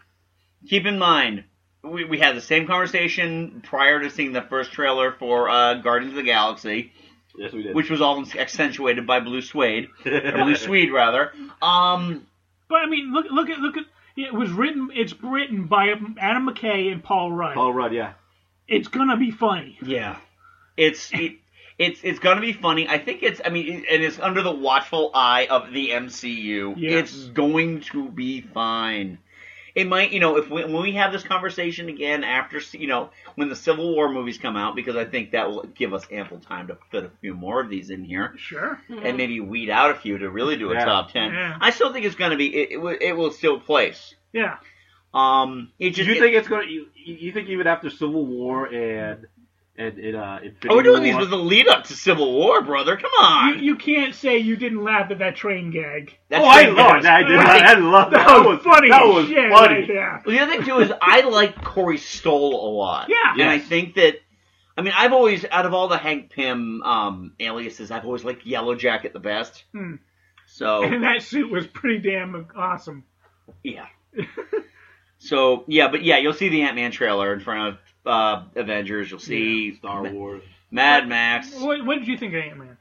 S3: Keep in mind, we, we had the same conversation prior to seeing the first trailer for uh, Guardians of the Galaxy.
S5: Yes, we did.
S3: Which was all accentuated by Blue Suede, or [LAUGHS] Blue Swede rather. Um,
S4: but I mean, look, look at, look at. It was written. It's written by Adam McKay and Paul Rudd.
S5: Paul Rudd, yeah.
S4: It's gonna be funny.
S3: Yeah, it's it, it's it's gonna be funny. I think it's. I mean, and it's under the watchful eye of the MCU.
S4: Yes.
S3: It's going to be fine. it might, you know, if we, when we have this conversation again after, you know, when the Civil War movies come out, because I think that will give us ample time to fit a few more of these in here.
S4: Sure.
S5: Mm-hmm.
S3: And maybe weed out a few to really do a
S4: Yeah.
S3: top ten.
S4: Yeah.
S3: I still think it's going to be, it, it, will- it will still place.
S4: Yeah.
S3: Um, it
S5: Do
S3: just,
S5: you
S3: it-
S5: think it's gonna? You, you think even after Civil War and and, and uh, Infinity
S3: Oh, we're doing these
S5: War-
S3: with the lead up to Civil War, brother. Come on.
S4: You, you can't say you didn't laugh at that train gag.
S3: That
S5: Oh, I
S3: train
S5: love
S3: gag
S5: that. I did- I love that.
S4: That
S5: That
S4: was
S5: was-
S4: funny.
S5: that
S4: as
S5: was
S4: shit
S5: funny.
S4: right there.
S3: The other thing too is I like Corey Stoll a lot.
S4: Yeah.
S3: And I think that I mean I've always out of all the Hank Pym um, aliases, I've always liked Yellow Jacket the best.
S4: Hmm.
S3: So
S4: [LAUGHS] And that suit was pretty damn awesome.
S3: yeah. so yeah, but yeah, you'll see the Ant Man trailer in front of uh, Avengers, you'll see Star
S5: Wars.
S3: Mad Max.
S4: What, what did you think of Ant Man?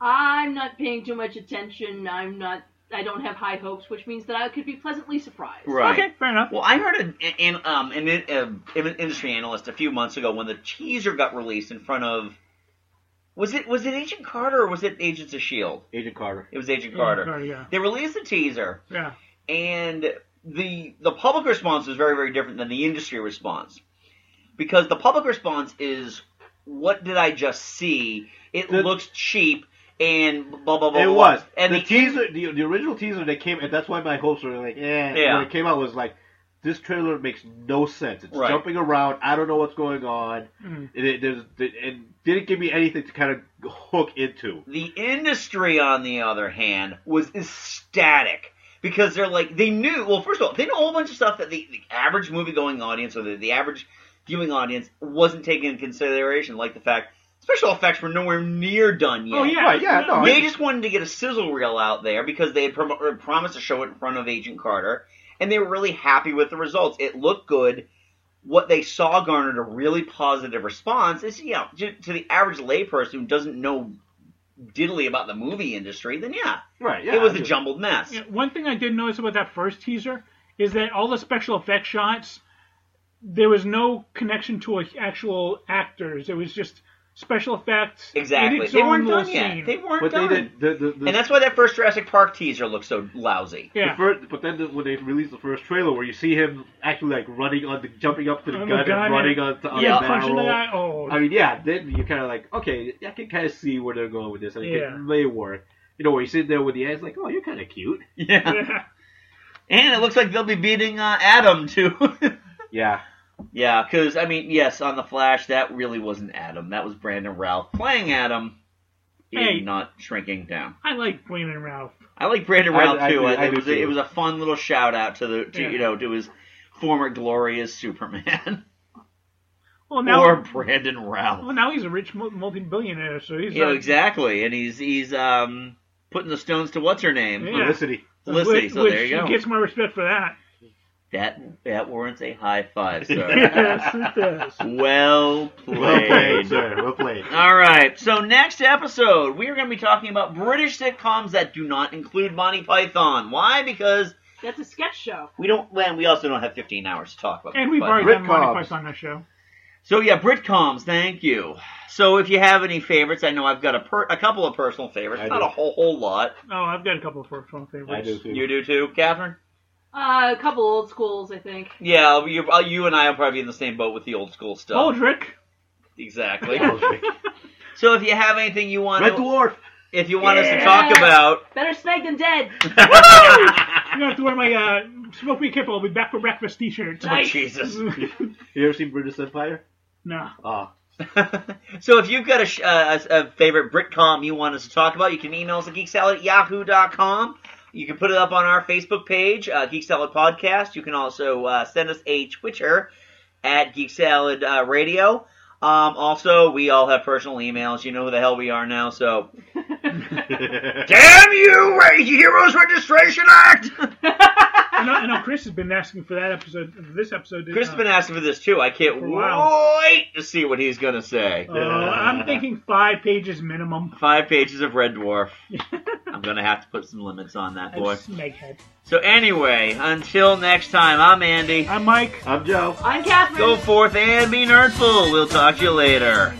S6: I'm not paying too much attention. I'm not. I don't have high hopes, which means that I could be pleasantly surprised.
S3: Right.
S4: Okay, fair enough.
S3: Well, I heard an, an, um, an, an, an industry analyst a few months ago when the teaser got released in front of was it was it Agent Carter or was it Agents of Shield?
S5: Agent Carter.
S3: It was Agent
S4: Agent
S3: Carter.
S4: Carter, yeah.
S3: They released the teaser,
S4: Yeah.
S3: and the the public response was very very different than the industry response because the public response is what did I just see? It looks cheap and blah blah blah.
S5: It
S3: blah,
S5: was.
S3: blah.
S5: And the, teaser, the, the original teaser that came, and that's why my hopes were like, eh.
S3: Yeah.
S5: When it came out, it was like, this trailer makes no sense. It's
S3: Right.
S5: jumping around. I don't know what's going on.
S4: Mhm.
S5: And it, there's, and didn't give me anything to kind of hook into.
S3: The industry, on the other hand, was ecstatic because they're like they knew. Well, first of all, they know a whole bunch of stuff that the, the average movie-going audience or the, the average viewing audience wasn't taking into consideration, like the fact special effects were nowhere near done yet.
S4: Oh, yeah. Right, yeah, no,
S3: they
S4: I-
S3: just wanted to get a sizzle reel out there because they had prom- or promised to show it in front of Agent Carter, and they were really happy with the results. It looked good. What they saw garnered a really positive response. Is you know to, to the average layperson who doesn't know diddly about the movie industry, then yeah,
S5: Right,
S3: it was a jumbled mess.
S4: Yeah, One thing I did notice about that first teaser is that all the special effects shots, there was no connection to a, actual actors. It was just special effects. in
S3: Exactly,
S4: its
S3: they
S4: own
S3: weren't
S4: little
S3: done yet.
S4: scene.
S3: They weren't
S5: But
S3: done.
S5: they did. The, the, the,
S3: and that's why that first Jurassic Park teaser looked so lousy.
S5: the first, but then the, when they released the first trailer, where you see him actually like running on the, jumping up to the
S4: On
S5: gun,
S4: the gun
S5: and
S4: and-
S5: running on, to, on
S4: yeah,
S5: the
S4: punching the
S5: barrel.
S4: guy. Oh.
S5: I mean, yeah. Then you're kind of like, okay, I can kind of see where they're going with this, and it
S4: Yeah.
S5: can- may work. You know, where you sit there with the eyes, like, oh, you're kind of cute.
S3: [LAUGHS] Yeah. And it looks like they'll be beating uh, Adam too. [LAUGHS]
S5: Yeah.
S3: yeah, because I mean, yes, on the Flash, that really wasn't Adam. That was Brandon Ralph playing Adam, in
S4: Hey.
S3: not shrinking down.
S4: I like Brandon Ralph.
S3: I like Brandon
S5: I-
S3: Ralph
S5: I
S3: too.
S5: do-
S3: I-
S5: I
S3: it
S5: do
S3: was
S5: too.
S3: A, it was a fun little shout out to the to,
S4: Yeah.
S3: you know to his former glorious Superman
S4: Well, [LAUGHS] now,
S3: or Brandon Ralph.
S4: well, now he's a rich mul- multi-billionaire, so he's
S3: Yeah,
S4: like,
S3: exactly. And he's he's um putting the stones to what's her name?
S4: Yeah. Felicity.
S3: Felicity.
S4: Which,
S3: so
S4: which
S3: there you go.
S4: He gets my respect
S3: [LAUGHS]
S4: for that.
S3: That that warrants a high five,
S4: [LAUGHS]
S3: sir.
S4: yes, it does.
S3: well played.
S5: Well played, sir. Well played.
S3: All right. So next episode, we are going to be talking about British sitcoms that do not include Monty Python. Why? Because
S6: That's a sketch show.
S3: we don't. Well, we also don't have 15 hours to talk about.
S4: And we've
S3: Monty
S4: already
S3: Python.
S4: done Monty Python on this show.
S3: So yeah, Britcoms, thank you. So if you have any favorites, I know I've got a per- a couple of personal favorites,
S4: I
S3: not
S4: do.
S3: a whole whole lot.
S4: Oh, I've got a couple of personal favorites.
S3: You do too, Catherine.
S6: Uh, a couple old schools, I think.
S3: Yeah, you, uh, you and I will probably be in the same boat with the old school stuff.
S4: Aldrich.
S3: Exactly. [LAUGHS] so if you have anything you want, to,
S5: Red Dwarf.
S3: if you want us to
S6: Yeah.
S3: talk about,
S6: Better snake than dead.
S4: I'm gonna have to wear my uh, smoke me kipple. I'll be back for breakfast T-shirt.
S3: Oh, [LAUGHS] Jesus.
S5: You ever seen British Empire?
S4: [LAUGHS] no.
S5: Ah.
S3: [LAUGHS] so if you've got a, sh- uh, a, a favorite Britcom you want us to talk about, you can email us at geeksalad at yahoo.com. You can put it up on our Facebook page, uh, Geek Salad Podcast. You can also uh, send us a Twitter at Geek Salad uh, Radio. Um, also, we all have personal emails. You know who the hell we are now, so. Damn you, Ra- Heroes Registration Act!
S4: I know, I know Chris has been asking for that episode, this episode.
S3: Chris has been asking for this too. I can't
S4: For a while.
S3: wait to see what he's going to say.
S4: Uh, I'm thinking five pages minimum.
S3: Five pages of Red Dwarf. I'm going to have to put some limits on that, boy.
S4: Snakehead.
S3: So, anyway, until next time, I'm Andy.
S4: I'm Mike.
S5: I'm Joe.
S6: I'm Catherine.
S3: Go forth and be nerdful. We'll talk to you later.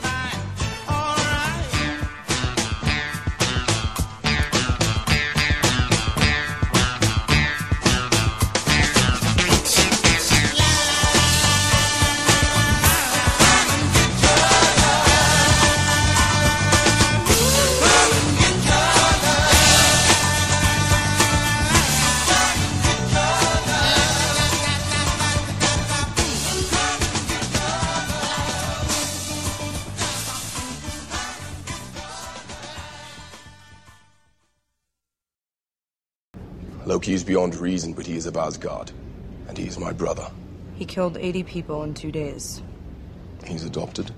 S20: Loki is beyond reason, but he is of Asgard. And he is my brother.
S6: He killed 80 people in two days.
S20: He's adopted.